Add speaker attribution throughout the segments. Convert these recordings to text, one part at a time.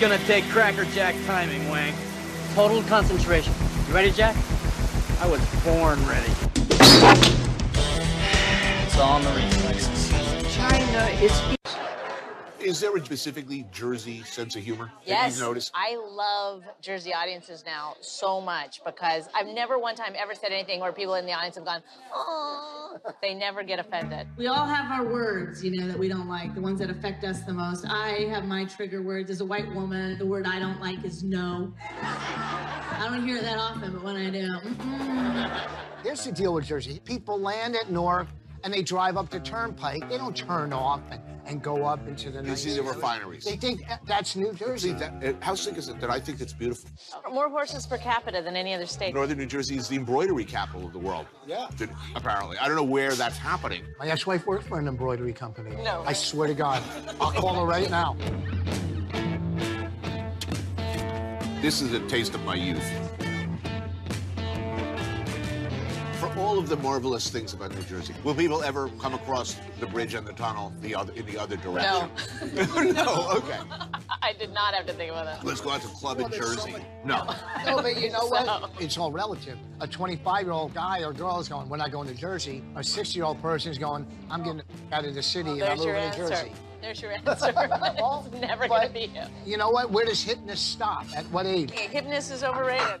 Speaker 1: gonna take crackerjack timing, Wang.
Speaker 2: Total concentration. You ready, Jack?
Speaker 1: I was born ready.
Speaker 2: It's all in the reflexes.
Speaker 3: China is.
Speaker 4: Is there a specifically Jersey sense of humor that
Speaker 5: Yes,
Speaker 4: you've noticed?
Speaker 5: I love Jersey audiences now so much because I've never one time ever said anything where people in the audience have gone, oh, they never get offended.
Speaker 6: We all have our words, you know, that we don't like, the ones that affect us the most. I have my trigger words. As a white woman, the word I don't like is no. I don't hear it that often, but when I do, mm-hmm.
Speaker 7: Here's the deal with Jersey. People land at Newark and they drive up the turnpike. They don't turn off and, and go up into the
Speaker 4: They see the
Speaker 7: nice-
Speaker 4: refineries.
Speaker 7: They think uh, that's New
Speaker 4: See,
Speaker 7: Jersey.
Speaker 4: that, uh, how sick is it that I think it's beautiful?
Speaker 5: More horses per capita than any other state.
Speaker 4: Northern New Jersey is the embroidery capital of the world. Yeah. Apparently. I don't know where that's happening.
Speaker 7: My ex-wife worked for an embroidery company.
Speaker 5: No.
Speaker 7: I swear to God. I'll call her right now.
Speaker 4: This is a taste of my youth. For all of the marvelous things about New Jersey, will people ever come across the bridge and the tunnel the other, in the other
Speaker 5: No,
Speaker 4: direction? No. no, okay.
Speaker 5: I did not have to think about that.
Speaker 4: Let's go out to a club
Speaker 7: Well,
Speaker 4: in
Speaker 7: there's so
Speaker 4: Jersey.
Speaker 7: many-
Speaker 4: no.
Speaker 7: No, but you know
Speaker 5: So-
Speaker 7: what? It's all relative. A 25-year-old guy or girl is going, we're not going to Jersey. A 60-year-old person is going, I'm getting out of the city and I'm
Speaker 5: There's your
Speaker 7: moving to
Speaker 5: answer.
Speaker 7: Jersey.
Speaker 5: There's your answer.
Speaker 7: Well,
Speaker 5: it's never going to
Speaker 7: but
Speaker 5: be you.
Speaker 7: You know what? Where does hitness stop? At what age?
Speaker 5: Hipness is overrated.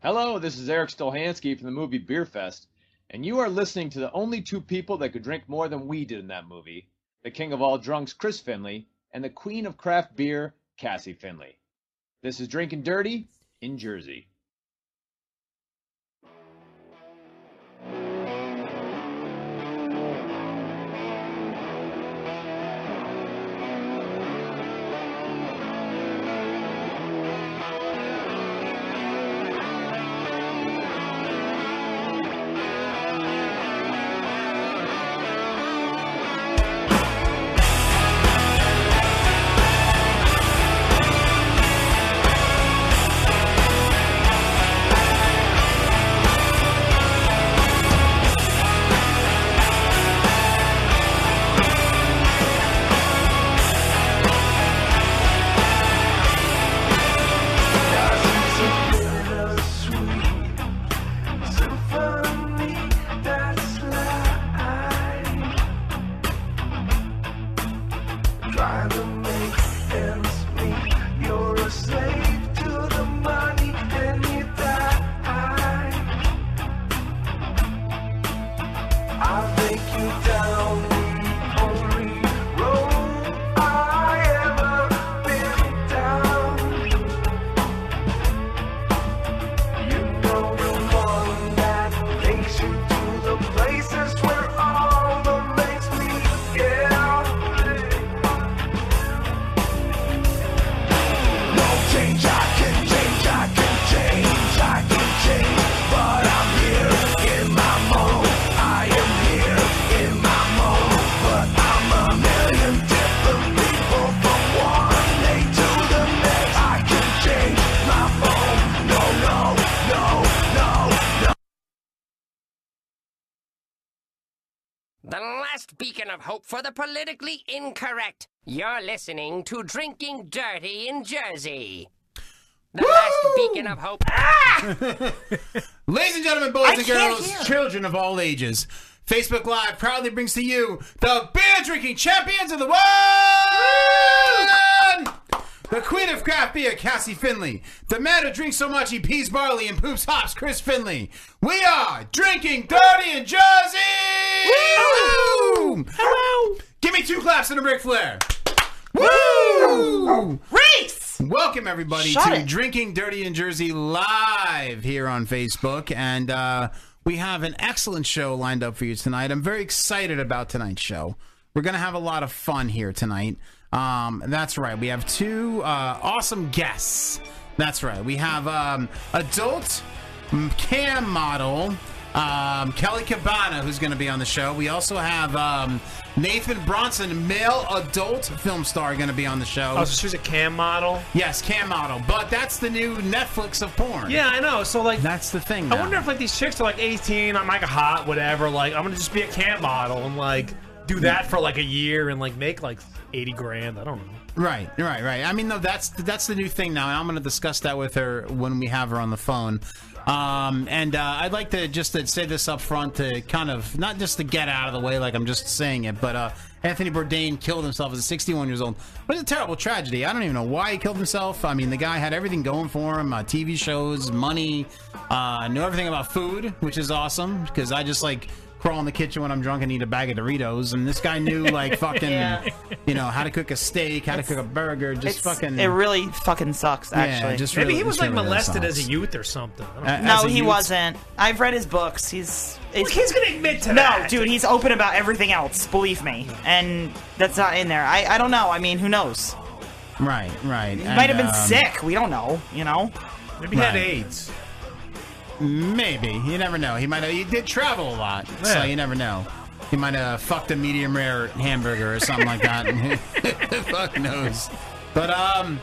Speaker 8: Hello, this is Eric Stolhansky from the movie Beer Fest, and you are listening to the only two people that could drink more than we did in that movie the king of all drunks, Chris Finley, and the queen of craft beer, Cassie Finley. This is Drinking Dirty in Jersey.
Speaker 9: Places where all the makes me yeah. No change, I can change, I can change, I can change. But I'm here in my mode. I am here in my mode. But I'm a million different people from one day to the next. I can change my phone. No, no, no, no.
Speaker 10: The last beacon of hope for the politically incorrect. You're listening to Drinking Dirty in Jersey. The last beacon of hope.
Speaker 11: Ladies and gentlemen, boys
Speaker 10: I
Speaker 11: and
Speaker 10: can't
Speaker 11: girls,
Speaker 10: hear.
Speaker 11: children of all ages, Facebook Live proudly brings to you the beer drinking champions of the world! The queen of craft beer, Cassie Finley. The man who drinks so much he pees barley and poops hops, Chris Finley. We are drinking dirty in Jersey! Woo! Hello! Give me two claps and a Ric Flair. Woo!
Speaker 9: Race!
Speaker 11: Welcome everybody
Speaker 12: Shut
Speaker 11: to
Speaker 12: it.
Speaker 11: Drinking Dirty in Jersey live here on Facebook, and uh, we have an excellent show lined up for you tonight. I'm very excited about tonight's show. We're gonna have a lot of fun here tonight. Um, that's right. We have two uh, awesome guests. That's right. We have um, adult cam model um, Kelly Cabana, who's going to be on the show. We also have um, Nathan Bronson, male adult film star, going to be on the show.
Speaker 13: Oh, so she's a cam model.
Speaker 11: Yes, cam model. But that's the new Netflix of porn.
Speaker 13: Yeah, I know. So like,
Speaker 11: that's the thing.
Speaker 13: I wonder if like these chicks are like 18. I'm like hot, whatever. Like, I'm gonna just be a cam model and like do that for like a year and like make like 80 grand. I don't know.
Speaker 11: Right, right, right. I mean, no, that's that's the new thing now, and I'm going to discuss that with her when we have her on the phone. Um, and uh, I'd like to just to say this up front to kind of not just to get out of the way, like I'm just saying it, but uh, Anthony Bourdain killed himself at 61 years old. But it's a terrible tragedy. I don't even know why he killed himself. I mean, the guy had everything going for him: uh, TV shows, money, uh, knew everything about food, which is awesome because I just like crawl in the kitchen when I'm drunk and eat a bag of Doritos. And this guy knew like fucking,
Speaker 12: Yeah.
Speaker 11: you know, how to cook a steak, how to cook a burger, just
Speaker 12: It's-
Speaker 11: fucking.
Speaker 12: It really fucking sucks.
Speaker 11: Yeah,
Speaker 12: Actually,
Speaker 11: just
Speaker 13: Maybe he was like molested as a youth or something. I don't
Speaker 11: Uh,
Speaker 13: know.
Speaker 12: no, he wasn't. I've read his books. He's he's,
Speaker 13: he's gonna admit to
Speaker 12: no,
Speaker 13: that.
Speaker 12: dude. He's open about everything else. Believe me, and that's not in there. I, I don't know. I mean, who knows?
Speaker 11: Right, right.
Speaker 12: He might have been sick. We don't know. You know.
Speaker 11: Maybe he had um, Right. AIDS. Maybe you never know. He might have. He did travel a lot, so
Speaker 12: Yeah.
Speaker 11: you never know. He might have fucked a medium rare hamburger or something like that. Fuck knows. But um,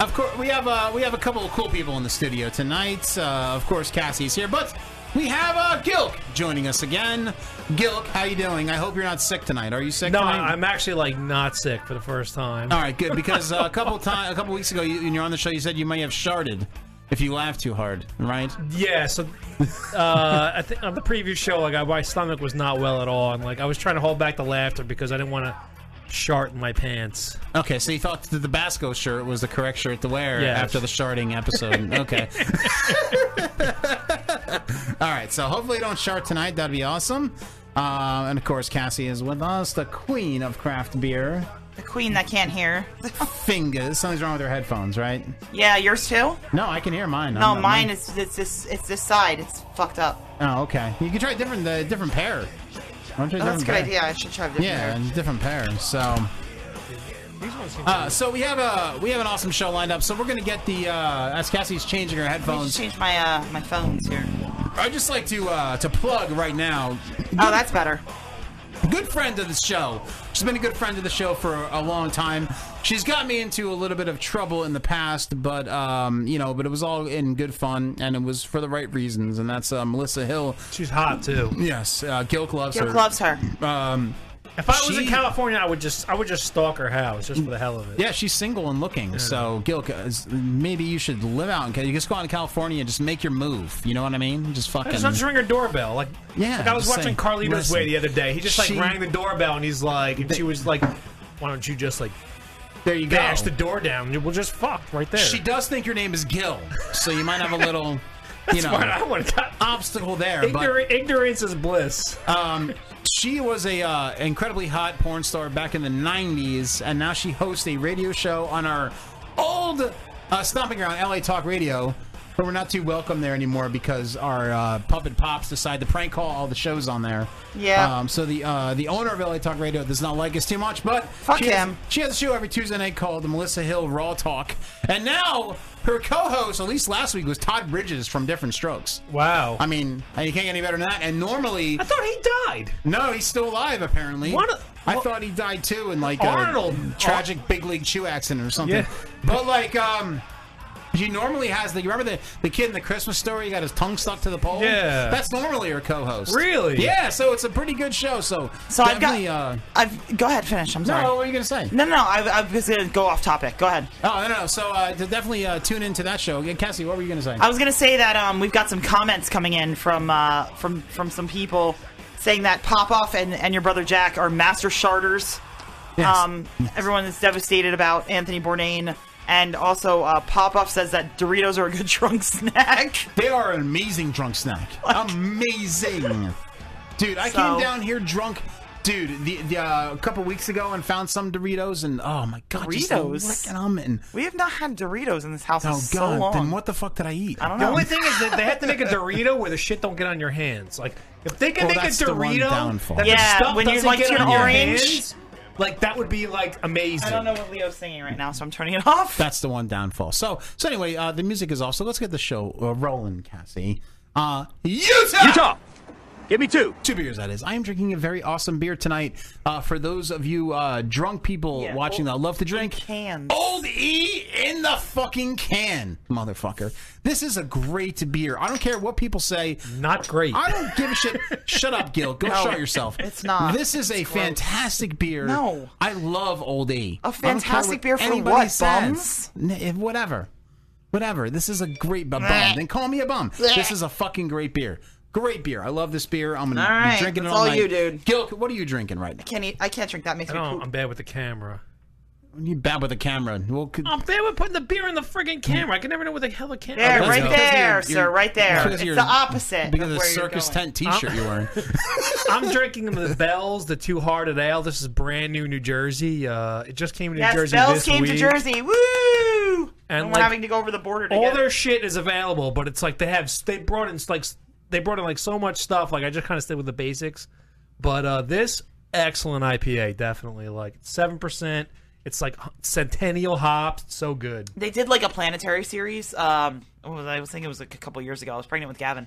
Speaker 11: of course we have uh, we have a couple of cool people in the studio tonight. Uh, of course Cassie's here, but we have uh, Gilk joining us again. Gilk, how you doing? I hope you're not sick tonight. Are you sick?
Speaker 13: No,
Speaker 11: tonight?
Speaker 13: I'm actually like not sick for the first time.
Speaker 11: All right, good. Because uh, a couple time, a couple weeks ago, you, when you're on the show, you said you might have sharded if you laugh too hard, right?
Speaker 13: Yeah, so uh, I think on the previous show, like I, my stomach was not well at all, and like I was trying to hold back the laughter because I didn't want to shart in my pants.
Speaker 11: Okay, so you thought the Basco shirt was the correct shirt to wear
Speaker 13: Yes.
Speaker 11: after the sharding episode. Okay. All right, so hopefully you don't shart tonight. That'd be awesome. Uh, and of course, Cassie is with us, the queen of craft beer.
Speaker 12: The queen that can't hear.
Speaker 11: Fingers. Something's wrong with her headphones, right?
Speaker 12: Yeah, yours too.
Speaker 11: No, I can hear mine.
Speaker 12: No,
Speaker 11: I'm- I'm-
Speaker 12: mine is it's this it's this side. It's fucked up.
Speaker 11: Oh, okay. You can try a different, uh, different pair. Why don't you
Speaker 12: Oh, that's
Speaker 11: different
Speaker 12: a good
Speaker 11: pair?
Speaker 12: idea. I should try a different
Speaker 11: yeah,
Speaker 12: pair.
Speaker 11: and different pair. So, uh, so we have a we have an awesome show lined up. So we're gonna get the uh, as Cassie's changing her
Speaker 12: Let me just
Speaker 11: headphones.
Speaker 12: change my uh my phones here.
Speaker 11: I'd just like to uh, to plug right now.
Speaker 12: Oh, that's better.
Speaker 11: Good friend of the show. She's been a good friend of the show for a long time. She's got me into a little bit of trouble in the past, but um, you know, but it was all in good fun and it was for the right reasons. And that's uh, Melissa Hill.
Speaker 13: She's hot too.
Speaker 11: Yes, uh, Gilk loves her.
Speaker 12: Gilk loves her.
Speaker 11: Um,
Speaker 13: If I was
Speaker 11: she-
Speaker 13: in California, I would just I would just stalk her house just for the hell of it.
Speaker 11: Yeah, she's single and looking. So, Gilk, uh, s- maybe you should live out. in Cal- You just go out to California and just make your move. You know what I mean? Just
Speaker 13: I
Speaker 11: fucking.
Speaker 13: just, I just ring her doorbell. Like,
Speaker 11: Yeah,
Speaker 13: like I was
Speaker 11: just saying,
Speaker 13: watching Carlito's
Speaker 11: listen,
Speaker 13: Way the other day. He just like
Speaker 11: she-
Speaker 13: rang the doorbell and he's like, and she was like, "Why don't you just like,
Speaker 11: there you
Speaker 13: bash
Speaker 11: go.
Speaker 13: the door down? We'll just fuck right there."
Speaker 11: She does think your name is Gil, so you might have a little, you
Speaker 13: That's
Speaker 11: know,
Speaker 13: what I would've
Speaker 11: obstacle there.
Speaker 13: Ignor- ignorance is bliss.
Speaker 11: But um, she was a uh, incredibly hot porn star back in the '90s, and now she hosts a radio show on our old uh, stomping ground, LA Talk Radio. But we're not too welcome there anymore because our uh, puppet pops decide to prank call all the shows on there.
Speaker 12: Yeah.
Speaker 11: Um, so the uh, the owner of LA Talk Radio does not like us too much, but
Speaker 12: Fuck
Speaker 11: she has-
Speaker 12: him.
Speaker 11: she has a show every Tuesday night called the Melissa Hill Raw Talk, and now her co-host, at least last week, was Todd Bridges from Different Strokes.
Speaker 13: Wow.
Speaker 11: I mean, and you can't get any better than that. And normally, I
Speaker 13: thought he died.
Speaker 11: No, he's still alive apparently.
Speaker 13: What a-
Speaker 11: I thought he died too in like
Speaker 13: Arnold-
Speaker 11: a tragic big league chew accident or something.
Speaker 13: Yeah.
Speaker 11: But like, um. She normally has the. You remember the, the kid in the Christmas story? He got his tongue stuck to the pole.
Speaker 12: Yeah.
Speaker 11: that's normally her co-host.
Speaker 12: Really?
Speaker 11: Yeah. So it's a pretty good show. So
Speaker 12: So I've got.
Speaker 11: definitely, Uh,
Speaker 12: I've go ahead. Finish. I'm
Speaker 11: No,
Speaker 12: sorry.
Speaker 11: what were you gonna say?
Speaker 12: No, no. no, I, I was gonna go off topic. Go ahead.
Speaker 11: Oh no, no. So uh, to definitely uh, tune into that show. Yeah, Cassie, what were you gonna say?
Speaker 12: I was gonna say that um, we've got some comments coming in from uh, from from some people saying that Popoff and and your brother Jack are master sharders.
Speaker 14: Yes.
Speaker 12: Um, everyone is devastated about Anthony Bourdain, and also uh, Popoff says that Doritos are a good drunk snack.
Speaker 11: They are an amazing drunk snack. Amazing, dude! I
Speaker 12: So-
Speaker 11: came down here drunk Dude, the, the uh, a couple weeks ago, and found some Doritos, and oh my god,
Speaker 12: Doritos?
Speaker 11: just licking 'em and
Speaker 12: We have not had Doritos in this house in
Speaker 11: oh
Speaker 12: so
Speaker 11: god,
Speaker 12: long.
Speaker 11: then what the fuck did I eat?
Speaker 12: I don't
Speaker 13: The
Speaker 12: know.
Speaker 13: only thing is that they have to make a Dorito where the shit don't get on your hands. Like if they can
Speaker 11: Well,
Speaker 13: make a
Speaker 11: Oh, that's the one
Speaker 13: Dorito
Speaker 11: downfall.
Speaker 13: that
Speaker 12: Yeah,
Speaker 13: the stuff
Speaker 12: when you,
Speaker 13: doesn't
Speaker 12: like,
Speaker 13: get
Speaker 12: turn
Speaker 13: on your
Speaker 12: orange.
Speaker 13: hands, like that would be like amazing.
Speaker 12: I don't know what Leo's singing right now, so I'm turning it off.
Speaker 11: That's the one downfall. So, so anyway, uh, the music is off. So let's get the show uh, rolling, Cassie. Uh, Utah, Utah, give me two, two beers. That is. I am drinking a very awesome beer tonight. Uh, for those of you uh, drunk people
Speaker 12: Yeah,
Speaker 11: watching that love to drink,
Speaker 12: Cans.
Speaker 13: Oh.
Speaker 11: Old E in the fucking can, motherfucker. This is a great beer. I don't care what people say.
Speaker 13: Not great.
Speaker 11: I don't give a shit. Shut up, Gil. Go
Speaker 12: No,
Speaker 11: shut yourself.
Speaker 12: it's not.
Speaker 11: This is a
Speaker 12: It's gross.
Speaker 11: fantastic beer.
Speaker 12: No.
Speaker 11: I love Old E.
Speaker 12: A
Speaker 11: I don't care
Speaker 12: fantastic
Speaker 11: what
Speaker 12: beer for
Speaker 11: anybody
Speaker 12: what,
Speaker 11: says. N- eh, whatever. Whatever. This is a great bu- bum. then call me a bum. this is a fucking great beer. Great beer. I love this beer. I'm gonna
Speaker 12: All right,
Speaker 11: be drinking
Speaker 12: that's
Speaker 11: it all,
Speaker 12: all
Speaker 11: night.
Speaker 12: you, dude.
Speaker 11: Gil, what are you drinking right now?
Speaker 12: Can't eat, I can't drink that. Makes
Speaker 13: I
Speaker 12: me
Speaker 13: don't-
Speaker 12: poop.
Speaker 13: I'm bad with the camera.
Speaker 11: You bad with the camera. Well, could-
Speaker 13: I'm bad with putting the beer in the friggin' camera. I can never know where the hell the camera.
Speaker 12: There,
Speaker 13: Oh,
Speaker 12: right
Speaker 13: no.
Speaker 12: there,
Speaker 11: Because you're-
Speaker 12: sir, right there.
Speaker 11: because
Speaker 12: It's
Speaker 11: you're-
Speaker 12: the opposite
Speaker 11: Because of
Speaker 12: of
Speaker 11: the
Speaker 12: where you're
Speaker 11: circus
Speaker 12: going.
Speaker 11: tent T-shirt you're wearing.
Speaker 13: I'm drinking the Bells, the Two Hearted Ale. This is brand new New Jersey. Uh, it just came to New
Speaker 12: Yes,
Speaker 13: Jersey
Speaker 12: Bells
Speaker 13: this
Speaker 12: came to
Speaker 13: week.
Speaker 12: Jersey. Woo!
Speaker 13: And
Speaker 12: And we're
Speaker 13: like,
Speaker 12: having to go over the border to
Speaker 13: all
Speaker 12: get it.
Speaker 13: their shit is available, but it's like they have they brought in like they brought in like so much stuff. Like I just kind of stayed with the basics, but uh this excellent IPA definitely like seven percent. It's like centennial hops, It's so good.
Speaker 12: They did like a planetary series. Um, what was I I was thinking it was like a couple years ago. I was pregnant with Gavin,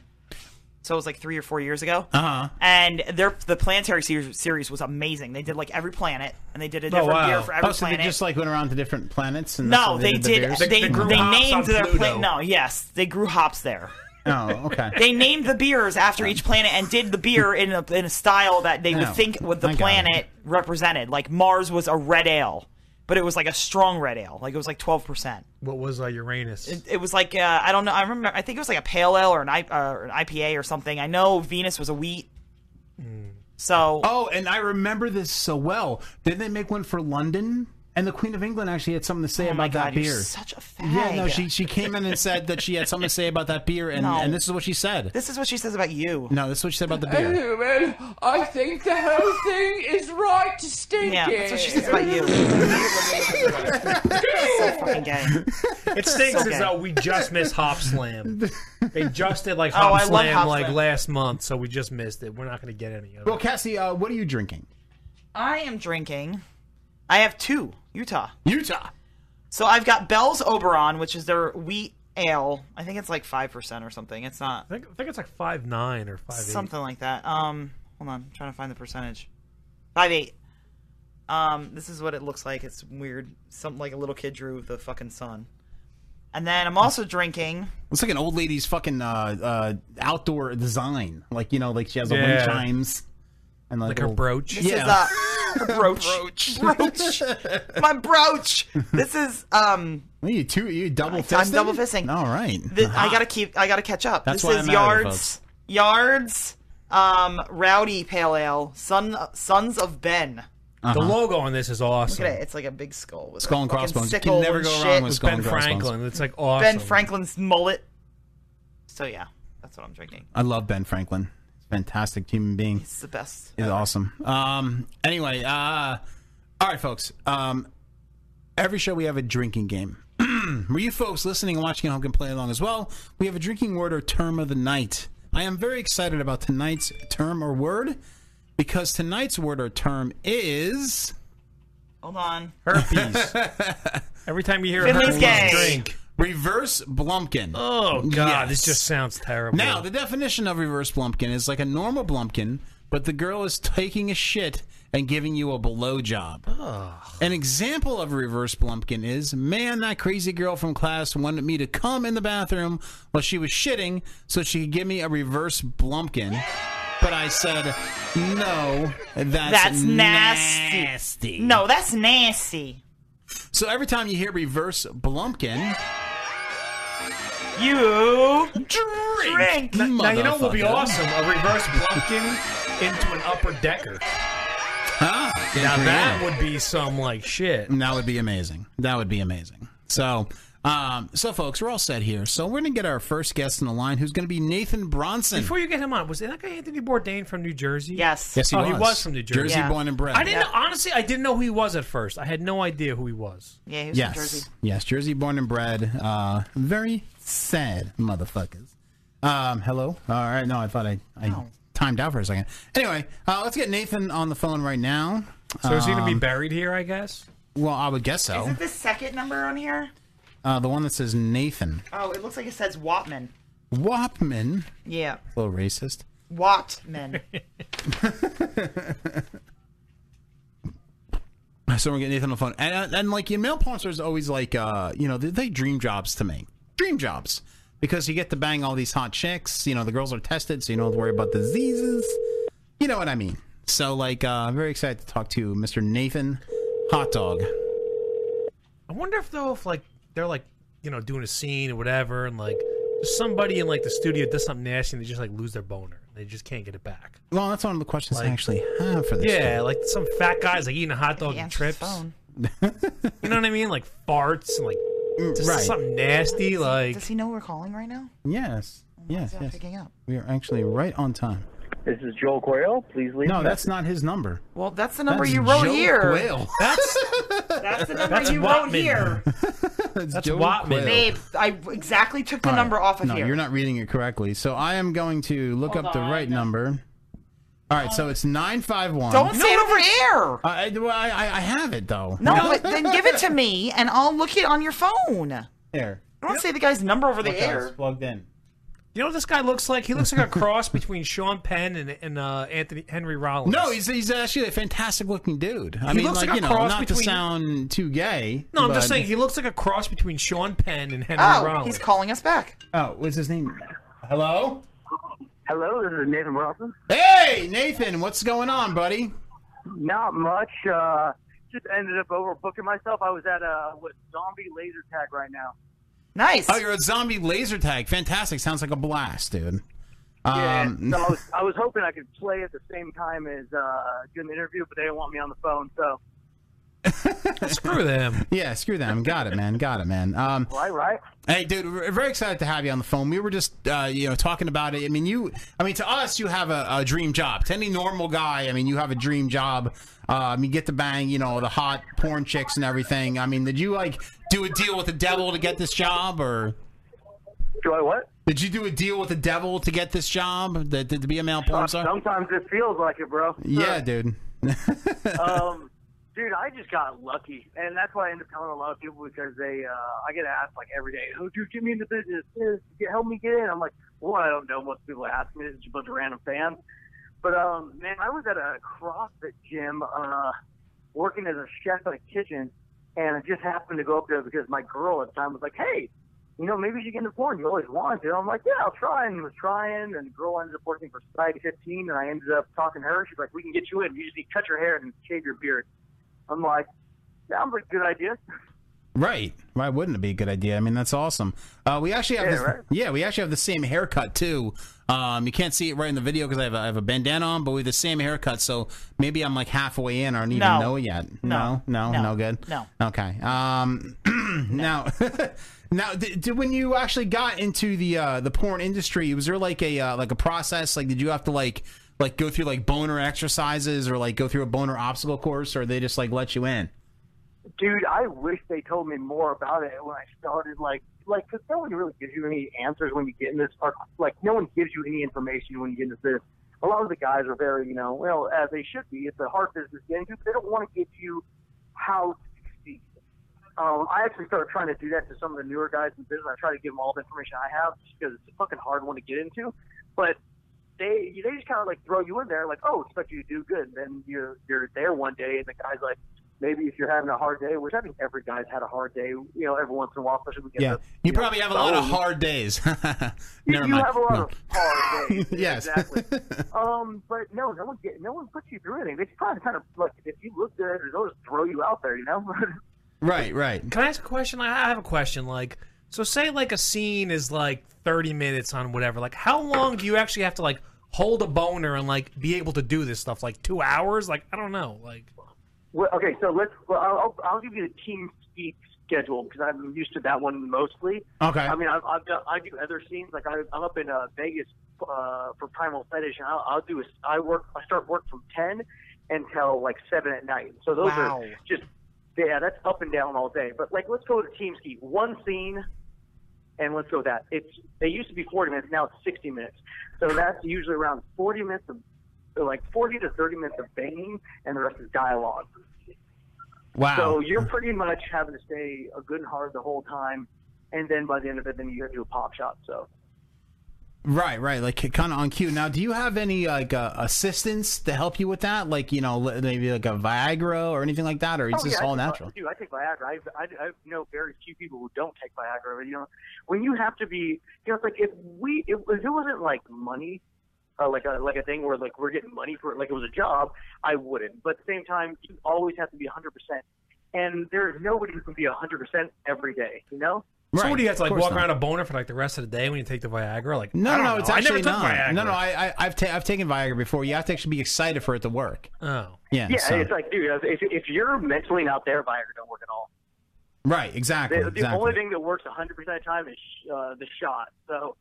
Speaker 12: so it was like three or four years ago.
Speaker 13: Uh-huh.
Speaker 11: Uh huh.
Speaker 12: And their the planetary series, series was amazing. They did like every planet, and they did a different beer for every
Speaker 11: oh, so they
Speaker 12: planet.
Speaker 11: just like went around to different planets and that's
Speaker 12: no,
Speaker 11: how
Speaker 12: they
Speaker 11: the
Speaker 12: did.
Speaker 11: beers?
Speaker 12: They, they, named their planet. No, yes, they grew hops there.
Speaker 11: Oh, okay.
Speaker 12: They named the beers after each planet and did the beer in a, in a style that they
Speaker 11: No,
Speaker 12: would think what the
Speaker 11: I got
Speaker 12: planet represented. Like Mars was a red ale, but it was like a strong red ale. Like it was like twelve percent.
Speaker 13: What was uh, Uranus?
Speaker 12: It, it was like uh, I don't know. I remember. I think it was like a pale ale or an, I, uh, or an IPA or something. I know Venus was a wheat. So
Speaker 11: Oh, and I remember this so well. Didn't they make one for London? And the Queen of England actually had something to say about
Speaker 12: Oh
Speaker 11: that
Speaker 12: God, you're
Speaker 11: beer.
Speaker 12: such a
Speaker 11: Yeah, no,
Speaker 12: fag.
Speaker 11: she she came in and said that she had something to say about that beer, and,
Speaker 12: No.
Speaker 11: and this is what she said.
Speaker 12: This is what she says about you.
Speaker 11: No, this is what she said about the beer.
Speaker 14: Anyway, I think the whole thing is right to stink
Speaker 12: Yeah,
Speaker 14: in.
Speaker 12: that's what she says about you. so fucking gay.
Speaker 13: It stinks
Speaker 12: Okay.
Speaker 13: as though we just missed Hop Slam. They just did like
Speaker 12: Oh,
Speaker 13: Hop
Speaker 12: I love
Speaker 13: Slam
Speaker 12: Hop
Speaker 13: like
Speaker 12: Slam.
Speaker 13: last month, so we just missed it. We're not going to get any of it.
Speaker 11: Well, Cassie, uh, what are you drinking?
Speaker 12: I am drinking. I have two Utah.
Speaker 11: Utah.
Speaker 12: So I've got Bell's Oberon, which is their wheat ale. I think it's like five percent or something. It's not
Speaker 13: I think, I think it's like five nine or five
Speaker 12: something like that. Um, hold on, I'm trying to find the percentage. Five eight. Um, this is what it looks like. It's weird. Something like a little kid drew the fucking sun. And then I'm also drinking.
Speaker 11: It's like an old lady's fucking uh, uh, outdoor design. Like you know, like she has the wind
Speaker 13: Yeah.
Speaker 11: chimes and like,
Speaker 13: Like her
Speaker 11: little-
Speaker 13: brooch?
Speaker 12: This uh, is a brooch. brooch. My brooch. This is um.
Speaker 11: Well, you two, you double fisting.
Speaker 12: I'm double fisting.
Speaker 11: All right.
Speaker 12: Th- I gotta keep. I gotta catch up.
Speaker 11: Uh-huh. That's
Speaker 12: this
Speaker 11: why
Speaker 12: is
Speaker 11: I'm out of here,
Speaker 12: yards. yards. Um, rowdy pale ale. Son, sons of Ben.
Speaker 13: The logo on this is
Speaker 12: Look
Speaker 13: awesome.
Speaker 12: at it. It's like a big skull. With
Speaker 11: Uh-huh. Skull
Speaker 12: a
Speaker 11: and
Speaker 12: fucking
Speaker 11: crossbones. You can
Speaker 12: sickle
Speaker 11: never
Speaker 12: and
Speaker 11: go wrong
Speaker 12: shit.
Speaker 11: with
Speaker 13: It's
Speaker 11: skull
Speaker 13: Ben
Speaker 11: and crossbones.
Speaker 13: Franklin. It's like awesome.
Speaker 12: Ben Franklin's mullet. So yeah, that's what I'm drinking.
Speaker 11: I love Ben Franklin. He's a fantastic human being.
Speaker 12: It's the best.
Speaker 11: He's awesome. Um. Anyway. Uh. All right, folks. Um. Every show we have a drinking game. Were you folks listening and watching at home can play along as well? We have a drinking word or term of the night. I am very excited about tonight's term or word because tonight's word or term is
Speaker 12: Hold on.
Speaker 13: Herpes. Every time you hear
Speaker 12: Finley's
Speaker 13: herpes,
Speaker 12: gay.
Speaker 13: drink.
Speaker 11: reverse Blumpkin.
Speaker 13: Oh god, this
Speaker 11: Yes.
Speaker 13: just sounds terrible.
Speaker 11: Now, the definition of reverse blumpkin is like a normal blumpkin, but the girl is taking a shit and giving you a blow job. An example of a reverse blumpkin is man, that crazy girl from class wanted me to come in the bathroom while she was shitting so she could give me a reverse blumpkin. But I said, no, that's,
Speaker 12: That's nasty.
Speaker 11: nasty.
Speaker 12: No, that's nasty.
Speaker 11: So every time you hear reverse blumpkin,
Speaker 12: You
Speaker 13: drink.
Speaker 12: drink.
Speaker 13: Now, now you know what would be
Speaker 11: Motherfucker.
Speaker 13: awesome? A reverse blumpkin into an upper decker.
Speaker 11: huh?
Speaker 13: Now that would be some like shit.
Speaker 11: That would be amazing. That would be amazing. So, um, so folks, we're all set here. So we're gonna get our first guest in the line, who's gonna be Nathan Bronson.
Speaker 13: Before you get him on, was that guy Anthony Bourdain from New Jersey?
Speaker 12: Yes.
Speaker 11: Yes, he
Speaker 13: oh,
Speaker 11: was.
Speaker 13: he was from New Jersey.
Speaker 11: Jersey Yeah. born and bred.
Speaker 13: I didn't
Speaker 11: Yeah.
Speaker 13: know, honestly. I didn't know who he was at first. I had no idea who he was.
Speaker 12: Yeah, he
Speaker 11: yes, yes, Jersey born and bred. Uh, very sad motherfuckers. Um, hello. All right. No, I thought I, I timed out for a second. Anyway, uh, let's get Nathan on the phone right now. Um,
Speaker 13: So is he gonna be
Speaker 11: buried here? I guess. Well, I would guess so.
Speaker 12: Isn't the second number on here?
Speaker 11: Uh, the one that says Nathan
Speaker 12: Oh, it looks like it says Wattman.
Speaker 11: Wapman.
Speaker 12: Yeah.
Speaker 11: A little racist.
Speaker 12: Wattman.
Speaker 11: So we're getting Nathan on the phone, and uh, and like your male porn stars always like uh you know they, they dream jobs to me, dream jobs because you get to bang all these hot chicks. You know the girls are tested, so you don't have to worry about diseases. You know what I mean. So like uh, I'm very excited to talk to Mr. Nathan Hot Dog.
Speaker 13: I wonder if though, if like they're like you know doing a scene or whatever, and like somebody in like the studio does something nasty, and they just like lose their boner. They just can't get it back.
Speaker 11: Well, that's one of the questions I actually have for this.
Speaker 13: yeah,
Speaker 11: show.
Speaker 13: like some fat guys like eating a hot dog and trips. you know what I mean? Like farts and like just
Speaker 11: Mm, right.
Speaker 13: something nasty. Like
Speaker 12: Does he know we're calling right now?
Speaker 11: yes, yes,
Speaker 12: He's not
Speaker 11: yes.
Speaker 12: picking up.
Speaker 11: We are actually right on time.
Speaker 1: This is Joel Coyle. Please leave.
Speaker 11: No,
Speaker 1: a
Speaker 11: that's
Speaker 1: message.
Speaker 11: not his number.
Speaker 12: Well, that's the number
Speaker 11: That's
Speaker 12: you wrote
Speaker 11: Joe
Speaker 12: here.
Speaker 11: Quail.
Speaker 13: That's
Speaker 12: that's the number
Speaker 11: That's
Speaker 12: you
Speaker 11: Wattman.
Speaker 12: wrote here.
Speaker 11: That's,
Speaker 12: Joe Babe, I exactly took the
Speaker 11: All right.
Speaker 12: number off of
Speaker 11: no,
Speaker 12: here.
Speaker 11: you're not reading it correctly. So I am going to look
Speaker 12: Hold
Speaker 11: up the
Speaker 12: on.
Speaker 11: right number. All right, so it's nine five one.
Speaker 12: Don't say it over air.
Speaker 11: I, well, I, I I have it though.
Speaker 12: No, but then give it to me and I'll look it on your phone. I
Speaker 11: Here.
Speaker 12: don't say the guy's number over the
Speaker 11: Look, I was
Speaker 12: air.
Speaker 11: plugged in.
Speaker 13: You know what this guy looks like? He looks like a cross between Sean Penn and, and uh, Anthony Henry Rollins.
Speaker 11: No, he's he's actually a fantastic looking dude. I
Speaker 13: He
Speaker 11: mean,
Speaker 13: looks
Speaker 11: like,
Speaker 13: like a
Speaker 11: you know,
Speaker 13: cross
Speaker 11: not to
Speaker 13: between-
Speaker 11: sound too gay.
Speaker 13: No, I'm just
Speaker 11: but-
Speaker 13: saying he looks like a cross between Sean Penn and Henry
Speaker 12: Oh,
Speaker 13: Rollins.
Speaker 12: he's calling us back.
Speaker 11: Oh, what's his name? Hello.
Speaker 1: Hello, this is Nathan Wilson.
Speaker 11: Hey, Nathan, what's going on, buddy?
Speaker 1: Not much. Uh, just ended up overbooking myself. I was at uh, what zombie laser tag right now.
Speaker 12: Nice.
Speaker 11: Oh, you're a zombie laser tag. Fantastic. Sounds like a blast, dude. Um,
Speaker 1: So I was, I was hoping I could play at the same time as uh, do an interview, but they didn't want me on the phone. So
Speaker 11: screw them. Yeah, screw them. Got it, man. Got it, man. Um,
Speaker 1: right, right.
Speaker 11: Hey, dude, we're very excited to have you on the phone. We were just, uh, you know, talking about it. I mean, you, I mean, to us, you have a, a dream job. To any normal guy, I mean, you have a dream job. Uh, I mean, get to bang, you know, the hot porn chicks and everything. I mean, did you like do a deal with the devil to get this job, or
Speaker 1: do I what?
Speaker 11: Did you do a deal with the devil to get this job? That to, to be a male
Speaker 1: Uh,
Speaker 11: porn star?
Speaker 1: Sometimes it feels like it, bro.
Speaker 11: Yeah, dude.
Speaker 1: um, dude, I just got lucky, and that's why I end up telling a lot of people because they, uh, I get asked like every day, "Oh, dude, get me in the business. This, get, help me get in." I'm like, "Well, I don't know. Most people ask me. It's just a bunch of random fans." But um, man, I was at a CrossFit gym, uh, working as a chef in a kitchen, and I just happened to go up there because my girl at the time was like, "Hey." You know, maybe you should get into porn. You always wanted to. I'm like, yeah, I'll try. And was trying, and the girl ended up working for Society 15, and I ended up talking to her. She's like, we can get you in. You just need to cut your hair and shave your beard. I'm like, sounds like a good idea.
Speaker 11: Right. Why wouldn't it be a good idea? I mean, that's awesome. Uh, we actually have,
Speaker 1: Yeah,
Speaker 11: this-
Speaker 1: right.
Speaker 11: yeah, we actually have the same haircut too. Um, you can't see it right in the video because I have, a, I have a bandana on, but we have the same haircut. So maybe I'm like halfway in or I don't even
Speaker 12: No.
Speaker 11: know yet.
Speaker 12: No.
Speaker 11: no, no,
Speaker 12: No.
Speaker 11: good.
Speaker 12: No.
Speaker 11: Okay. Um, now, now, did, did, when you actually got into the uh, the porn industry, was there like a uh, like a process? Like, did you have to like like go through like boner exercises or like go through a boner obstacle course, or they just like let you in?
Speaker 1: Dude, I wish they told me more about it when I started. Like, like, 'cause no one really gives you any answers when you get in this. Or, like, no one gives you any information when you get into this. A lot of the guys are very, you know, well, as they should be. It's a hard business to get into, but they don't want to give you how to succeed. Um, I actually started trying to do that to some of the newer guys in business. I try to give them all the information I have just because it's a fucking hard one to get into. But they they just kind of like throw you in there, like, oh, expect you to do good. Then you're you're there one day, and the guy's like, maybe if you're having a hard day, which I think every guy's had a hard day, you know, every once in a while, especially when we get
Speaker 11: Yeah,
Speaker 1: the-
Speaker 11: you probably have a lot of
Speaker 1: phone.
Speaker 11: hard days.
Speaker 1: You,
Speaker 11: Never
Speaker 1: you
Speaker 11: mind.
Speaker 1: have a lot of hard days.
Speaker 11: Yes.
Speaker 1: exactly. Um, but no, no one get, no one puts you through anything. They just kind of kind of like if you look good, they'll just throw you out there, you know.
Speaker 11: Right, right.
Speaker 13: Can I ask a question? Like, I have a question. Like, so say like a scene is like 30 minutes on whatever. Like, how long do you actually have to like hold a boner and like be able to do this stuff? Like two hours? Like, I don't know. Like,
Speaker 1: Well, okay, so let's. Well, I'll, I'll give you the team speak schedule because I'm used to that one mostly.
Speaker 11: Okay.
Speaker 1: I mean, I've, I've done, I do other scenes like I, I'm up in uh, Vegas uh, for Primal Fetish, and I'll, I'll do a, I work I start work from ten until like seven at night. So those
Speaker 15: Wow.
Speaker 1: are just yeah, that's up and down all day. But like, let's go to Team Ski. One scene, and let's go with that. It's they used to be 40 minutes, now it's 60 minutes. So that's usually around 40 minutes of like 40 to 30 minutes of banging, and the rest is dialogue.
Speaker 11: Wow.
Speaker 1: So you're pretty much having to stay uh, good and hard the whole time, and then by the end of it, then you have to do a pop shot. So
Speaker 11: Right, right, like kind of on cue. Now, do you have any like uh, assistance to help you with that? Like you know, li- maybe like a Viagra or anything like that, or is
Speaker 1: Oh,
Speaker 11: this
Speaker 1: yeah, I
Speaker 11: all
Speaker 1: take Vi-
Speaker 11: natural?
Speaker 1: Dude, I take Viagra. I've, I, I know very few people who don't take Viagra. But, you know, when you have to be, you know, it's like if we, if, if it wasn't like money, uh, like a like a thing where like we're getting money for it, like it was a job, I wouldn't. But at the same time, you always have to be 100. percent And there's nobody who can be 100 percent every day. You know.
Speaker 13: So what do you have to like
Speaker 11: of course
Speaker 13: walk
Speaker 11: not.
Speaker 13: around a boner for like the rest of the day when you take the Viagra? Like
Speaker 11: No, no,
Speaker 13: I don't
Speaker 11: no.
Speaker 13: know.
Speaker 11: It's
Speaker 13: I never
Speaker 11: actually
Speaker 13: took
Speaker 11: not.
Speaker 13: Viagra.
Speaker 11: No, no. I, I I've ta- I've taken Viagra before. You have to actually be excited for it to work.
Speaker 13: Oh.
Speaker 11: Yeah.
Speaker 1: Yeah,
Speaker 11: so-
Speaker 1: it's like, dude, if, if you're mentally not there, Viagra don't work at all.
Speaker 11: right. Exactly.
Speaker 1: The, the
Speaker 11: exactly.
Speaker 1: only thing that works 100% of the time is uh, the shot. So,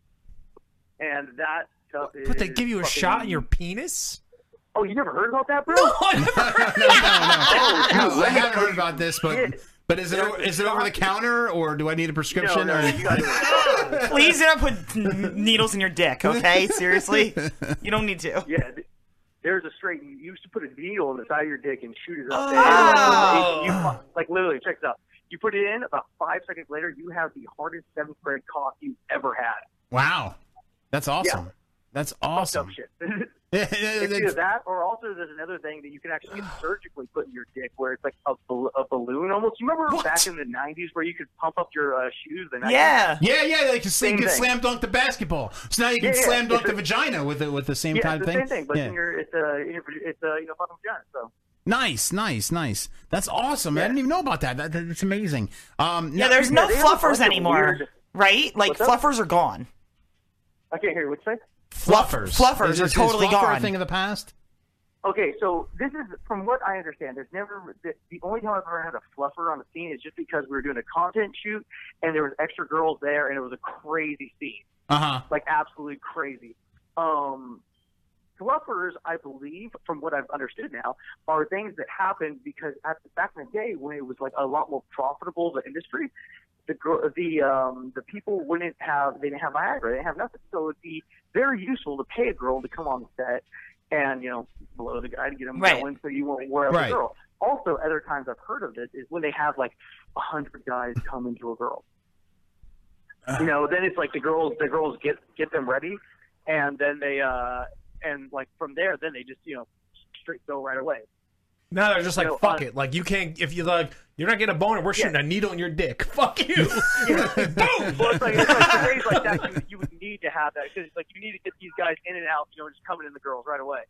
Speaker 1: and that stuff is.
Speaker 13: But they give you a
Speaker 1: fucking-
Speaker 13: shot in your penis?
Speaker 1: Oh, you never heard about that, bro? Oh, No,
Speaker 13: I never
Speaker 1: heard
Speaker 11: no, no, I haven't heard about this, but but is it
Speaker 1: Yeah.
Speaker 11: o- is it over the counter or do I need a prescription?
Speaker 1: No, no,
Speaker 11: or...
Speaker 1: you gotta-
Speaker 12: Please don't put n- needles in your dick, okay? Seriously? You don't need to.
Speaker 1: Yeah. There's a straight. You used to put a needle in the side of your dick and shoot it up.
Speaker 12: Oh.
Speaker 1: there. You- like, literally, check this out. You put it in, about five seconds later, you have the hardest seventh grade cock you've ever had.
Speaker 11: Wow, that's awesome. That's awesome.
Speaker 1: it's
Speaker 11: yeah,
Speaker 1: either that, or also there's another thing that you can actually get surgically put in your dick, where it's like a, bal- a balloon almost. You remember back in the '90s where you could pump up your uh, shoes? The 90s?
Speaker 11: yeah, yeah. Like you say, you
Speaker 1: Same
Speaker 11: can
Speaker 1: thing.
Speaker 11: slam dunk the basketball. So now you can
Speaker 1: Yeah, yeah,
Speaker 11: slam dunk
Speaker 1: it's
Speaker 11: the
Speaker 1: a-
Speaker 11: vagina with the, with the same
Speaker 1: yeah,
Speaker 11: kind
Speaker 1: it's
Speaker 11: of thing.
Speaker 1: the same thing, but
Speaker 11: yeah.
Speaker 1: it's in your, it's a, it's a, you know, fucking vagina. So
Speaker 11: Nice, nice, nice. That's awesome. I didn't even know about that. that, that- that's amazing. Um,
Speaker 12: Yeah,
Speaker 11: now-
Speaker 12: there's no fluffers anymore, right? Like,
Speaker 11: What's up?
Speaker 12: fluffers are gone.
Speaker 1: I can't hear you. What's that?
Speaker 11: Fluffers.
Speaker 12: Fluffers
Speaker 11: Is
Speaker 12: are
Speaker 11: this- is
Speaker 12: totally
Speaker 11: fluffer
Speaker 12: gone.
Speaker 11: A thing of the past.
Speaker 1: Okay, so this is from what I understand. There's never the, the only time I've ever had a fluffer on a scene is just because we were doing a content shoot and there was extra girls there and it was a crazy scene,
Speaker 11: Uh huh.
Speaker 1: like absolutely crazy. Um, fluffers, I believe, from what I've understood now, are things that happened because at the, back in the day when it was like a lot more profitable the industry, the gr- the um, the people wouldn't have they didn't have Viagra, they didn't have nothing, so it'd be very useful to pay a girl to come on set and you know blow the guy to get him
Speaker 12: Right.
Speaker 1: going, so you won't wear out
Speaker 12: Right.
Speaker 1: the girl. Also, other times I've heard of this is when they have like a hundred guys come into a girl. You know, then it's like the girls the girls get get them ready, and then they uh and like from there, then they just you know straight go right away.
Speaker 13: No, they're just like,
Speaker 1: You know,
Speaker 13: fuck
Speaker 1: uh,
Speaker 13: it. Like, you can't, if you're like, you're not getting a boner, we're shooting a needle in your dick. Fuck you.
Speaker 1: Well, it's like, it's like for days like that, you, you would need to have that because like you need to get these guys in and out, you know, just coming in the girls right away.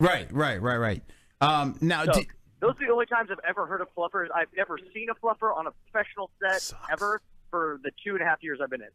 Speaker 11: Right, right, right, right. Um, now,
Speaker 1: So,
Speaker 11: di-
Speaker 1: those are the only times I've ever heard of fluffers. I've never seen a fluffer on a professional set ever for the two and a half years I've been in.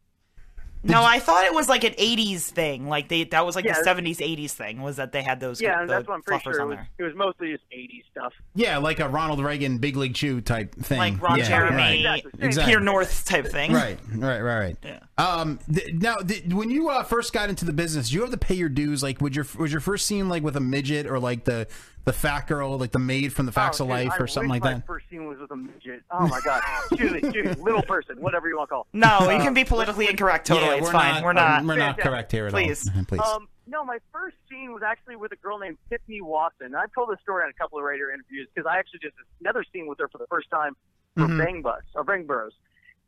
Speaker 12: No, I thought it was like an '80s thing. Like they that was like
Speaker 1: Yeah.
Speaker 12: the '70s, '80s thing was that they had those.
Speaker 1: yeah,
Speaker 12: the
Speaker 1: and that's what I'm pretty
Speaker 12: fluffers
Speaker 1: sure it
Speaker 12: on
Speaker 1: was,
Speaker 12: there.
Speaker 1: it was mostly just 80s stuff.
Speaker 11: yeah, like a Ronald Reagan big league Jew type thing,
Speaker 12: Like Ron
Speaker 11: yeah,
Speaker 12: Jeremy,
Speaker 11: right. Exactly.
Speaker 12: Peter North type thing.
Speaker 11: Right, right, right, right. Um, th- now, th- when you uh, first got into the business, did you have to pay your dues? Like, would your was your first scene like with a midget or like the the fat girl, like the maid from the Facts
Speaker 1: Oh,
Speaker 11: of
Speaker 1: dude,
Speaker 11: Life
Speaker 1: I
Speaker 11: or something
Speaker 1: wish
Speaker 11: like
Speaker 1: my
Speaker 11: that?
Speaker 1: First scene was with a midget. Oh my god, dude, dude, little person, whatever you want to call. it.
Speaker 12: No, you
Speaker 1: Uh,
Speaker 12: can be politically incorrect. Totally,
Speaker 11: Yeah,
Speaker 12: it's
Speaker 11: we're
Speaker 12: fine.
Speaker 11: not- um,
Speaker 12: we're not.
Speaker 11: we're not correct here at all.
Speaker 12: Please,
Speaker 11: please.
Speaker 1: Um, no, my first scene was actually with a girl named Tiffany Watson. I told this story on a couple of radio interviews because I actually did another scene with her for the first time for
Speaker 12: Mm-hmm.
Speaker 11: Mhm.
Speaker 1: Bang Bus or Bang Bros.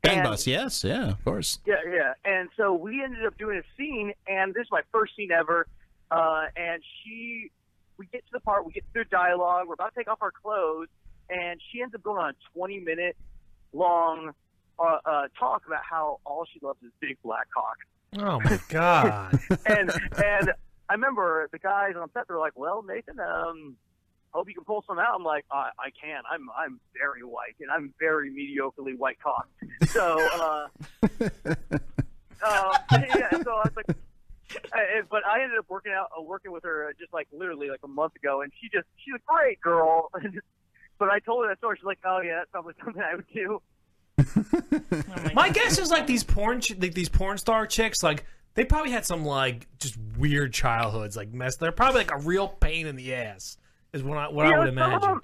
Speaker 11: Bang bus, yes, yeah, of course.
Speaker 1: Yeah, yeah. And so we ended up doing a scene, and this is my first scene ever. Uh, and she, we get to the part, we get through dialogue, we're about to take off our clothes, and she ends up going on a 20 minute long uh, uh, talk about how all she loves is big black cock.
Speaker 13: Oh, my God.
Speaker 1: and and I remember the guys on set they were like, "Well, Nathan, um, hope you can pull some out." I'm like, "I, I can. I'm I'm very white, and I'm very mediocrely white cock." So, uh, uh, yeah. So I was like, I, I- but I ended up working out, uh, working with her uh, just like literally like a month ago, and she just she's a great girl. but I told her that story. She's like, "Oh yeah, that's probably something I would do."
Speaker 13: My guess is like these porn, ch- like these porn star chicks, like they probably had some like just weird childhoods, like mess. They're probably like a real pain in the ass, is what I what
Speaker 1: You
Speaker 13: I
Speaker 1: know,
Speaker 13: would
Speaker 1: some of
Speaker 13: imagine.
Speaker 1: them-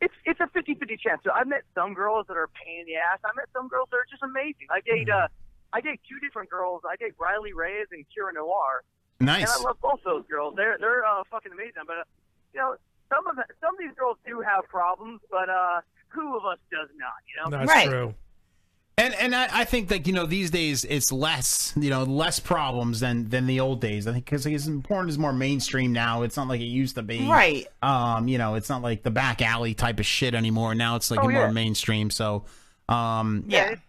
Speaker 1: It's it's a 50-50 chance. So I met some girls that are a pain in the ass. I met some girls that are just amazing. I date
Speaker 13: Mm-hmm.
Speaker 1: uh, I date two different girls. I date Riley Reyes and Kira Noir.
Speaker 11: Nice.
Speaker 1: And I love both those girls. They're they're uh, fucking amazing. But uh, you know, some of the, some of these girls do have problems, but uh, who of us does not? You know,
Speaker 11: true. And and I, I think that you know these days it's less you know less problems than than the old days. I think because porn is more mainstream now. It's not like it used to be.
Speaker 12: Right.
Speaker 11: Um. You know, it's not like the back alley type of shit anymore. Now it's like
Speaker 1: Oh,
Speaker 11: more
Speaker 1: yeah.
Speaker 11: mainstream. So, um.
Speaker 1: Yeah. And it's,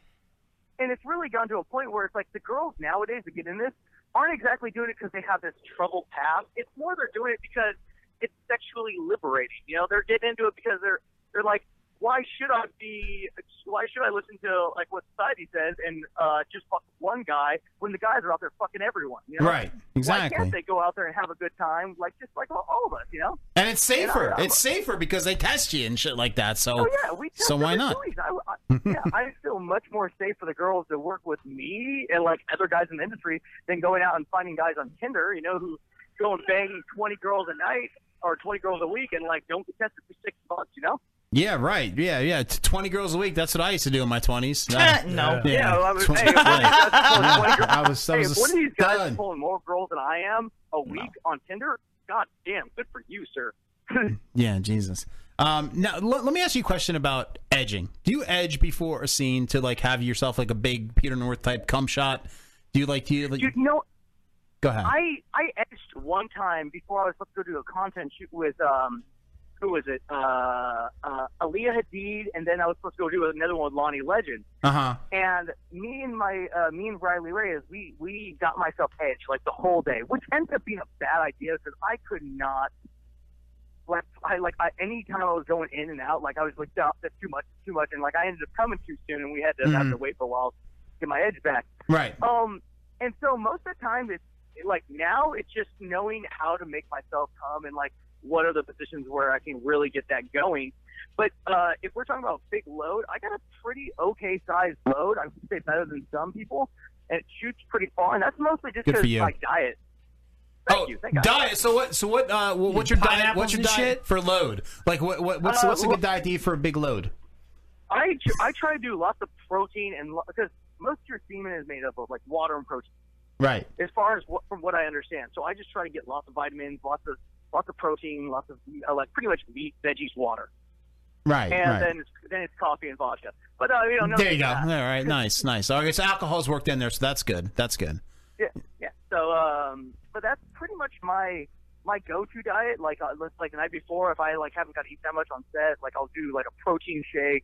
Speaker 1: and it's really gone to a point where it's like the girls nowadays that get in this aren't exactly doing it because they have this troubled past. It's more they're doing it because it's sexually liberating. You know, they're getting into it because they're they're like, why should I be? Why should I listen to like what society says and uh, just fuck one guy when the guys are out there fucking everyone? You know?
Speaker 11: Right.
Speaker 1: Why can't
Speaker 11: Exactly.
Speaker 1: they go out there and have a good time like just like all all of us? You know.
Speaker 11: And it's
Speaker 1: And I-
Speaker 11: safer.
Speaker 1: I'm-
Speaker 11: it's safer because they test you and shit like that. So
Speaker 1: Oh yeah, we
Speaker 11: so
Speaker 1: tested
Speaker 11: why
Speaker 1: the
Speaker 11: not?
Speaker 1: toys. I, I, yeah, I feel much more safe for the girls that work with me and like other guys in the industry than going out and finding guys on Tinder, you know, who go and bang twenty girls a night or twenty girls a week and like don't get tested for six months, you know?
Speaker 11: Yeah, right. Yeah, yeah. T- Twenty girls a week. That's what I used to do in my twenties.
Speaker 1: No.
Speaker 11: Yeah.
Speaker 1: Yeah, well, I was-
Speaker 11: Tw-
Speaker 1: hey, what-
Speaker 11: Yeah.
Speaker 1: that's what-
Speaker 11: I was. I
Speaker 1: hey,
Speaker 11: was a
Speaker 1: if one of these guys is
Speaker 11: stud.
Speaker 1: pulling more girls than I am a week on Tinder, god damn, good for you, sir.
Speaker 11: Yeah, Jesus. Um, now l- let me ask you a question about edging. Do you edge before a scene to like have yourself like a big Peter North type cum shot? Do you like do you like? You
Speaker 1: know,
Speaker 11: go ahead.
Speaker 1: I I edged one time before I was supposed to go do a content shoot with um, who was it? Uh, uh, Aaliyah Hadid, and then I was supposed to go do another one with Lonnie Legend.
Speaker 11: Uh
Speaker 16: Uh-huh.
Speaker 11: huh.
Speaker 1: And me and my uh, me and Riley Reyes, we we got myself edged like the whole day, which ended up being a bad idea because I could not. Like I like I, any time I was going in and out, like I was like, no, that's too much, too much, and like I ended up coming too soon, and we had to have
Speaker 11: Mhm.
Speaker 1: to wait for a while to get my edge back.
Speaker 11: Right.
Speaker 1: Um, and so most of the time, it's like now it's just knowing how to make myself come and like what are the positions where I can really get that going. But uh, if we're talking about big load, I got a pretty okay sized load. I would say better than some people, and it shoots pretty far. And that's mostly just
Speaker 11: Good for
Speaker 1: because
Speaker 11: you. Oh,
Speaker 1: my diet. Thank you. Thank God.
Speaker 11: Diet. So what? So what? Uh, what- what's your diet? What's
Speaker 1: pineapples
Speaker 11: your
Speaker 1: and
Speaker 11: diet for load? Like what? what what's
Speaker 1: Uh,
Speaker 11: what's a
Speaker 1: look-
Speaker 11: good diet to eat for a big load?
Speaker 1: I tr- I try to do lots of protein and lo- because most of your semen is made up of like water and protein.
Speaker 11: Right.
Speaker 1: as far as what, from what I understand. So I just try to get lots of vitamins, lots of lots of protein, lots of uh, like pretty much meat, veggies, water,
Speaker 11: Right.
Speaker 1: and
Speaker 11: right.
Speaker 1: then it's, then it's coffee and vodka. But uh, you know, no
Speaker 11: there you go.
Speaker 1: that.
Speaker 11: All right. Nice. Nice. Okay. So alcohol's worked in there, so that's good. That's good.
Speaker 1: Yeah, yeah. So, um, but that's pretty much my my go-to diet. Like, uh, let's- like the night before, if I like haven't got to eat that much on set, like I'll do like a protein shake.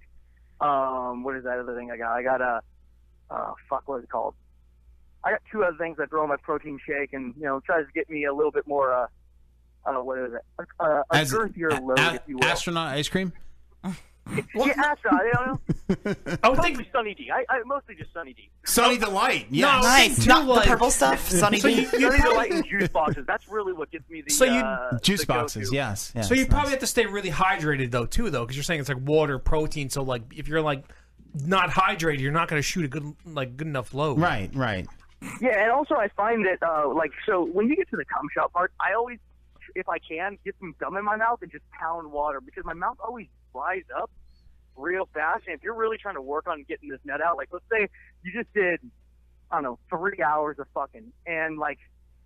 Speaker 1: Um, what is that other thing I got? I got a uh, fuck. What is it called? I got two other things I throw in my protein shake, and you know, tries to get me a little bit more. Uh, uh, what is it? A, a, a
Speaker 11: As-
Speaker 1: girthier load, if you will.
Speaker 11: Astronaut ice cream.
Speaker 1: yeah, astro. I don't know. I would think Sunny D. I, I mostly just Sunny D.
Speaker 11: Sunny Delight. Yes.
Speaker 1: No, Nice.
Speaker 11: Too
Speaker 1: Not the
Speaker 11: light.
Speaker 1: purple stuff?
Speaker 13: Sunny So D? you- you
Speaker 1: Sunny
Speaker 13: probably-
Speaker 1: Delight and juice boxes. That's really what gets me the.
Speaker 13: So you-
Speaker 1: uh,
Speaker 11: Juice boxes. Yes. yes.
Speaker 13: so you probably have to stay really hydrated though too though because you're saying it's like water, protein. So like if you're like not hydrated, you're not going to shoot a good like good enough load.
Speaker 11: Right. Right.
Speaker 1: Yeah, and also I find that uh, like so when you get to the cum shot part, I always, if I can, get some gum in my mouth and just pound water because my mouth always dries up real fast. And if you're really trying to work on getting this nut out, like let's say you just did, I don't know, three hours of fucking, and like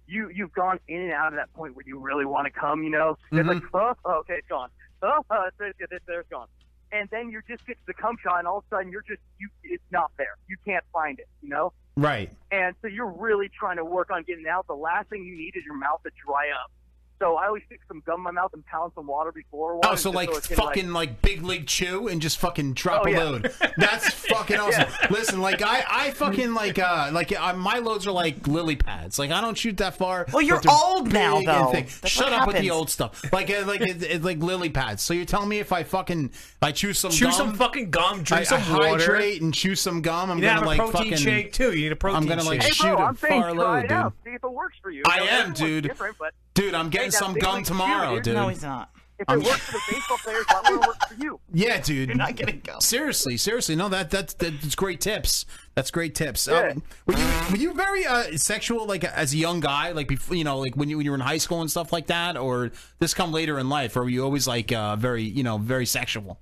Speaker 1: you you've gone in and out of that point where you really want to come, you know?
Speaker 11: Mm-hmm.
Speaker 1: It's like, oh, oh, okay, it's gone. Oh, oh it's, it's, it's, there, it's gone. And then you just get to the cum shot, and all of a sudden you're just you it's not there. You can't find it, you know.
Speaker 11: Right.
Speaker 1: And so you're really trying to work on getting out. The last thing you need is your mouth to dry up. So I always stick some gum in my mouth and pound some water before.
Speaker 11: Oh,
Speaker 1: one,
Speaker 11: so
Speaker 1: just
Speaker 11: like
Speaker 1: it's getting,
Speaker 11: fucking like, big league chew and just fucking drop
Speaker 1: Oh,
Speaker 11: a
Speaker 1: yeah.
Speaker 11: load. That's fucking awesome. Listen, like I, I fucking like uh like uh, my loads are like lily pads. Like I don't shoot that far.
Speaker 12: Well, you're
Speaker 11: but they're
Speaker 12: old now,
Speaker 11: big and
Speaker 12: though.
Speaker 11: thick.
Speaker 12: That's
Speaker 11: Shut
Speaker 12: what
Speaker 11: up with
Speaker 12: happens.
Speaker 11: the old stuff. Like uh, like it, it, like lily pads. So you're telling me if I fucking I chew some
Speaker 13: Chew
Speaker 11: gum,
Speaker 13: some fucking gum, drink
Speaker 11: I,
Speaker 13: some
Speaker 11: I
Speaker 13: water.
Speaker 11: hydrate and chew some gum. I'm
Speaker 13: You
Speaker 11: gonna
Speaker 13: have a
Speaker 11: like
Speaker 13: protein
Speaker 11: fucking
Speaker 13: shake, too. You need a protein
Speaker 11: I'm gonna like
Speaker 13: shake.
Speaker 11: shoot
Speaker 13: Hey, bro,
Speaker 11: a
Speaker 13: I'm saying
Speaker 11: far
Speaker 13: try
Speaker 11: load,
Speaker 13: it
Speaker 11: dude.
Speaker 13: out.
Speaker 1: See if it works for you.
Speaker 11: I
Speaker 1: You know,
Speaker 11: am,
Speaker 1: everyone's
Speaker 11: dude.
Speaker 1: different, but
Speaker 11: Dude, I'm getting
Speaker 1: Hey, that
Speaker 11: some
Speaker 1: big
Speaker 11: gum
Speaker 1: league
Speaker 11: tomorrow,
Speaker 1: chew,
Speaker 11: dude.
Speaker 12: No, he's not.
Speaker 1: If
Speaker 11: I'm-
Speaker 1: it works for the baseball players, why would it work for you?
Speaker 11: Yeah, dude.
Speaker 1: You're not gonna go.
Speaker 11: Seriously, seriously. No, that that's that's great tips. That's great tips.
Speaker 1: Yeah.
Speaker 11: Um, were you were you very uh, sexual like as a young guy, like before you know, like when you when you were in high school and stuff like that, or this come later in life, or were you always like uh, very you know very sexual?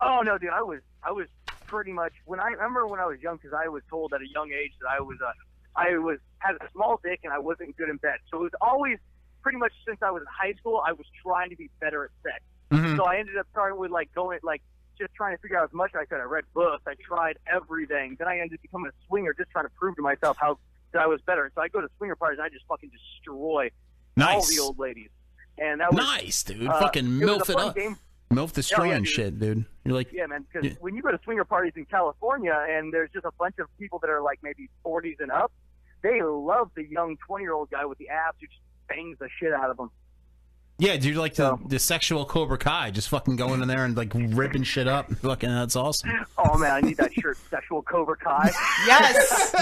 Speaker 1: Oh no, dude, I was I was pretty much when I, I remember when I was young because I was told at a young age that I was a I was had a small dick and I wasn't good in bed, so it was always pretty much since I was in high school I was trying to be better at sex.
Speaker 11: Mm-hmm.
Speaker 16: Mm-hmm.
Speaker 15: Mhm.
Speaker 1: So I ended up starting with like going like just trying to figure out as much as I could. I read books, I tried everything. Then I ended up becoming a swinger, just trying to prove to myself how that I was better. So I go to swinger parties and I just fucking destroy all
Speaker 11: Nice.
Speaker 1: the old ladies. And that was
Speaker 11: Nice, dude.
Speaker 1: uh,
Speaker 11: Fucking
Speaker 1: it was
Speaker 11: milf
Speaker 1: a
Speaker 11: it
Speaker 1: fun
Speaker 11: up.
Speaker 1: game.
Speaker 11: Milf
Speaker 1: yeah,
Speaker 11: the strand
Speaker 1: dude.
Speaker 11: shit, dude. You're like
Speaker 1: Yeah, man. Because
Speaker 11: Yeah.
Speaker 1: when you go to swinger parties in California, and there's just a bunch of people that are like maybe 40s and up, they love the young 20 year old guy with the abs who just bangs the shit out of them.
Speaker 11: yeah, dude. Like the, the sexual Cobra Kai, just fucking going in there and like ripping shit up. Fucking, that's awesome.
Speaker 1: Oh man, I need that shirt. Sexual Cobra Kai.
Speaker 12: Yes.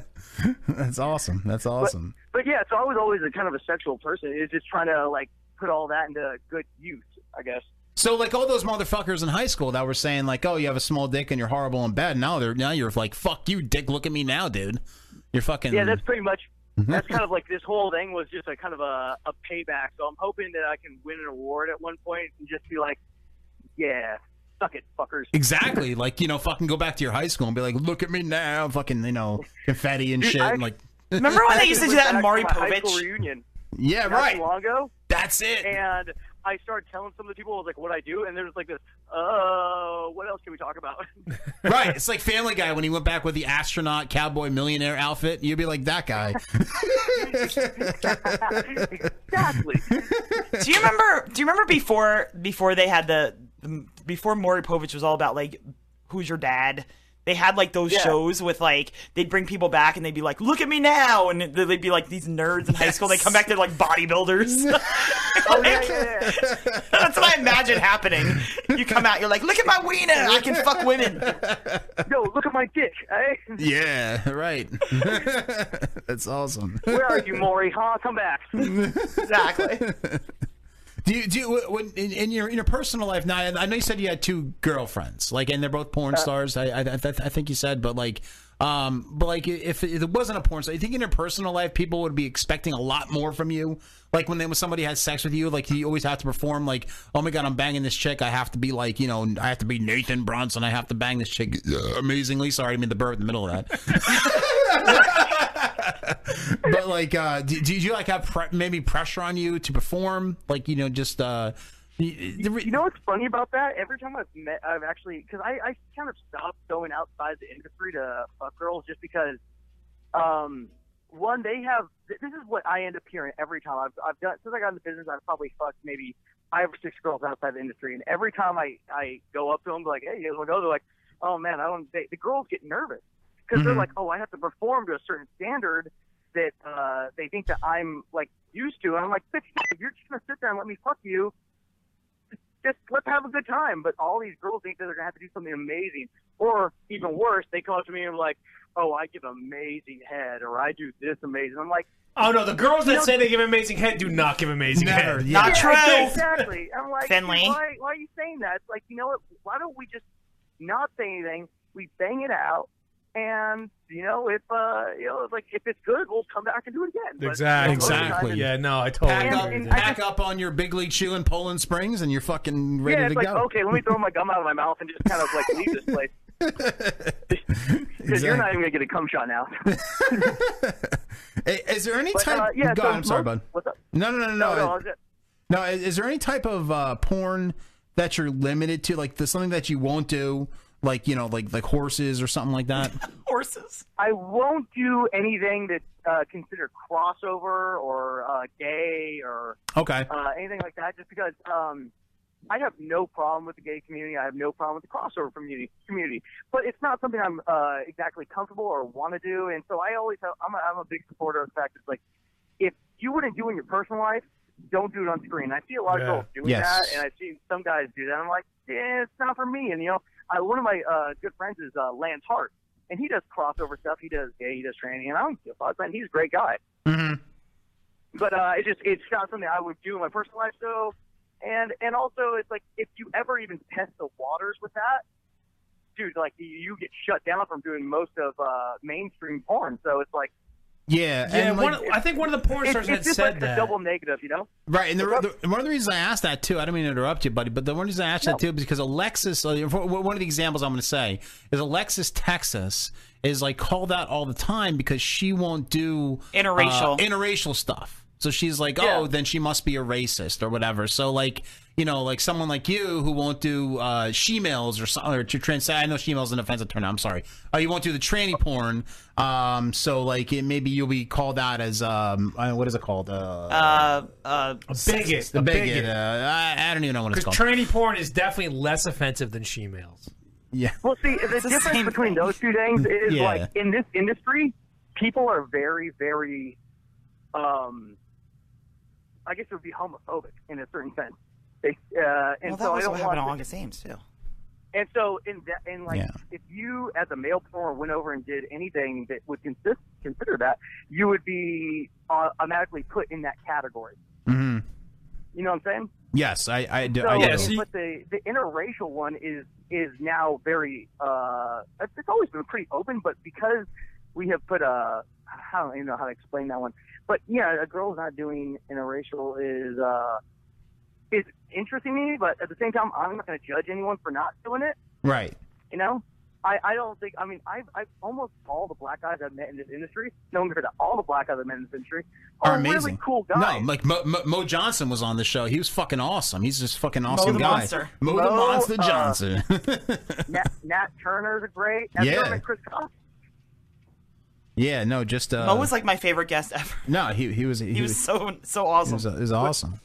Speaker 11: that's awesome. That's awesome.
Speaker 1: but yeah, so I was always a kind of a sexual person. It's just trying to like put all that into good use, I guess.
Speaker 11: So like all those motherfuckers in high school that were saying like, "Oh, you have a small dick and you're horrible in bed." Now they're now you're like, "Fuck you, dick! Look at me now, dude. You're fucking."
Speaker 1: Yeah, that's pretty much.
Speaker 11: Mm-hmm.
Speaker 1: That's kind of like this whole thing was just a kind of a, a payback. So I'm hoping that I can win an award at one point and just be like, yeah, suck it, fuckers.
Speaker 11: exactly like you know, fucking go back to your high school and be like, "Look at me now, fucking you know, confetti and shit." and like,
Speaker 1: Actually went back to my High school reunion.
Speaker 11: Yeah,
Speaker 1: not
Speaker 11: right.
Speaker 1: Too long ago.
Speaker 11: That's it.
Speaker 1: And I started telling some of the people like what I do, and there was like this. Oh, what else can we talk about?
Speaker 11: right. It's like Family Guy when he went back with the astronaut cowboy millionaire outfit. You'd be like that guy.
Speaker 12: do you remember? Do you remember before before they had the, the before Maury Povich was all about like who's your dad? They had like those
Speaker 17: Yeah.
Speaker 12: shows with like they'd bring people back and they'd be like, look at me now, and they'd be like these nerds in high school. They come back to like bodybuilders.
Speaker 1: Oh,
Speaker 12: That's what I imagine happening. You come out, you're like, look at my wiener, I can fuck women.
Speaker 1: No, look at my dick. Eh?
Speaker 11: yeah, right. that's awesome.
Speaker 1: Where are you, Maury? Huh? Come back.
Speaker 12: exactly.
Speaker 11: Do you do you, when in, in your in your personal life now? I I know you said you had two girlfriends, like, and they're both porn
Speaker 1: Uh,
Speaker 11: stars. I I, I, I think you said, but like, um, but like, if, if it wasn't a porn star, you think in your personal life people would be expecting a lot more from you? Like when they when somebody has sex with you, like you always have to perform. Like, oh my god, I'm banging this chick. I have to be like, you know, I have to be Nathan Bronson. I have to bang this chick amazingly. Sorry, I mean the bird in the middle of that. but like uh do, do you like have pre- maybe pressure on you to perform like you know just uh y- y-
Speaker 1: You know what's funny about that? Every time I've met, I've actually because I, I kind of stopped going outside the industry to fuck girls just because, um, one they have. th- This is what I end up hearing every time I've I've done since I got in the business. I've probably fucked maybe five or six girls outside the industry, and every time I I go up to them like, hey, you guys want to go? They're like, oh man, I don't. They, the girls get nervous because they're
Speaker 15: Mhm.
Speaker 1: like, oh, I have to perform to a certain standard that uh, they think that I'm like used to, and I'm like, bitch, no, you're just gonna sit there and let me fuck you just let's have a good time. But all these girls think that they're gonna have to do something amazing, or even worse, they come up to me and are like, "Oh, I give amazing head," or "I do this amazing." I'm like,
Speaker 13: Oh no, the girls that
Speaker 1: You know-
Speaker 13: say they give amazing head do not give amazing
Speaker 11: Never,
Speaker 13: head.
Speaker 11: yeah. Not
Speaker 1: Yeah, exactly. I'm like,
Speaker 13: Finley.
Speaker 1: "Dude, Why, why are you saying that? It's like, you know what? Why don't we just not say anything? We bang it out, and you know, if uh, you know, like if it's good, we'll come back and do it again. But,
Speaker 13: Exactly.
Speaker 1: you know, most of the time
Speaker 11: Exactly.
Speaker 1: it's-
Speaker 13: Yeah, no, I totally
Speaker 11: pack, up,
Speaker 13: agree. with you.
Speaker 11: pack up on your big league shoe in poland springs and you're fucking ready
Speaker 1: yeah, it's
Speaker 11: to
Speaker 1: like,
Speaker 11: go
Speaker 1: okay, let me throw my gum out of my mouth and just kind of like leave this place. Because you're not even gonna get a cum shot now.
Speaker 11: Hey, is there any
Speaker 1: But,
Speaker 11: type
Speaker 1: uh, yeah,
Speaker 11: God,
Speaker 1: so
Speaker 11: i'm sorry
Speaker 1: most-
Speaker 11: bud
Speaker 1: What's up?
Speaker 11: no no no no no,
Speaker 1: no, I was just-
Speaker 11: no is, is there any type of uh porn that you're limited to like there's something that you won't do like you know like like horses or something like that
Speaker 12: horses.
Speaker 1: I won't do anything that's uh, considered crossover or uh, gay or
Speaker 11: Okay.
Speaker 1: uh, anything like that, just because um, I have no problem with the gay community. I have no problem with the crossover community. Community, but it's not something I'm uh, exactly comfortable or want to do. And so I always, have, I'm, a, I'm a big supporter of the fact that like, if you wouldn't do in your personal life, don't do it on screen. I see a lot
Speaker 15: Yeah.
Speaker 1: of girls doing
Speaker 15: Yes.
Speaker 1: that, and I've seen some guys do that. I'm like, yeah, it's not for me. And you know, I, one of my uh, good friends is uh, Lance Hart, and
Speaker 11: Mm-hmm.
Speaker 1: he does crossover stuff. He does gay, he does training, and I don't give a fuck. Man, he's a great guy. But uh, it just it's not something I would do in my personal life. So, and and also it's like if you ever even test the waters with that, dude, like you- you get shut down from doing most of uh, mainstream porn. So it's like
Speaker 11: Yeah, and like-
Speaker 13: I think one of the porn
Speaker 1: it's-
Speaker 13: stars
Speaker 1: it's
Speaker 13: had
Speaker 1: just
Speaker 13: said
Speaker 1: like
Speaker 13: that.
Speaker 1: A double negative, you know.
Speaker 11: Right, and the, the, one of the reasons I asked that too, I don't mean to interrupt you, buddy, but the one reason I asked that too is because Alexis, uh, for- one of the examples I'm going to say is Alexis Texas is like called out all the time because she won't do
Speaker 12: Interracial.
Speaker 11: uh, interracial stuff. So she's like,
Speaker 12: Yeah.
Speaker 11: oh, then she must be a racist or whatever. So like, you know, like someone like you who won't do uh, shemales or so- or to trans. I know shemales is an offensive term. I'm sorry. Uh, you won't do the tranny porn. Um, so like, it, maybe you'll be called out as um, I what is it called? Uh,
Speaker 12: Uh, uh,
Speaker 13: a
Speaker 11: bigot, a bigot. Uh, I, I don't even know what it's
Speaker 13: Because
Speaker 11: called.
Speaker 13: tranny porn is definitely less offensive than she males.
Speaker 11: yeah.
Speaker 1: Well, see, the difference between those two things is
Speaker 13: Yeah.
Speaker 1: like in this industry, people are very, very, um, I guess it would be homophobic in a certain sense. They, uh,
Speaker 12: well, that
Speaker 1: and so I
Speaker 12: was
Speaker 1: don't
Speaker 12: what happened to
Speaker 1: want
Speaker 12: August Ames too.
Speaker 1: And so in that, and like,
Speaker 12: Yeah.
Speaker 1: if you as a male performer went over and did anything that would consist consider that, you would be uh, automatically put in that category.
Speaker 11: hmm
Speaker 1: You know what I'm saying?
Speaker 11: Yes, I, I do.
Speaker 1: So,
Speaker 11: I do.
Speaker 1: but the the interracial one is is now very uh, it's it's always been pretty open, but because we have put a I don't even know how to explain that one, but yeah, a girl's not doing interracial is uh, is interesting to me, but at the same time, I'm not going to judge anyone for not doing it.
Speaker 11: Right.
Speaker 1: You know, I, I don't think. I mean, I've, I've almost all the black guys I've met in this industry. No one compared to all the black guys I've met in this industry are,
Speaker 11: Are amazing.
Speaker 1: really cool guys.
Speaker 11: No, like Mo, Mo, Mo Johnson was on the show. He was fucking awesome. He's just fucking awesome
Speaker 1: the
Speaker 11: guy.
Speaker 1: Monster.
Speaker 11: Mo, the
Speaker 1: Mo,
Speaker 11: Monster
Speaker 1: uh,
Speaker 11: Johnson.
Speaker 1: Nat, Nat Turner's are great. Nat
Speaker 11: Yeah.
Speaker 1: Turner and Chris Cox.
Speaker 11: yeah, no, just uh,
Speaker 12: Mo was like my favorite guest ever.
Speaker 11: no, he he was he,
Speaker 12: He was so so awesome.
Speaker 11: He was, he was awesome.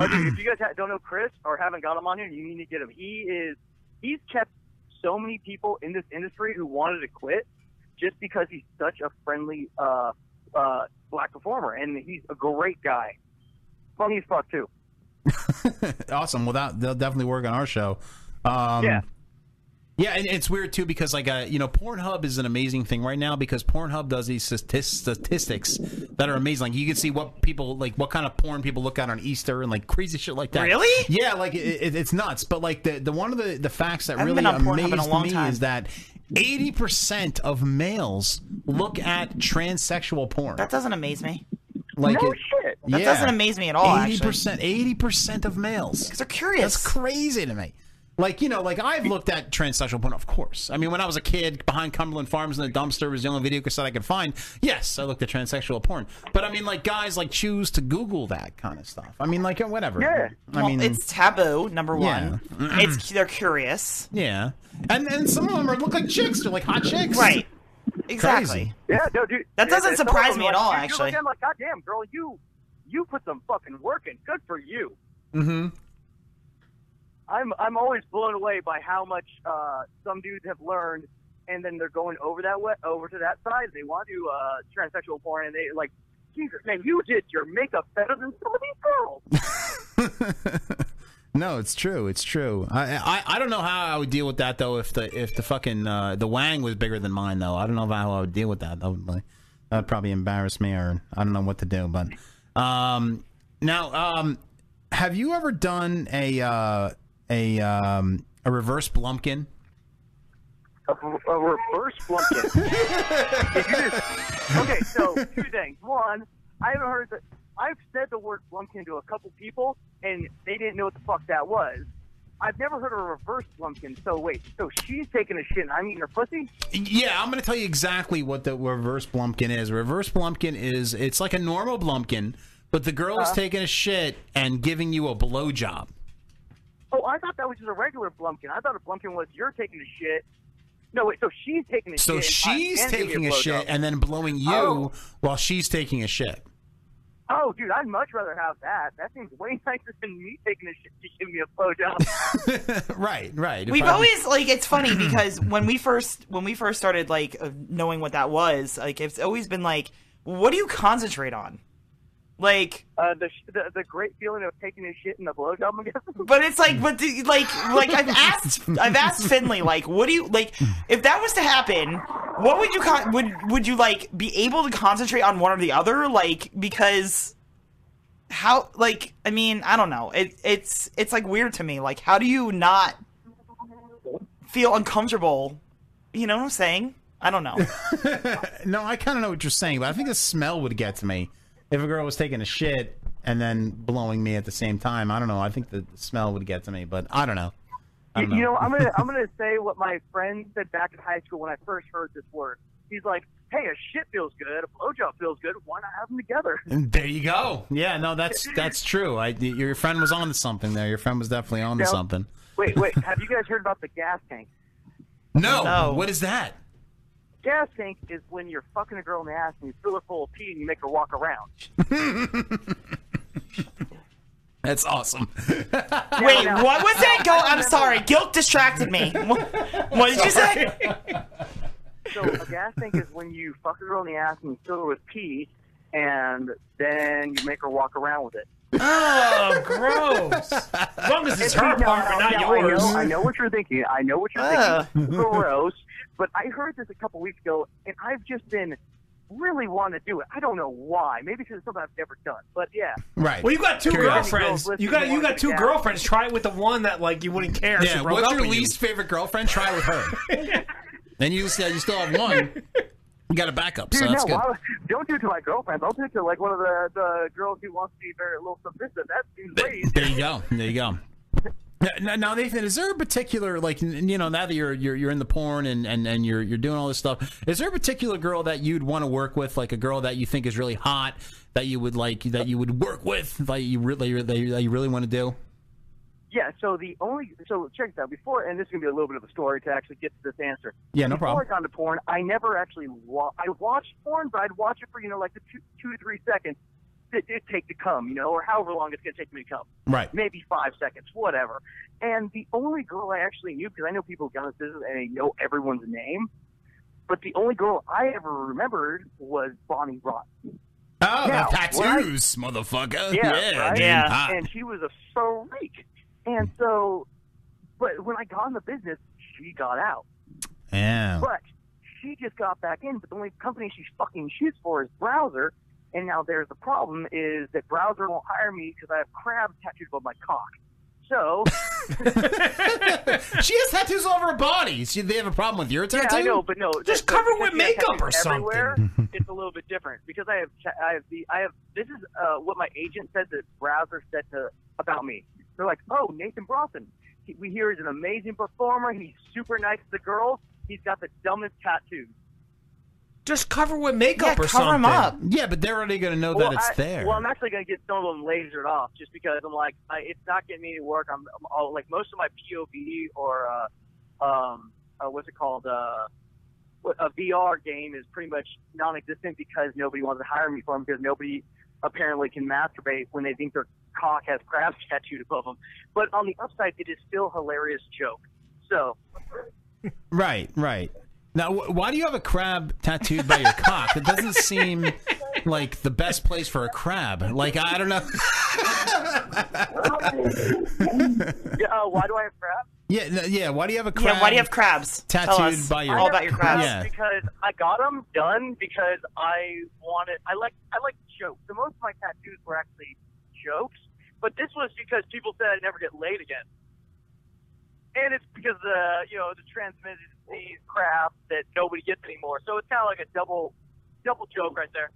Speaker 1: if you guys ha- don't know Chris or haven't got him on here, you need to get him. He is he's kept so many people in this industry who wanted to quit just because he's such a friendly uh, uh, black performer, and he's a great guy. Funny as fuck too.
Speaker 11: awesome. Well, that they'll definitely work on our show. Um,
Speaker 1: Yeah.
Speaker 11: Yeah, and it's weird too because like uh, you know, Pornhub is an amazing thing right now because Pornhub does these statis- statistics that are amazing. Like you can see what people like, what kind of porn people look at on Easter and like crazy shit like that.
Speaker 12: Really?
Speaker 11: Yeah, like it, it, it's nuts. But like the the one of the the facts that
Speaker 12: I haven't
Speaker 11: really
Speaker 12: been on Pornhub in a
Speaker 11: amazed
Speaker 12: long
Speaker 11: me
Speaker 12: time.
Speaker 11: is that eighty percent of males look at transsexual porn.
Speaker 12: That doesn't amaze me.
Speaker 11: Like
Speaker 12: No
Speaker 11: it-
Speaker 12: shit. That doesn't amaze me at all, actually.
Speaker 11: 80%, 80% of males. Because
Speaker 12: they're curious.
Speaker 11: That's crazy to me. Like, you know, like I've looked at transsexual porn, of course. I mean, when I was a kid, behind Cumberland Farms in the dumpster was the only video cassette I could find. Yes, I looked at transsexual porn. But I mean, like, guys, like, choose to Google that kind of stuff. I mean, like, uh, whatever. Yeah. I
Speaker 12: Well,
Speaker 11: mean,
Speaker 12: it's taboo. Number one,
Speaker 11: Yeah.
Speaker 12: it's they're curious.
Speaker 11: yeah. And then some of them are, look like chicks. They're like hot chicks.
Speaker 12: Right. Exactly.
Speaker 1: Yeah, no, dude.
Speaker 12: That doesn't
Speaker 1: Yeah, some
Speaker 12: surprise
Speaker 1: of
Speaker 12: me
Speaker 1: them,
Speaker 12: at all,
Speaker 1: like, dude,
Speaker 12: actually.
Speaker 1: You look at them like, goddamn, girl, you you put some fucking work in. Good for you.
Speaker 11: Mm-hmm.
Speaker 1: I'm I'm always blown away by how much uh, some dudes have learned, and then they're going over that way, over to that side. They want to uh, transsexual porn, and they like, Jesus, man, you did your makeup better than some of these girls.
Speaker 11: No, it's true. It's true. I, I I don't know how I would deal with that though. If the if the fucking uh, the Wang was bigger than mine though, I don't know how I would deal with that. That would, like, that would probably embarrass me, or I don't know what to do. But um, now um, have you ever done a uh, a um, a reverse Blumpkin?
Speaker 1: A,
Speaker 11: Mm-hmm.
Speaker 1: a reverse blumpkin. If you just- okay, so two things. One, I haven't heard that. I've said the word blumpkin to a couple people, and they didn't know what the fuck that was. I've never heard a reverse blumpkin. So wait, so she's taking a shit, and I'm eating her pussy?
Speaker 11: Yeah, I'm going to tell you exactly what the reverse blumpkin is. Reverse blumpkin is it's like a normal blumpkin, but the girl is
Speaker 1: Uh-huh.
Speaker 11: taking a shit and giving you a blowjob.
Speaker 1: Oh, I thought that was just a regular blumpkin. I thought a blumpkin was you're taking a shit. No, wait. So she's taking a
Speaker 11: So
Speaker 1: shit.
Speaker 11: she's
Speaker 1: and I'm
Speaker 11: taking
Speaker 1: giving you
Speaker 11: a shit
Speaker 1: blowjob.
Speaker 11: and then blowing you while she's taking a shit.
Speaker 1: Oh, dude, I'd much rather have that. That seems way nicer than me taking a shit to give me a blowjob.
Speaker 11: right, right.
Speaker 12: We've
Speaker 11: If I-
Speaker 12: always like it's funny because when we first when we first started like uh, knowing what that was, like it's always been like, what do you concentrate on? Like
Speaker 1: uh, the, sh- the the great feeling of taking a shit and the blowjob. I guess.
Speaker 12: But it's like, but do, like, like I've asked, I've asked Finley, like, what do you like? If that was to happen, what would you con- would would you like be able to concentrate on one or the other? Like, because how like I mean, I don't know. It it's it's like weird to me. Like how do you not feel uncomfortable? You know what I'm saying? I don't know.
Speaker 11: No, I kind of know what you're saying, but I think the smell would get to me. If a girl was taking a shit and then blowing me at the same time, I don't know. I think the smell would get to me, but I don't know. I
Speaker 1: You,
Speaker 11: don't
Speaker 1: you know, I'm gonna I'm gonna say what my friend said back in high school when I first heard this word. He's like, "Hey, a shit feels good, a blowjob feels good. Why not have them together?"
Speaker 11: And there you go. Yeah, no, that's that's true. I, your friend was on to something there. Your friend was definitely on to
Speaker 1: Now-
Speaker 11: something.
Speaker 1: Wait, wait. Have you guys heard about the gas tank?
Speaker 11: No, what is that?
Speaker 1: Gas tank is when you're fucking a girl in the ass and you fill her full of pee and you make her walk around.
Speaker 11: That's awesome.
Speaker 12: Wait, what was that? Go. I'm sorry. Guilt distracted me. What, what did you say?
Speaker 1: So a gas tank is when you fuck a girl in the ass and you fill her with pee, and then you make her walk around with it.
Speaker 13: Oh, gross. As long as it's her
Speaker 1: No,
Speaker 13: part, but
Speaker 1: no,
Speaker 13: not
Speaker 1: no, I know-
Speaker 13: yours.
Speaker 1: I know what you're thinking. I know what you're
Speaker 13: Ah.
Speaker 1: thinking. Gross. But I heard this a couple weeks ago, and I've just been really wanting to do it. I don't know why. Maybe because it's something I've never done. But yeah.
Speaker 11: Right.
Speaker 13: Well, you got two
Speaker 11: Curious.
Speaker 13: girlfriends. You got you got two
Speaker 1: Yeah.
Speaker 13: girlfriends. Try it with the one that like you wouldn't care. if she
Speaker 11: Yeah,
Speaker 13: broke
Speaker 11: what's
Speaker 13: up
Speaker 11: your
Speaker 13: with you.
Speaker 11: least favorite girlfriend? Try with her. then you said you still have one. You got a backup,
Speaker 1: Dude,
Speaker 11: so that's
Speaker 1: no,
Speaker 11: good.
Speaker 1: why would- don't do it to my girlfriends. I'll do it to like one of the, the girls who wants to be very little submissive. That seems great.
Speaker 11: There you go. There you go. Now, now, Nathan, is there a particular like n- you know now that you're you're, you're in the porn and, and, and you're you're doing all this stuff? Is there a particular girl that you'd want to work with, like a girl that you think is really hot that you would like that you would work with, that you really that you, that you really want to do?
Speaker 1: Yeah, so the only so check this out before, and this is gonna be a little bit of a story to actually get to this answer.
Speaker 11: Yeah, no
Speaker 1: Before
Speaker 11: problem.
Speaker 1: I got into porn, I never actually wa- I watched porn, but I'd watch it for you know like the two, two to three seconds that it take to come, you know, or however long it's gonna take me to come.
Speaker 11: Right.
Speaker 1: Maybe five seconds, whatever. And the only girl I actually knew, because I know people who got into business and they know everyone's name, but the only girl I ever remembered was Bonnie Ross.
Speaker 11: Oh,
Speaker 1: Now, when I-
Speaker 11: motherfucker. Ah,
Speaker 1: yeah, right? And she was a freak. And so, but when I got in the business, she got out.
Speaker 11: Yeah.
Speaker 1: But she just got back in. But the only company she fucking shoots for is Browser. And now there's the problem is that Browser won't hire me because I have crabs tattooed above my cock. So
Speaker 11: she has tattoos all over her body. She, they have a problem with your
Speaker 1: yeah,
Speaker 11: tattoo.
Speaker 1: I know, but no,
Speaker 11: just
Speaker 1: the-
Speaker 11: cover
Speaker 1: the
Speaker 11: with
Speaker 1: tattoo
Speaker 11: makeup or
Speaker 1: tattoos everywhere,
Speaker 11: something.
Speaker 1: It's a little bit different because I have ta- I have the I have this is uh, what my agent said that Browser said to about me. They're like, oh, Nathan Bronson. He, we hear he's an amazing performer. He's super nice to the girls. He's got the dumbest tattoos.
Speaker 13: Just cover with makeup
Speaker 1: Yeah,
Speaker 13: or
Speaker 1: cover 'em
Speaker 13: something.
Speaker 1: up.
Speaker 11: Yeah, but they're already going to know
Speaker 1: well,
Speaker 11: that it's
Speaker 1: I,
Speaker 11: there.
Speaker 1: Well, I'm actually gonna get some of them lasered off just because I'm like, I, it's not getting me to work. I'm, I'm all, like most of my POV or uh, um, uh, what's it called? Uh, what- a VR game is pretty much non-existent because nobody wants to hire me for them because nobody apparently can masturbate when they think their cock has crabs tattooed above them. But on the upside, it is still a hilarious joke. So
Speaker 11: Right, right. Now, wh- why do you have a crab tattooed by your cock? It doesn't seem like the best place for a crab. Like I don't know.
Speaker 1: yeah, uh, why do I have crabs?
Speaker 11: Yeah, no, yeah. Why do you have a crab?
Speaker 12: Yeah, why do you have crabs? Tell
Speaker 11: tattooed
Speaker 12: us.
Speaker 11: by your?
Speaker 12: All about your crabs.
Speaker 11: Yeah.
Speaker 1: because I got them done because I wanted. I like I like jokes. The most of my tattoos were actually jokes, but this was because people said I'd never get laid again. And it's because the you know the transmitted disease crap that nobody gets anymore. So it's kind of like a double double joke right there.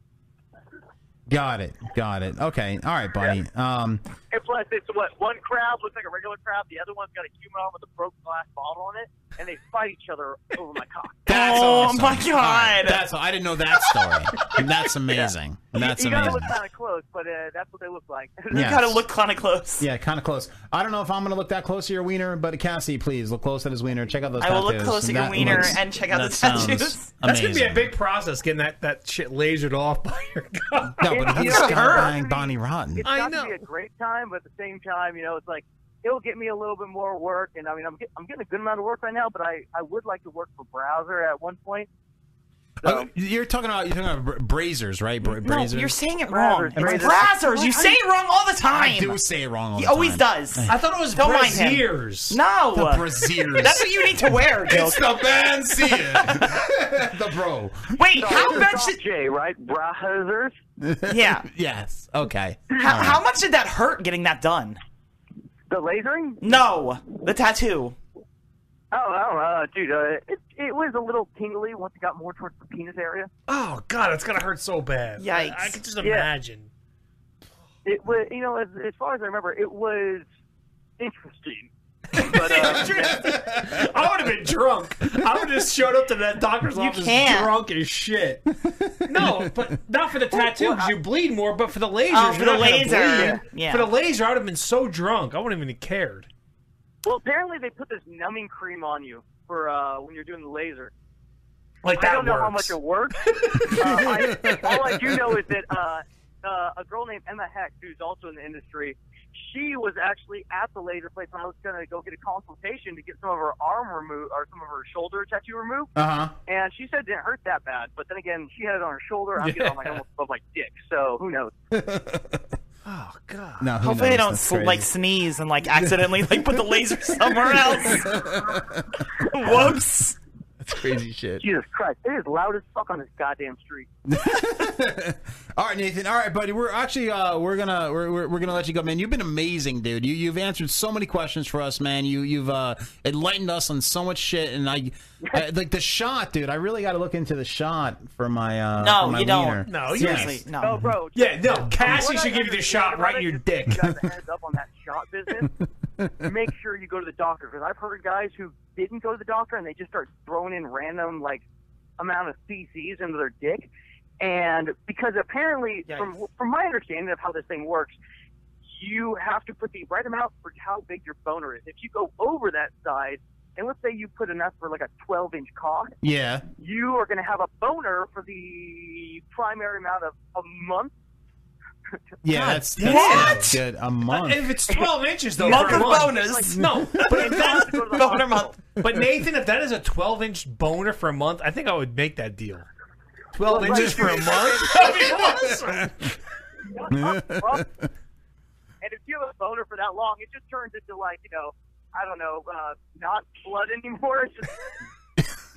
Speaker 11: Got it. Got it. Okay. All right, buddy. Um.
Speaker 1: And plus, it's what one crab looks like a regular crab, the other one's got a human arm with a broken glass bottle on it, and they fight each other over my cock.
Speaker 11: That's
Speaker 12: Oh,
Speaker 11: awesome.
Speaker 12: my
Speaker 11: All right,
Speaker 12: God.
Speaker 11: that's I didn't know that story. that's amazing. That's
Speaker 1: you
Speaker 11: amazing.
Speaker 1: gotta look kind of close, but uh, that's what they look like.
Speaker 11: Yeah. gotta look
Speaker 12: kind of close.
Speaker 11: Yeah, kind of close. I don't know if I'm going to look that close to your wiener, but Cassie, please look close at his wiener. Check out those
Speaker 12: I will
Speaker 11: tattoos.
Speaker 12: look close at your
Speaker 11: That
Speaker 12: wiener
Speaker 11: looks-
Speaker 12: and check out
Speaker 11: that
Speaker 12: the
Speaker 11: sounds
Speaker 12: tattoos.
Speaker 13: That's gonna be a
Speaker 11: amazing.
Speaker 13: big process getting that, that shit lasered off by your god.
Speaker 11: No, but he's
Speaker 13: gonna hurt.
Speaker 11: buying Bonnie Rotten.
Speaker 1: it's not gonna be a great time, but at the same time, you know, it's like it'll get me a little bit more work. And I mean, I'm get, I'm getting a good amount of work right now, but I I would like to work for Browser at one point.
Speaker 11: Oh, you're talking about you're talking about bra- brazers, right? Bra-
Speaker 12: No,
Speaker 11: brazers.
Speaker 12: you're saying it wrong.
Speaker 11: Am I-
Speaker 12: It's Brazzers. You say it wrong all the time.
Speaker 11: I do say it wrong all
Speaker 12: He
Speaker 11: the time.
Speaker 12: always does. I thought it was Don't mind him. braziers. No.
Speaker 11: the braziers.
Speaker 12: That's what you need to wear, Joe.
Speaker 11: It's the band see it. the bro.
Speaker 12: Wait, how much?
Speaker 1: Soft J, right? Brahazers.
Speaker 12: Yeah.
Speaker 11: yes. Okay.
Speaker 12: How, how much did that hurt getting that done?
Speaker 1: The lasering?
Speaker 12: No, the tattoo.
Speaker 1: Oh, I don't know, dude. Uh, it, it was a little tingly once it got more towards the penis area.
Speaker 13: Oh God, it's gonna hurt so bad.
Speaker 1: Yikes.
Speaker 13: I, I could just
Speaker 1: Yeah.
Speaker 13: imagine.
Speaker 1: It was, you know, as, as far as I remember, it was interesting. But, uh,
Speaker 13: I would have been drunk. I would have just showed up to that doctor's office
Speaker 1: can't.
Speaker 13: drunk as shit. No, but not for the tattoo because you bleed more. But for the laser,
Speaker 1: Oh, for
Speaker 13: you're
Speaker 1: the
Speaker 13: not gonna
Speaker 1: laser.
Speaker 13: bleed.
Speaker 1: Yeah.
Speaker 13: For the laser, I would have been so drunk I wouldn't even have cared.
Speaker 1: well, apparently they put this numbing cream on you for uh, when you're doing the laser.
Speaker 13: Like
Speaker 1: I don't
Speaker 13: that
Speaker 1: know how much
Speaker 13: works.
Speaker 1: it works. uh, I, all I do know is that uh, uh, a girl named Emma Heck, who's also in the industry, she was actually at the laser place when I was going to go get a consultation to get some of her arm removed or some of her shoulder tattoo removed.
Speaker 11: Uh huh.
Speaker 1: And she said it didn't hurt that bad, but then again, she had it on her shoulder. I'm getting on my
Speaker 11: Yeah.
Speaker 1: almost above my dick, so who knows?
Speaker 11: No. who
Speaker 12: Hopefully,
Speaker 11: knows?
Speaker 12: they don't
Speaker 11: That's
Speaker 12: sl-
Speaker 11: crazy.
Speaker 12: like sneeze and like accidentally like put the laser somewhere else. Whoops.
Speaker 11: That's crazy shit.
Speaker 1: Jesus Christ, it is loud as fuck on this goddamn street.
Speaker 11: All right, Nathan. All right, buddy. We're actually uh, we're gonna we're, we're, we're gonna let you go, man. You've been amazing, dude. You you've answered so many questions for us, man. You you've uh, enlightened us on so much shit, and I, I like the shot, dude. I really got to look into the shot for my uh, for my wiener. Yes.
Speaker 1: No, bro.
Speaker 13: Yeah, no.
Speaker 1: what
Speaker 13: Cassie
Speaker 1: I
Speaker 13: should give you the shot right in your dick.
Speaker 1: heads up on that shot business, make sure you go to the doctor because I've heard guys who didn't go to the doctor and they just start throwing in random like amount of feces into their dick, and because apparently from from my understanding of how this thing works, you have to put the right amount for how big your boner is. If you go over that size, and let's say you put enough for like a 12 inch cock,
Speaker 11: Yeah.
Speaker 1: you are going to have a boner for the primary amount of a month.
Speaker 11: Yeah. that's,
Speaker 13: damn. Uh,
Speaker 11: that's that's good. A month.
Speaker 13: If it's 12 inches, though,
Speaker 11: Month
Speaker 13: for a
Speaker 11: of
Speaker 13: month.
Speaker 11: bonus.
Speaker 13: No, but if that's boner month. But Nathan, if that is a 12 inch boner for a month, I think I would make that deal. 12
Speaker 1: Well,
Speaker 13: inches
Speaker 1: right.
Speaker 13: for a month? That'd be awesome.
Speaker 1: And if you have a boner for that long, it just turns into like you know, I don't know, uh, not blood anymore. It's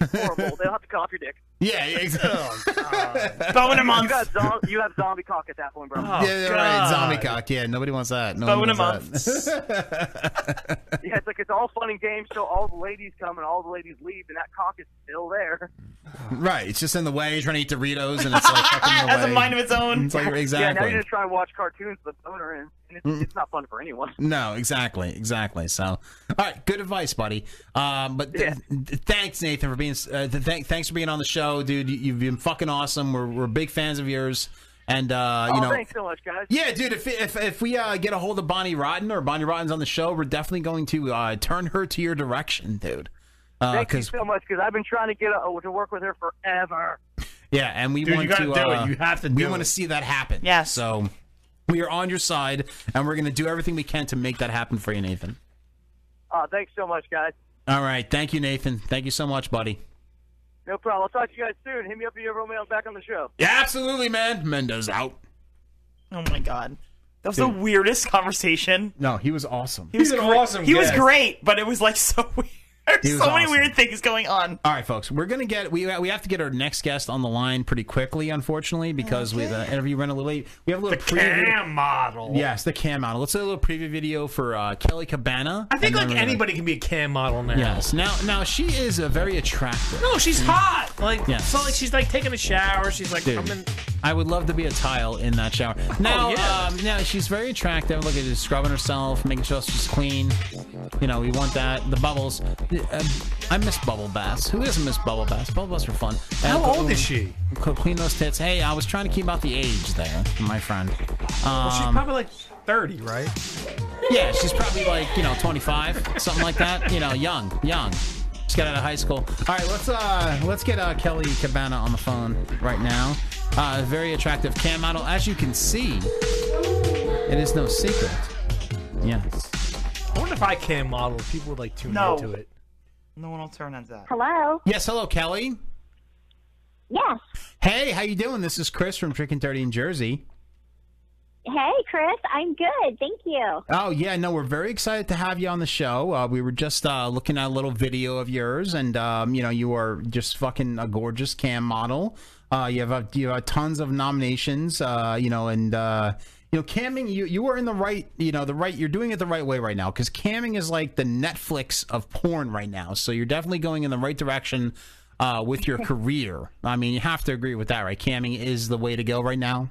Speaker 1: just horrible. They'll have to cough your dick.
Speaker 11: Yeah,
Speaker 13: Oh,
Speaker 11: exactly.
Speaker 12: Bone a
Speaker 1: You,
Speaker 12: month.
Speaker 1: got zom- you have zombie cock at that point, bro.
Speaker 11: Oh, yeah, yeah, right. Zombie cock. Yeah, nobody wants that. No
Speaker 1: Bone
Speaker 11: one
Speaker 1: a
Speaker 11: wants that.
Speaker 1: Yeah, it's like it's all fun and games till all the ladies come and all the ladies leave, and that cock is still there.
Speaker 11: right. It's just in the way. You're trying to eat Doritos, and it's like fucking in the
Speaker 1: Has a
Speaker 11: way.
Speaker 1: mind of its own.
Speaker 11: It's like,
Speaker 1: Yeah, now
Speaker 11: exactly.
Speaker 1: you're just trying to watch cartoons with a boner, in, and it's,
Speaker 11: Mm.
Speaker 1: it's not fun for anyone.
Speaker 11: No, exactly, exactly. So, all right, good advice, buddy. Um, but th- th- thanks, Nathan, for being. Uh, th- thank- thanks for being on the show, dude. You- You've been fucking awesome. We're we're big fans of yours, and uh, you
Speaker 1: oh,
Speaker 11: know.
Speaker 1: thanks so much, guys.
Speaker 11: Yeah, dude. If if, if we uh, get a hold of Bonnie Rotten or Bonnie Rotten's on the show, we're definitely going to uh, turn her to your direction, dude. Uh,
Speaker 1: Thank you
Speaker 11: Because
Speaker 1: so much because I've been trying to get a, to work with her forever.
Speaker 11: yeah, and we
Speaker 13: Dude, you
Speaker 11: want
Speaker 13: gotta
Speaker 11: to.
Speaker 13: do it.
Speaker 11: uh,
Speaker 13: You have to
Speaker 11: We
Speaker 13: do
Speaker 11: want to
Speaker 13: it.
Speaker 11: see that happen.
Speaker 12: Yes.
Speaker 11: So we are on your side, and we're going to do everything we can to make that happen for you, Nathan.
Speaker 1: Uh, thanks so much, guys.
Speaker 11: All right. Thank you, Nathan. Thank you so much, buddy.
Speaker 1: No problem. I'll talk to you guys soon. Hit me up if you ever want me back on the show.
Speaker 11: Yeah, absolutely, man. Mendo's out.
Speaker 12: Oh my god, that was the weirdest conversation.
Speaker 11: No, he was awesome.
Speaker 12: He was
Speaker 13: an
Speaker 12: great.
Speaker 13: awesome
Speaker 12: He was
Speaker 13: guest.
Speaker 12: great, but it was like so weird.
Speaker 11: He
Speaker 12: so
Speaker 11: was
Speaker 12: many
Speaker 11: awesome.
Speaker 12: weird things going on.
Speaker 11: All right, folks, we're gonna get we we have to get our next guest on the line pretty quickly, unfortunately, because we the interview ran a little late. We have a little preview.
Speaker 13: Cam model.
Speaker 11: Yes, the cam model. Let's do a little preview video for uh, Kelly Cabana.
Speaker 13: I think like anybody can be a cam model now.
Speaker 11: Yes. Now, now she is a very attractive.
Speaker 13: No, she's hot. Like
Speaker 11: Yeah.
Speaker 13: it's not like she's like taking a shower. She's like
Speaker 11: Dude,
Speaker 13: I'm in.
Speaker 11: I would love to be a tile in that shower.
Speaker 13: Oh,
Speaker 11: Now, um, now she's very attractive. Look at her scrubbing herself, making sure she's clean. You know, we want that. The bubbles. Uh, I miss bubble baths. Who doesn't miss bubble baths? Bubble baths are fun.
Speaker 13: How
Speaker 11: And-
Speaker 13: old is she?
Speaker 11: Co- Clean those tits. Hey, I was trying to keep out the age there, my friend. Um,
Speaker 13: Well, she's probably like 30, right?
Speaker 11: yeah, she's probably like you know 25, something like that. You know, young, young. Just got out of high school. All right, let's uh let's get uh, Kelly Cabana on the phone right now. Uh, very attractive cam model, as you can see. It is no secret. Yes.
Speaker 13: I wonder if I cam model, if people would like tune
Speaker 12: No.
Speaker 13: into it.
Speaker 12: No one will turn on that.
Speaker 17: Hello.
Speaker 11: Yes. Hello, Kelly.
Speaker 17: Yes.
Speaker 11: Hey, how you doing? This is Chris from Drinking Dirty in Jersey.
Speaker 17: Hey, Chris, I'm good. Thank you.
Speaker 11: Oh yeah, no, we're very excited to have you on the show. Uh, we were just uh, looking at a little video of yours, and um, you know, you are just fucking a gorgeous cam model. Uh, you have uh, you have tons of nominations. Uh, you know, and uh, you know, camming you you are in the right. You know, the right. You're doing it the right way right now because camming is like the Netflix of porn right now. So you're definitely going in the right direction uh, with your career. I mean, you have to agree with that, right? Camming is the way to go right now.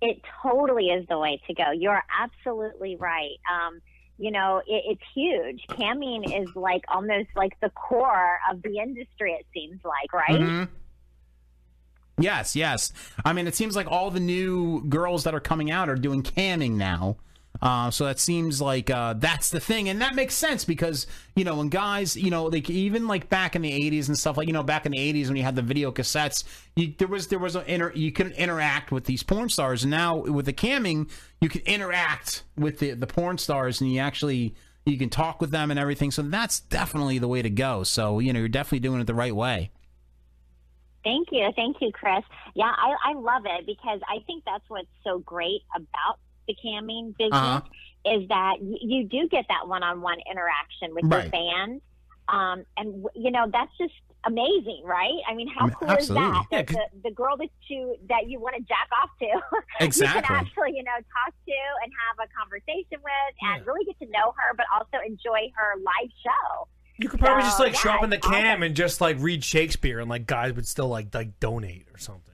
Speaker 17: It totally is the way to go. You're absolutely right. Um, you know, it, it's huge. Camming is like almost like the core of the industry, it seems like, right?
Speaker 11: Mhm. Mm-hmm. Yes, yes. I mean, it seems like all the new girls that are coming out are doing camming now. Uh, so that seems like uh, that's the thing, and that makes sense because you know when guys, you know, like even like back in the '80s and stuff, like you know back in the '80s when you had the video cassettes, you, there was there was a inter, you couldn't interact with these porn stars. Now with the camming, you can interact with the the porn stars, and you actually you can talk with them and everything. So that's definitely the way to go. So you know you're definitely doing it the right way.
Speaker 17: Thank you. Thank you, Chris. Yeah, I, I love it because I think that's what's so great about the camming business
Speaker 11: Uh-huh.
Speaker 17: is that y- you do get that one on one interaction with
Speaker 11: Right.
Speaker 17: your fans. Um, and, w- you know, that's just amazing, right? I mean, how
Speaker 11: Mm,
Speaker 17: cool
Speaker 11: absolutely.
Speaker 17: is that?
Speaker 11: Yeah,
Speaker 17: that the, the girl that you, that you want to jack off to, you
Speaker 11: Exactly.
Speaker 17: can actually, you know, talk to and have a conversation with and really get to know her, but also enjoy her live show.
Speaker 13: You could probably
Speaker 17: So,
Speaker 13: just like
Speaker 17: yeah,
Speaker 13: show up in the
Speaker 17: it's awesome.
Speaker 13: cam and just like read Shakespeare, and like guys would still like like donate or something.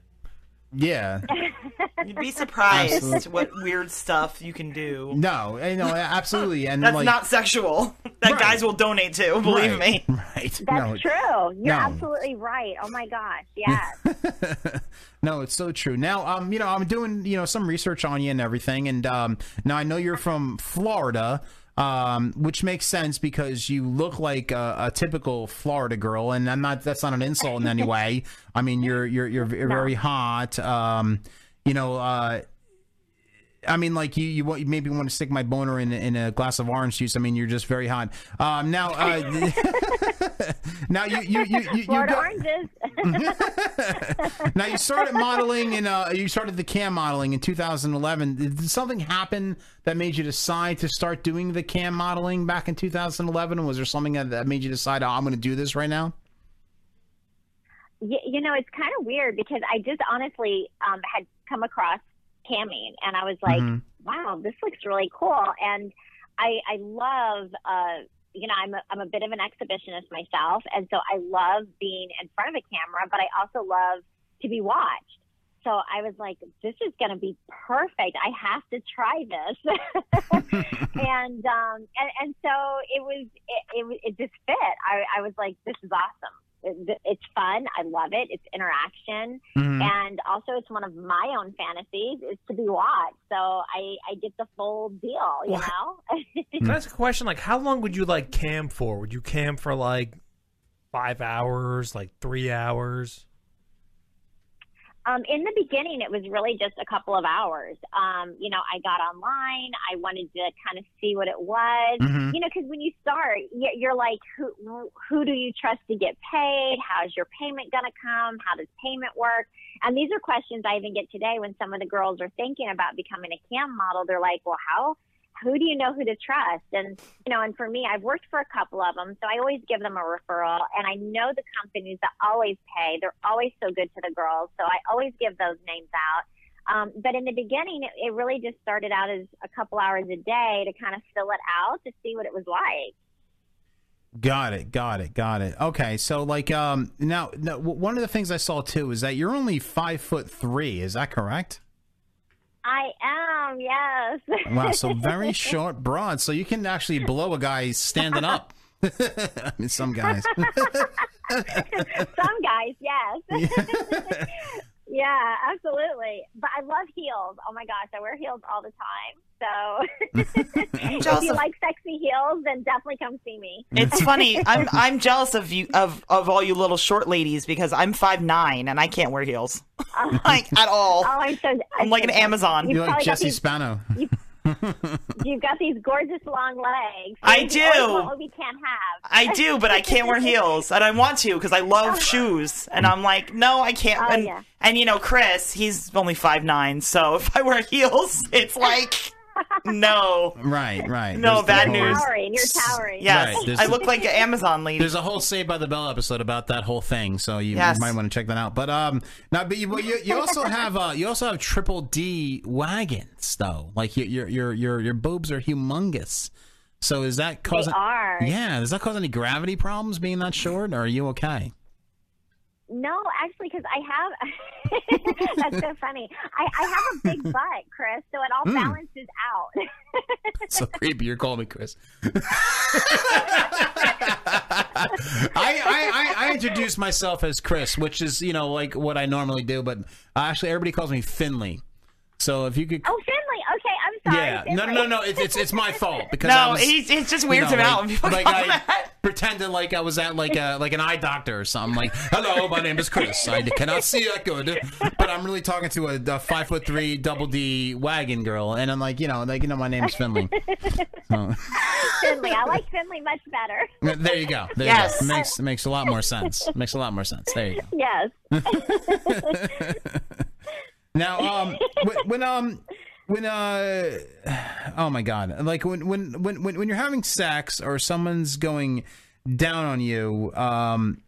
Speaker 11: Yeah.
Speaker 12: You'd be surprised
Speaker 11: Absolutely.
Speaker 12: what weird stuff you can do.
Speaker 11: No, I know absolutely, and
Speaker 12: that's
Speaker 11: like,
Speaker 12: not sexual. That guys will donate to. Believe
Speaker 11: Right,
Speaker 12: me.
Speaker 11: Right.
Speaker 17: That's
Speaker 11: no,
Speaker 17: true.
Speaker 11: no.
Speaker 17: You're absolutely right. Oh my gosh. Yes.
Speaker 11: No, it's so true. Now, um, you know, I'm doing you know some research on you and everything, and um, now I know you're from Florida, um, which makes sense because you look like a, a typical Florida girl, and I'm not. That's not an insult in any way. I mean, you're you're you're v- very hot. Um, you know, uh. I mean, like you, you, want, you maybe want to stick my boner in, in a glass of orange juice. I mean, you're just very hot. Um, now, uh, now you, you, you, you, you
Speaker 17: Florida
Speaker 11: go-
Speaker 17: oranges.
Speaker 11: now you started modeling and uh, you started the cam modeling in 2011 did something happen that made you decide to start doing the cam modeling back in 2011 and was there something that, that made you decide oh, i'm going to do this right now
Speaker 17: you, you know, it's kind of weird because I just honestly um, had come across camming and I was like,
Speaker 11: Mhm.
Speaker 17: wow, this looks really cool. And I, I love, uh, you know, I'm a, I'm a bit of an exhibitionist myself. And so I love being in front of a camera, but I also love to be watched. So I was like, this is going to be perfect. I have to try this. and, um, and, and so it was, it, it, was- it just fit. I, I was like, this is awesome. It- th- It's fun. I love it. It's interaction.
Speaker 18: Mhm.
Speaker 17: And also it's one of my own fantasies is to be watched. So I, I get the full deal, you
Speaker 13: Well,
Speaker 17: know?
Speaker 13: Can I ask a question? Like, how long would you like cam for? Would you cam for like five hours, like three hours?
Speaker 17: Um, in the beginning, it was really just a couple of hours. Um, you know, I got online. I wanted to kind of see what it was.
Speaker 18: Mhm.
Speaker 17: You know, because when you start, y- you're like, who who do you trust to get paid? How's your payment going to come? How does payment work? And these are questions I even get today when some of the girls are thinking about becoming a cam model. They're like, well, how? Who do you know who to trust? And you know, and for me, I've worked for a couple of them, so I always give them a referral. And I know the companies that always pay; they're always so good to the girls, so I always give those names out. Um, but in the beginning, it, it really just started out as a couple hours a day to kind of fill it out to see what it was like.
Speaker 11: got it got it got it okay so like um now, now w- one of the things i saw too is that you're only five foot three is that correct
Speaker 17: I am, yes.
Speaker 11: wow so very short broad so you can actually blow a guy standing up I mean, some guys
Speaker 17: Some guys, yes. yeah, absolutely. But I love heels. Oh my gosh, I wear heels all the time. So if
Speaker 12: jealous
Speaker 17: you
Speaker 12: of-
Speaker 17: like sexy heels, then definitely come see me.
Speaker 12: It's funny. I'm I'm jealous of you of of all you little short ladies because I'm five nine and I can't wear heels.
Speaker 17: Oh.
Speaker 12: like at all.
Speaker 17: Oh, I'm so.
Speaker 12: I'm like an Amazon.
Speaker 11: you're like jesse spano
Speaker 17: You've got these gorgeous long legs.
Speaker 12: I
Speaker 17: These are
Speaker 12: do.
Speaker 17: What we can't have.
Speaker 12: I do, but I can't wear heels, and I want to because I love shoes. And I'm like, no, I can't.
Speaker 17: Oh,
Speaker 12: and,
Speaker 17: yeah.
Speaker 12: and you know, Chris, he's only five nine, so if I wear heels, it's like, no,
Speaker 11: Right, right.
Speaker 12: no,
Speaker 11: There's the
Speaker 12: bad
Speaker 11: whole-
Speaker 12: news.
Speaker 17: You're towering.
Speaker 12: Yes,
Speaker 11: Right, there's
Speaker 12: I
Speaker 11: the-
Speaker 12: look like an Amazon lady.
Speaker 11: There's a whole Saved by the Bell episode about that whole thing, so you, you
Speaker 12: Yes.
Speaker 11: might want to check that out. But um, now, but you, well, you, you also have uh, you also have triple D wagons though. Like your your your your your boobs are humongous. So is that causing?
Speaker 17: are.
Speaker 11: Yeah, does that cause any gravity problems being that short, or are you okay?
Speaker 17: No, actually, because I have. that's so funny. I, I have a big butt, Chris, so it all
Speaker 11: Mm.
Speaker 17: balances out.
Speaker 11: so creepy. You're calling me Chris. I, I, I, I introduce myself as Chris, which is you know like what I normally do, but uh, actually everybody calls me Finley. So if you could,
Speaker 17: oh, Finley. Okay, I'm sorry.
Speaker 11: yeah, no, no, no, no, it's it's it's my fault because
Speaker 12: No,
Speaker 11: I was,
Speaker 12: he's- it just
Speaker 11: you
Speaker 12: weirds
Speaker 11: know,
Speaker 12: him out
Speaker 11: like-
Speaker 12: when people
Speaker 11: Like,
Speaker 12: call
Speaker 11: I
Speaker 12: him
Speaker 11: pretended like I was at like a like an eye doctor or something. Like, hello, my name is Chris. I cannot see that good, but I'm really talking to a, a five foot three double D wagon girl, and I'm like, you know, like you know, my name's Finley. So-
Speaker 17: Finley. I like Finley much better.
Speaker 11: There you go. There
Speaker 17: Yes.
Speaker 11: you go. Makes makes a lot more sense. Makes a lot more sense. There you go.
Speaker 17: Yes.
Speaker 11: Now, um, when, when um, when uh, oh my god, like when when when when when you're having sex or someone's going down on you, um.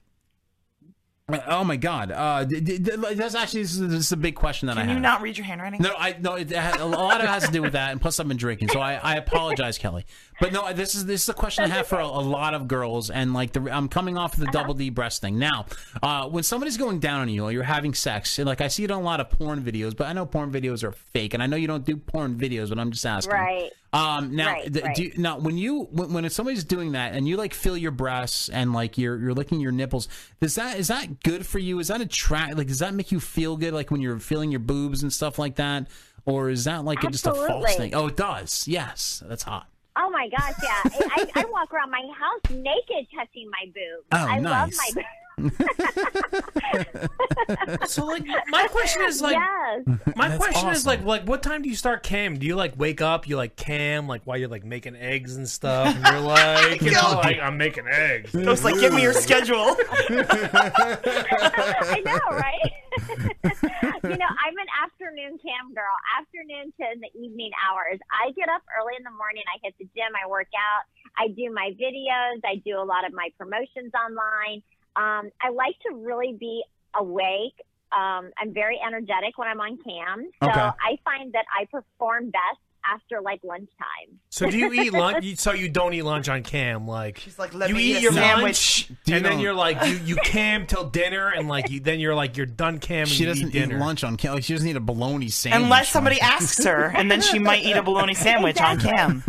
Speaker 11: Oh my God! Uh, d- d- d- like, that's actually this is, this is a big question that I
Speaker 12: Can
Speaker 11: have.
Speaker 12: you not read your handwriting?
Speaker 11: No, I no. It, ha- a lot of it has to do with that, and plus I've been drinking, so I, I apologize, Kelly. But no, this is this is a question I have for a, a lot of girls, and like the, I'm coming off of the double D breast thing now. Uh, when somebody's going down on you, or you're having sex, and like I see it on a lot of porn videos, but I know porn videos are fake, and I know you don't do porn videos, but I'm just asking.
Speaker 17: Right.
Speaker 11: Um, now,
Speaker 17: Right,
Speaker 11: th-
Speaker 17: right.
Speaker 11: do you, now when you when, when somebody's doing that and you like feel your breasts and like you're you're licking your nipples, does that is that good for you? Is that attract like does that make you feel good like when you're feeling your boobs and stuff like that, or is that like just a false
Speaker 17: Absolutely.
Speaker 11: thing? Oh, it does. Yes, that's hot.
Speaker 17: Oh my gosh, yeah. I, I I walk around my house naked touching my boobs.
Speaker 11: Oh,
Speaker 17: I
Speaker 11: nice.
Speaker 17: love my boobs.
Speaker 13: So like my question is like my
Speaker 17: That's
Speaker 13: question is
Speaker 17: awesome.
Speaker 13: like like what time do you start cam? Do you like wake up? You like cam like while you're like making eggs and stuff, and you're like, you know, like I'm making eggs.
Speaker 12: Ghost, like, give me your schedule.
Speaker 17: I know, right? you know, I'm an afternoon cam girl. Afternoon to the evening hours. I get up early in the morning. I hit the gym. I work out. I do my videos. I do a lot of my promotions online. Um, I like to really be awake. Um, I'm very energetic when I'm on cam, so
Speaker 13: Okay.
Speaker 17: I find that I perform best after like lunchtime.
Speaker 13: So do you eat lunch? you- So you don't eat lunch on cam? Like
Speaker 12: like, let
Speaker 13: you
Speaker 12: me
Speaker 13: eat
Speaker 12: eat a
Speaker 13: your
Speaker 12: sandwich.
Speaker 13: lunch,
Speaker 11: Do you
Speaker 13: and then
Speaker 11: don't-
Speaker 13: you're like you, you cam till dinner, and like you then you're like you're done camming.
Speaker 11: She
Speaker 13: you
Speaker 11: doesn't
Speaker 13: eat,
Speaker 11: eat
Speaker 13: dinner.
Speaker 11: lunch on Kelly. She doesn't eat a bologna sandwich.
Speaker 12: Unless somebody
Speaker 11: on-
Speaker 12: asks her, and then she might eat a bologna sandwich on cam.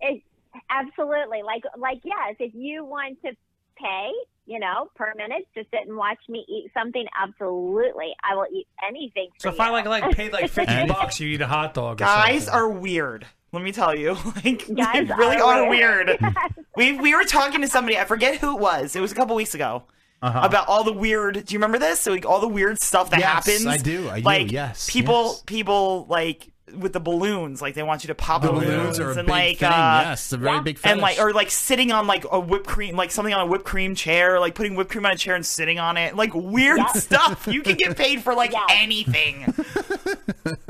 Speaker 17: It, absolutely. Like, like yes, if you want to pay, you know, per minute to sit and watch me eat something, absolutely, I will eat anything. For
Speaker 13: So if
Speaker 17: you.
Speaker 13: I like like paid like fifty
Speaker 12: And-
Speaker 13: bucks, you eat a hot dog. Or
Speaker 12: Guys
Speaker 13: something.
Speaker 12: are weird. Let me tell you, like
Speaker 17: Guys
Speaker 12: they really
Speaker 17: are
Speaker 12: are weird. we we were talking to somebody. I forget who it was. It was a couple weeks ago.
Speaker 11: Uh-huh.
Speaker 12: About all the weird. Do you remember this? So, like all the weird stuff that
Speaker 11: Yes,
Speaker 12: happens.
Speaker 11: I do, I do,
Speaker 12: Like
Speaker 11: yes,
Speaker 12: people,
Speaker 11: yes.
Speaker 12: people like with the balloons. Like they want you to pop
Speaker 13: Oh,
Speaker 11: The balloons are a
Speaker 12: and
Speaker 11: big
Speaker 12: like
Speaker 11: thing,
Speaker 12: uh,
Speaker 11: yes, it's a very big
Speaker 12: and like
Speaker 11: fetish.
Speaker 12: or like sitting on like a whipped cream, like something on a whipped cream chair, like putting whipped cream on a chair and sitting on it. Like weird stuff. You can get paid for like anything.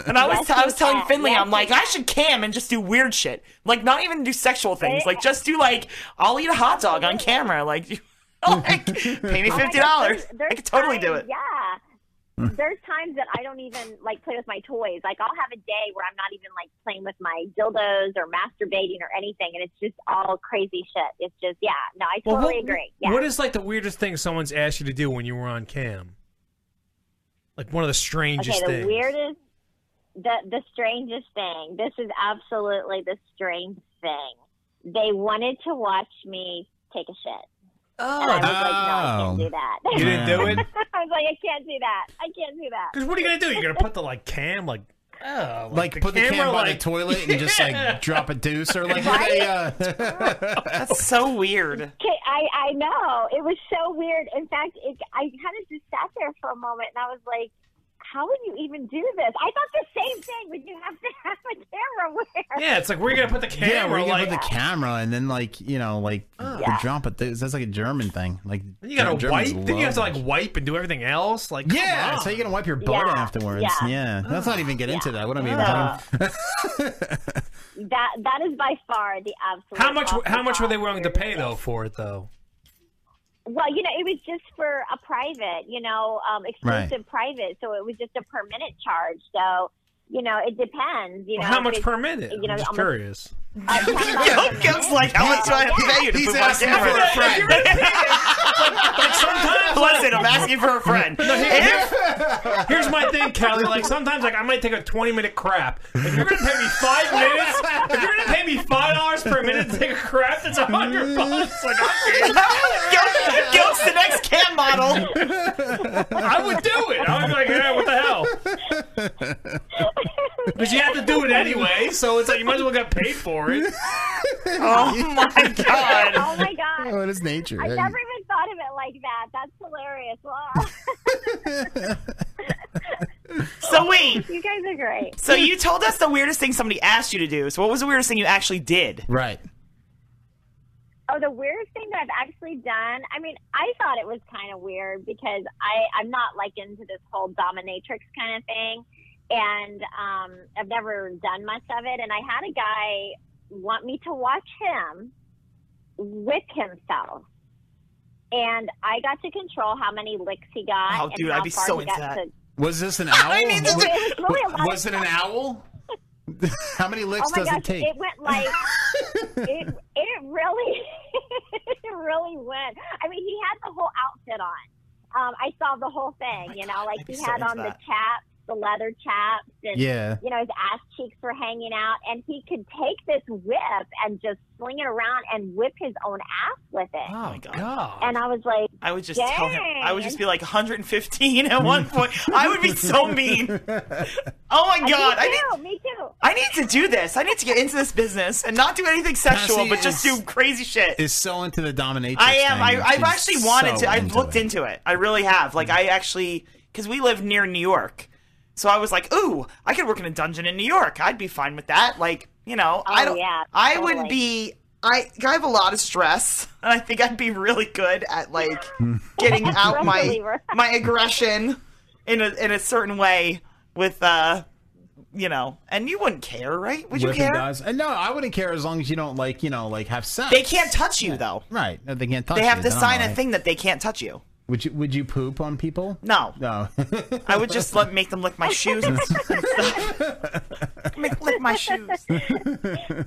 Speaker 12: And I was,
Speaker 19: Yes,
Speaker 12: t- I was
Speaker 19: you
Speaker 12: telling
Speaker 19: can.
Speaker 12: Finley,
Speaker 19: Yes,
Speaker 12: I'm like, I should cam and just do weird shit. Like, not even do sexual things. Like, just do like, I'll eat a hot dog on camera. Like, like pay me
Speaker 17: Oh my
Speaker 12: fifty
Speaker 17: gosh,
Speaker 12: dollars.
Speaker 17: there's-
Speaker 12: I
Speaker 17: there's
Speaker 12: could totally do
Speaker 17: times-
Speaker 12: it.
Speaker 17: Yeah. There's times that I don't even like play with my toys. Like I'll have a day where I'm not even like playing with my dildos or masturbating or anything, and it's just all crazy shit. It's just yeah. No, I
Speaker 13: Well,
Speaker 17: totally agree. Yeah.
Speaker 13: What is like the weirdest thing someone's asked you to do when you were on cam? Like one of the strangest
Speaker 17: okay, the
Speaker 13: things.
Speaker 17: weirdest, the the strangest thing. This is absolutely the strange thing. They wanted to watch me take a shit.
Speaker 13: Oh,
Speaker 17: and I was
Speaker 11: Oh.
Speaker 17: like, no, I can't do that.
Speaker 13: You didn't do it?
Speaker 17: I was like, I can't do that. I can't do that.
Speaker 13: Because what are you gonna do? You're gonna put the like cam like oh,
Speaker 11: Like, put the cam by the toilet and just
Speaker 13: Yeah.
Speaker 11: like drop a deuce or like look at a, uh,
Speaker 12: That's so weird.
Speaker 17: Okay, I, I know. It was so weird. In fact, it, I kind of just sat there for a moment and I was like, how would you even do this? I thought the same thing. Would you have to have a camera where?
Speaker 13: Yeah, it's like where you gonna put the camera?
Speaker 11: Yeah, we're gonna
Speaker 13: like,
Speaker 11: put the camera, and then like you know, like the
Speaker 17: Ah.
Speaker 13: Yeah.
Speaker 11: jump. But th- that's like a German thing. Like
Speaker 13: Then you gotta
Speaker 11: Germans
Speaker 13: wipe. Then you have to
Speaker 11: love-
Speaker 13: like wipe and do everything else. Like
Speaker 11: Yeah,
Speaker 13: come on.
Speaker 11: that's how you gonna wipe your butt afterwards. Yeah. let's not even get into that. What I mean,
Speaker 17: Yeah. That that is by far the absolute.
Speaker 13: How much?
Speaker 17: awful
Speaker 13: How much were
Speaker 17: thought.
Speaker 13: they willing to pay though for it though?
Speaker 17: Well, you know, it was just for a private, you know, um, exclusive private. So it was just a per minute charge. So, you know, it depends. You know,
Speaker 13: Well, how
Speaker 17: if
Speaker 13: much
Speaker 17: it's,
Speaker 13: per minute?
Speaker 17: You know,
Speaker 13: I'm just
Speaker 17: almost-
Speaker 13: curious.
Speaker 12: Kim's like, how much do I have to pay you to
Speaker 13: He's
Speaker 12: put my
Speaker 13: asking
Speaker 12: camera
Speaker 13: for a
Speaker 12: in?"
Speaker 13: friend. Like sometimes,
Speaker 12: Listen, I'm asking for a friend.
Speaker 13: No, here- here- here's my thing, Kelly. Like sometimes, like I might take a 20 minute crap. If you're gonna pay me five minutes, if you're gonna pay me five dollars per minute to take a crap, that's a hundred bucks. Like I'm
Speaker 12: Gil's, Gil's the next cam model.
Speaker 13: I would do it. I would be like, yeah, what the hell? But you have to do it anyway, so it's like you might as well get paid for it.
Speaker 17: Oh
Speaker 13: my god!
Speaker 17: Oh my god!
Speaker 11: Oh, it is nature.
Speaker 17: I
Speaker 11: Hey.
Speaker 17: never even thought of it like that. That's hilarious. Wow.
Speaker 12: So wait.
Speaker 17: you guys are great.
Speaker 12: So you told us the weirdest thing somebody asked you to do. So what was the weirdest thing you actually did?
Speaker 11: Right.
Speaker 17: Oh, the weirdest thing that I've actually done. I mean, I thought it was kind of weird because I I'm not like into this whole dominatrix kind of thing, and um, I've never done much of it. And I had a guy want me to watch him with himself. And I got to control how many licks he got.
Speaker 11: Oh,
Speaker 17: and
Speaker 11: dude,
Speaker 17: how
Speaker 11: I'd be
Speaker 17: far
Speaker 11: so
Speaker 17: he
Speaker 11: into
Speaker 17: got
Speaker 11: that.
Speaker 17: to-
Speaker 11: Was this an owl?
Speaker 17: I mean, this is- It was really a lot
Speaker 11: was it an owl? How many licks
Speaker 17: oh my
Speaker 11: does
Speaker 17: gosh,
Speaker 11: it take?
Speaker 17: It went like it. It really, it really went. I mean, he had the whole outfit on. Um, I saw the whole thing. you know, like
Speaker 18: Oh I'd be
Speaker 17: he
Speaker 18: so
Speaker 17: had
Speaker 18: into
Speaker 17: on the
Speaker 18: that.
Speaker 17: chaps, the leather chaps, and
Speaker 18: Yeah.
Speaker 17: you know his ass cheeks were hanging out, and he could take this whip and just sling it around and whip his own ass with it.
Speaker 12: Oh my god.
Speaker 17: And I was like,
Speaker 12: I would just tell him. I would just be like 115 at one point. I would be so mean. Oh my god. I
Speaker 17: Uh,
Speaker 12: need,
Speaker 17: Me too. me too.
Speaker 12: I need to do this. I need to get into this business and not do anything sexual,
Speaker 11: Cassie
Speaker 12: but just
Speaker 11: is-
Speaker 12: do crazy shit.
Speaker 11: Is so into the dominatrix.
Speaker 12: I am.
Speaker 11: thing.
Speaker 12: I, I've
Speaker 11: She's
Speaker 12: actually wanted
Speaker 11: so
Speaker 12: to. I've
Speaker 11: into
Speaker 12: looked into it. I really have. Like I actually, because we live near New York, so I was like, ooh, I could work in a dungeon in New York. I'd be fine with that. Like you know, I
Speaker 17: Oh,
Speaker 12: don't.
Speaker 17: yeah,
Speaker 12: I
Speaker 17: totally.
Speaker 12: would be. I I have a lot of stress, and I think I'd be really good at like getting out
Speaker 17: Stress
Speaker 12: my
Speaker 17: reliever.
Speaker 12: my aggression in a in a certain way with uh you know, and you wouldn't care, right? Would you
Speaker 11: Whipping
Speaker 12: care?
Speaker 11: guys. Uh, No, I wouldn't care as long as you don't like, you know, like have sex.
Speaker 12: They can't touch you though.
Speaker 11: Right? No, they can't touch.
Speaker 12: they have
Speaker 11: you.
Speaker 12: to
Speaker 11: Then I'm
Speaker 12: sign
Speaker 11: all
Speaker 12: a
Speaker 11: right.
Speaker 12: thing that they can't touch you.
Speaker 11: Would you Would you poop on people?
Speaker 12: No.
Speaker 11: No.
Speaker 12: I would just let make them lick my shoes. and stuff. make, lick my shoes. I'd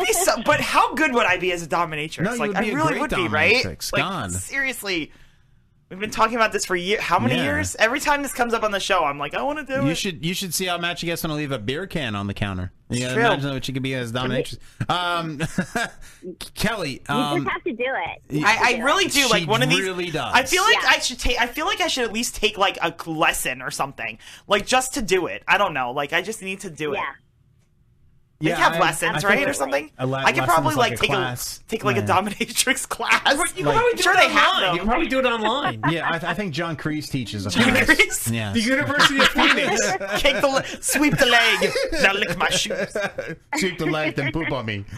Speaker 12: be so, but how good would I be as a dominatrix?
Speaker 11: No, you
Speaker 12: like
Speaker 11: would
Speaker 12: I
Speaker 11: be a
Speaker 12: really
Speaker 11: great
Speaker 12: would be, right?
Speaker 11: dominatrix.
Speaker 12: Like
Speaker 11: God.
Speaker 12: seriously, we've been talking about this for year. How many
Speaker 11: Yeah.
Speaker 12: years? Every time this comes up on the show, I'm like, I want to do
Speaker 11: You
Speaker 12: it.
Speaker 11: should you should see how Matt gets going to leave a beer can on the counter. You gotta
Speaker 12: true.
Speaker 11: imagine what you could be as dominatrix. Um, Kelly,
Speaker 17: You
Speaker 11: um,
Speaker 17: just have to do it. You have to
Speaker 12: I, I
Speaker 17: do
Speaker 12: really
Speaker 17: it.
Speaker 12: do like
Speaker 11: She
Speaker 12: one of these.
Speaker 11: really does.
Speaker 12: I feel like I should take. I feel like I should at least take like a lesson or something, like just to do it. I don't know. Like I just need to do it. They
Speaker 11: Yeah,
Speaker 12: have
Speaker 11: I- I
Speaker 12: lessons,
Speaker 11: think
Speaker 12: right,
Speaker 11: a-
Speaker 12: or something.
Speaker 11: a la-
Speaker 12: I could
Speaker 11: lessons
Speaker 12: probably
Speaker 11: like
Speaker 12: like,
Speaker 11: a
Speaker 12: take
Speaker 11: class.
Speaker 12: a take like
Speaker 11: Yeah.
Speaker 12: a dominatrix class.
Speaker 13: You can probably do
Speaker 12: sure
Speaker 13: it
Speaker 12: they
Speaker 13: online.
Speaker 12: have them.
Speaker 13: You can probably do it online.
Speaker 11: yeah, I, I think John Kreese teaches us.
Speaker 12: Kreese?
Speaker 11: Yeah.
Speaker 13: The University of Phoenix.
Speaker 12: Kick the le- sweep the leg. Now lick my shoes.
Speaker 11: Sweep the leg, then poop on me.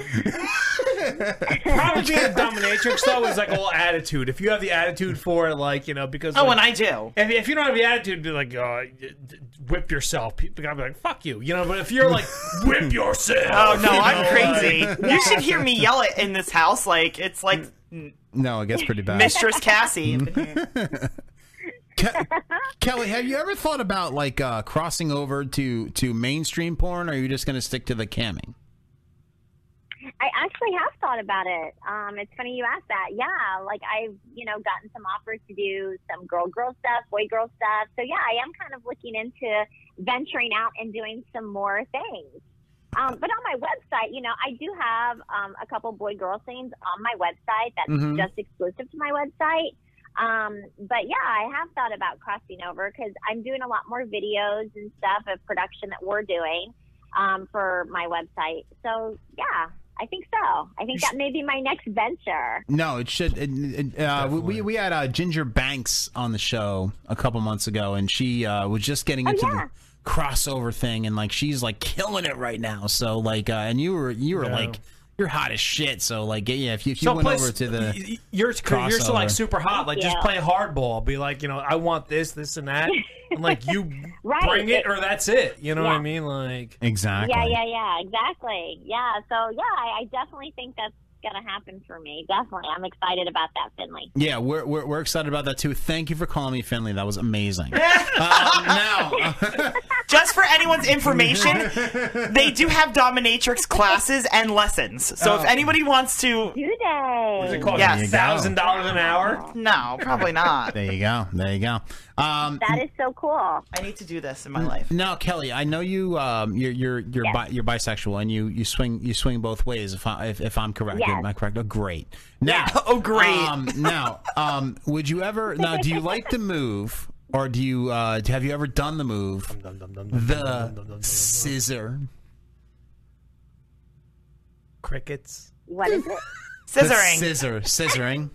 Speaker 13: Probably being a dominatrix though is like all attitude. If you have the attitude for it, like you know, because
Speaker 12: Oh,
Speaker 13: like,
Speaker 12: and I do.
Speaker 13: If, if you don't have the attitude, be like, uh, d- d- whip yourself. People gotta be like, fuck you, you know. But if you're like, whip yourself.
Speaker 12: Oh no,
Speaker 13: you
Speaker 12: I'm
Speaker 13: know,
Speaker 12: crazy.
Speaker 13: like-
Speaker 12: You should hear me yell it in this house. Like it's like
Speaker 11: No, it gets pretty bad.
Speaker 12: Mistress Cassie.
Speaker 11: Kelly, have you ever thought about like uh, crossing over to to mainstream porn, or are you just going to stick to the camming?
Speaker 17: I actually have thought about it. Um, it's funny you asked that. Yeah, like I've you know gotten some offers to do some girl girl stuff, boy girl stuff. So yeah, I am kind of looking into venturing out and doing some more things. Um, but on my website, you know, I do have um, a couple boy girl things on my website that's
Speaker 18: Mhm.
Speaker 17: just exclusive to my website. Um, but yeah, I have thought about crossing over because I'm doing a lot more videos and stuff of production that we're doing um, for my website. So yeah, I think so. I think that may be my next venture.
Speaker 11: No, it should. It, it, uh, we- we we had uh, Ginger Banks on the show a couple months ago, and she uh, was just getting into the crossover thing, and like she's like killing it right now. So like, uh, and you were you were
Speaker 13: Yeah.
Speaker 11: like you're hot as shit. So like, yeah, if you, if you
Speaker 13: So
Speaker 11: went
Speaker 13: place-
Speaker 11: over to the
Speaker 13: You're you're still like
Speaker 11: crossover.
Speaker 13: super hot. Like just
Speaker 17: you.
Speaker 13: play hardball. Be like, you know, I want this, this, and that. And like you
Speaker 17: Right.
Speaker 13: bring it or that's it. You know what
Speaker 17: Yeah.
Speaker 13: I mean? Like
Speaker 11: exactly.
Speaker 17: Yeah, yeah, yeah, exactly. Yeah, so yeah, I, I definitely think that's going to happen for me. Definitely. I'm excited about that, Finley.
Speaker 11: Yeah, we're, we're we're excited about that too. Thank you for calling me, Finley. That was amazing.
Speaker 12: Just for anyone's information, they do have dominatrix classes and lessons. So if
Speaker 11: Oh.
Speaker 12: anybody wants to,
Speaker 17: do they?
Speaker 13: Does it cost
Speaker 12: Yes.
Speaker 11: There you go.
Speaker 13: $1,000 an hour?
Speaker 12: No, probably not.
Speaker 11: There you go. There you go. Um,
Speaker 17: That is so cool. I
Speaker 12: need to do this in my life.
Speaker 11: Now, Kelly, I know you. Um, you're you're you're,
Speaker 17: Yes.
Speaker 11: bi- you're bisexual, and you you swing you swing both ways. If I if, if I'm correct,
Speaker 17: Yes.
Speaker 11: am I correct? Oh, great. Now,
Speaker 12: oh, great.
Speaker 11: Um, now, um, would you ever? Now, do you like the move, or do you? Uh, have you ever done the move? The scissor.
Speaker 13: crickets.
Speaker 17: What is it?
Speaker 11: The Scissor. Scissoring.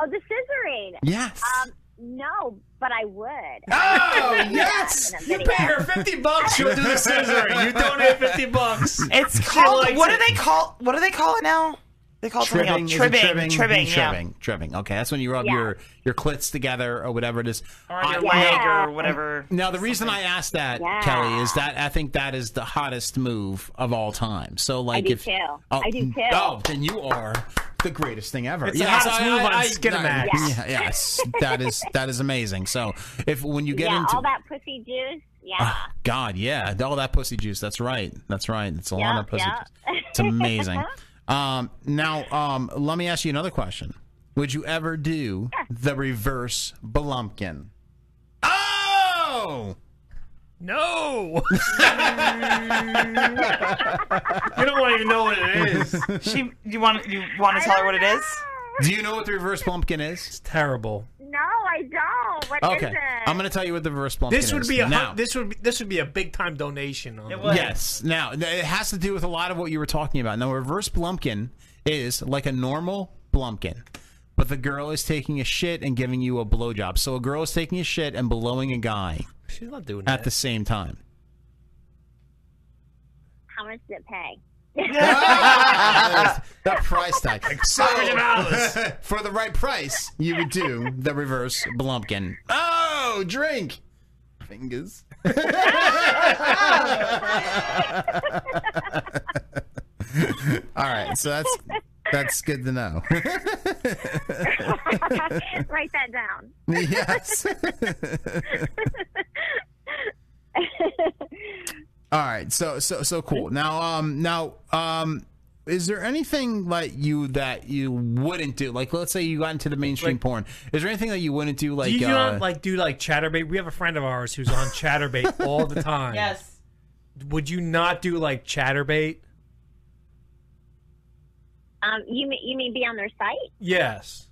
Speaker 17: Oh, the scissoring.
Speaker 11: Yes.
Speaker 17: Um, no, but I would.
Speaker 11: Oh, yes!
Speaker 17: You
Speaker 13: Pay her fifty bucks. She'll do the scissoring. You donate fifty bucks.
Speaker 12: It's called. What do they call? What do they call it now? They call it something
Speaker 11: Tribbing,
Speaker 12: else.
Speaker 11: is it tribbing,
Speaker 12: Tribbing, tribbing, yeah.
Speaker 11: tribbing, tribbing. Okay, that's when you rub your your clits together or whatever it is.
Speaker 12: Or on your
Speaker 11: I-
Speaker 12: leg or whatever.
Speaker 11: Now the reason I asked that,
Speaker 12: Yeah.
Speaker 11: Kelly, is that I think that is the hottest move of all time. So like
Speaker 17: do
Speaker 11: if
Speaker 17: too. I do too.
Speaker 11: Oh, then you are the greatest thing ever.
Speaker 13: It's the hottest move on Skinamax.
Speaker 11: yeah, yes, that is that is amazing. So if when you get
Speaker 17: yeah,
Speaker 11: into
Speaker 17: all that pussy juice. Yeah.
Speaker 11: Ah, God, yeah, all that pussy juice. That's right. That's right. It's a lot of pussy juice. It's amazing. um, now, um, let me ask you another question. Would you ever do the reverse Blumpkin? Oh!
Speaker 17: Oh.
Speaker 13: No. you don't want to even know what it is.
Speaker 12: She, you want you want to tell her what it is?
Speaker 11: Do you know what the reverse Blumpkin is? It's
Speaker 13: terrible.
Speaker 17: No, I don't. What is
Speaker 11: Okay,
Speaker 17: it?
Speaker 11: I'm going to tell you what the reverse Blumpkin
Speaker 13: This would
Speaker 11: is
Speaker 13: be a hun-
Speaker 11: now.
Speaker 13: this would be, this would be a big time donation. On it.
Speaker 11: Yes. Now th- it has to do with a lot of what you were talking about. Now, reverse blumpkin is like a normal blumpkin, but the girl is taking a shit and giving you a blowjob. So a girl is taking a shit and blowing a guy
Speaker 13: She's not doing
Speaker 11: at the same time.
Speaker 17: How much does it pay?
Speaker 11: Ah, That price tag. So,
Speaker 15: $1,000.
Speaker 11: for the right price, you would do the reverse blumpkin. Oh, drink. Fingers. All right, so that's that's good to know.
Speaker 17: Write that down.
Speaker 11: yes. All right, so so so cool. Now um now um is there anything like you that you wouldn't do? Like let's say you got into the mainstream porn. Is there anything that you wouldn't do like
Speaker 13: do you
Speaker 11: uh,
Speaker 13: not like do like ChatterBait? We have a friend of ours who's on ChatterBait all the time.
Speaker 12: Yes.
Speaker 13: Would you not do like ChatterBait?
Speaker 17: Um, you mean you mean be on their site?
Speaker 13: Yes.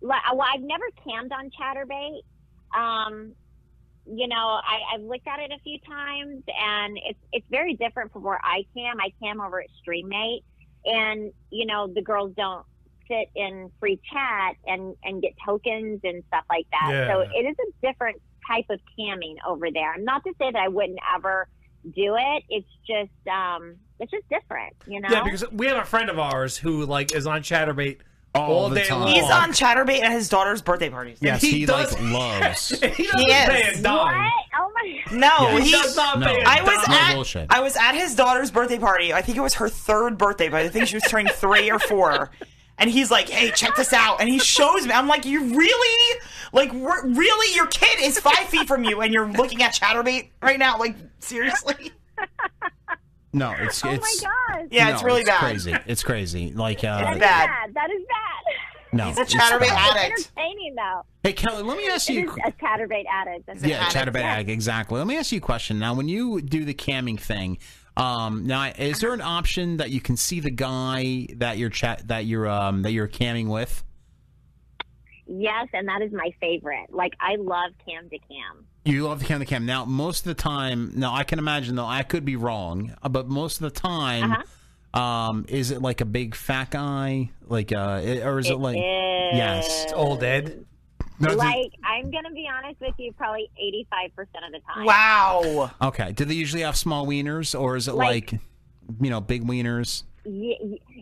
Speaker 17: Like, well, I've never cammed on ChatterBait. Um, you know, I, I've looked at it a few times, and it's it's very different from where I cam. I cam over at StreamMate, and you know the girls don't sit in free chat and and get tokens and stuff like that.
Speaker 18: Yeah.
Speaker 17: So it is a different type of camming over there. Not to say that I wouldn't ever do it. It's just um, it's just different. You know.
Speaker 13: Yeah, because we have a friend of ours who like is on ChatterBait all,
Speaker 12: the
Speaker 13: day
Speaker 12: time.
Speaker 13: long.
Speaker 12: He's on ChatterBait at his daughter's birthday parties.
Speaker 13: Yes, he, does.
Speaker 11: loves.
Speaker 13: he doesn't
Speaker 12: He is.
Speaker 13: pay a dime.
Speaker 17: Oh my.
Speaker 12: No,
Speaker 13: Yes.
Speaker 12: he.
Speaker 13: He does not No. pay a
Speaker 12: I was
Speaker 13: dime. No
Speaker 12: at.
Speaker 13: bullshit.
Speaker 12: I was at his daughter's birthday party. I think it was her third birthday, but I think she was turning three or four. And he's like, "Hey, check this out!" And he shows me. I'm like, "You really, like, we're- really? Your kid is five feet from you, and you're looking at ChatterBait right now? Like, seriously?"
Speaker 11: No, it's it's
Speaker 17: Oh my gosh.
Speaker 12: Yeah, it's
Speaker 11: no,
Speaker 12: really bad.
Speaker 11: Crazy. It's crazy. Like uh
Speaker 17: That is bad. That is bad.
Speaker 11: No. it's bad.
Speaker 17: It's entertaining though.
Speaker 11: Hey Kelly, let me ask
Speaker 17: It
Speaker 11: you
Speaker 17: is a chatterbait addict. That's
Speaker 11: yeah, chatterbait addict, exactly. Let me ask you a question. Now, when you do the camming thing, um, now is
Speaker 17: Uh-huh.
Speaker 11: there an option that you can see the guy that you're chat that you're um that you're camming with?
Speaker 17: Yes, and that is my favorite. Like I love cam to cam.
Speaker 11: You love the cam to cam. Now, most of the time, now I can imagine though I could be wrong, uh, but most of the time,
Speaker 17: Uh-huh.
Speaker 11: um, is it like a big fat guy, like uh, i- or is it,
Speaker 17: It
Speaker 11: like
Speaker 17: is.
Speaker 11: yes, old Ed? No, do-
Speaker 17: like I'm gonna be honest with you, probably 85% of the time.
Speaker 12: Wow.
Speaker 11: okay. Do they usually have small wieners, or is it
Speaker 17: Like-
Speaker 11: like, you know, big wieners?
Speaker 17: Yeah,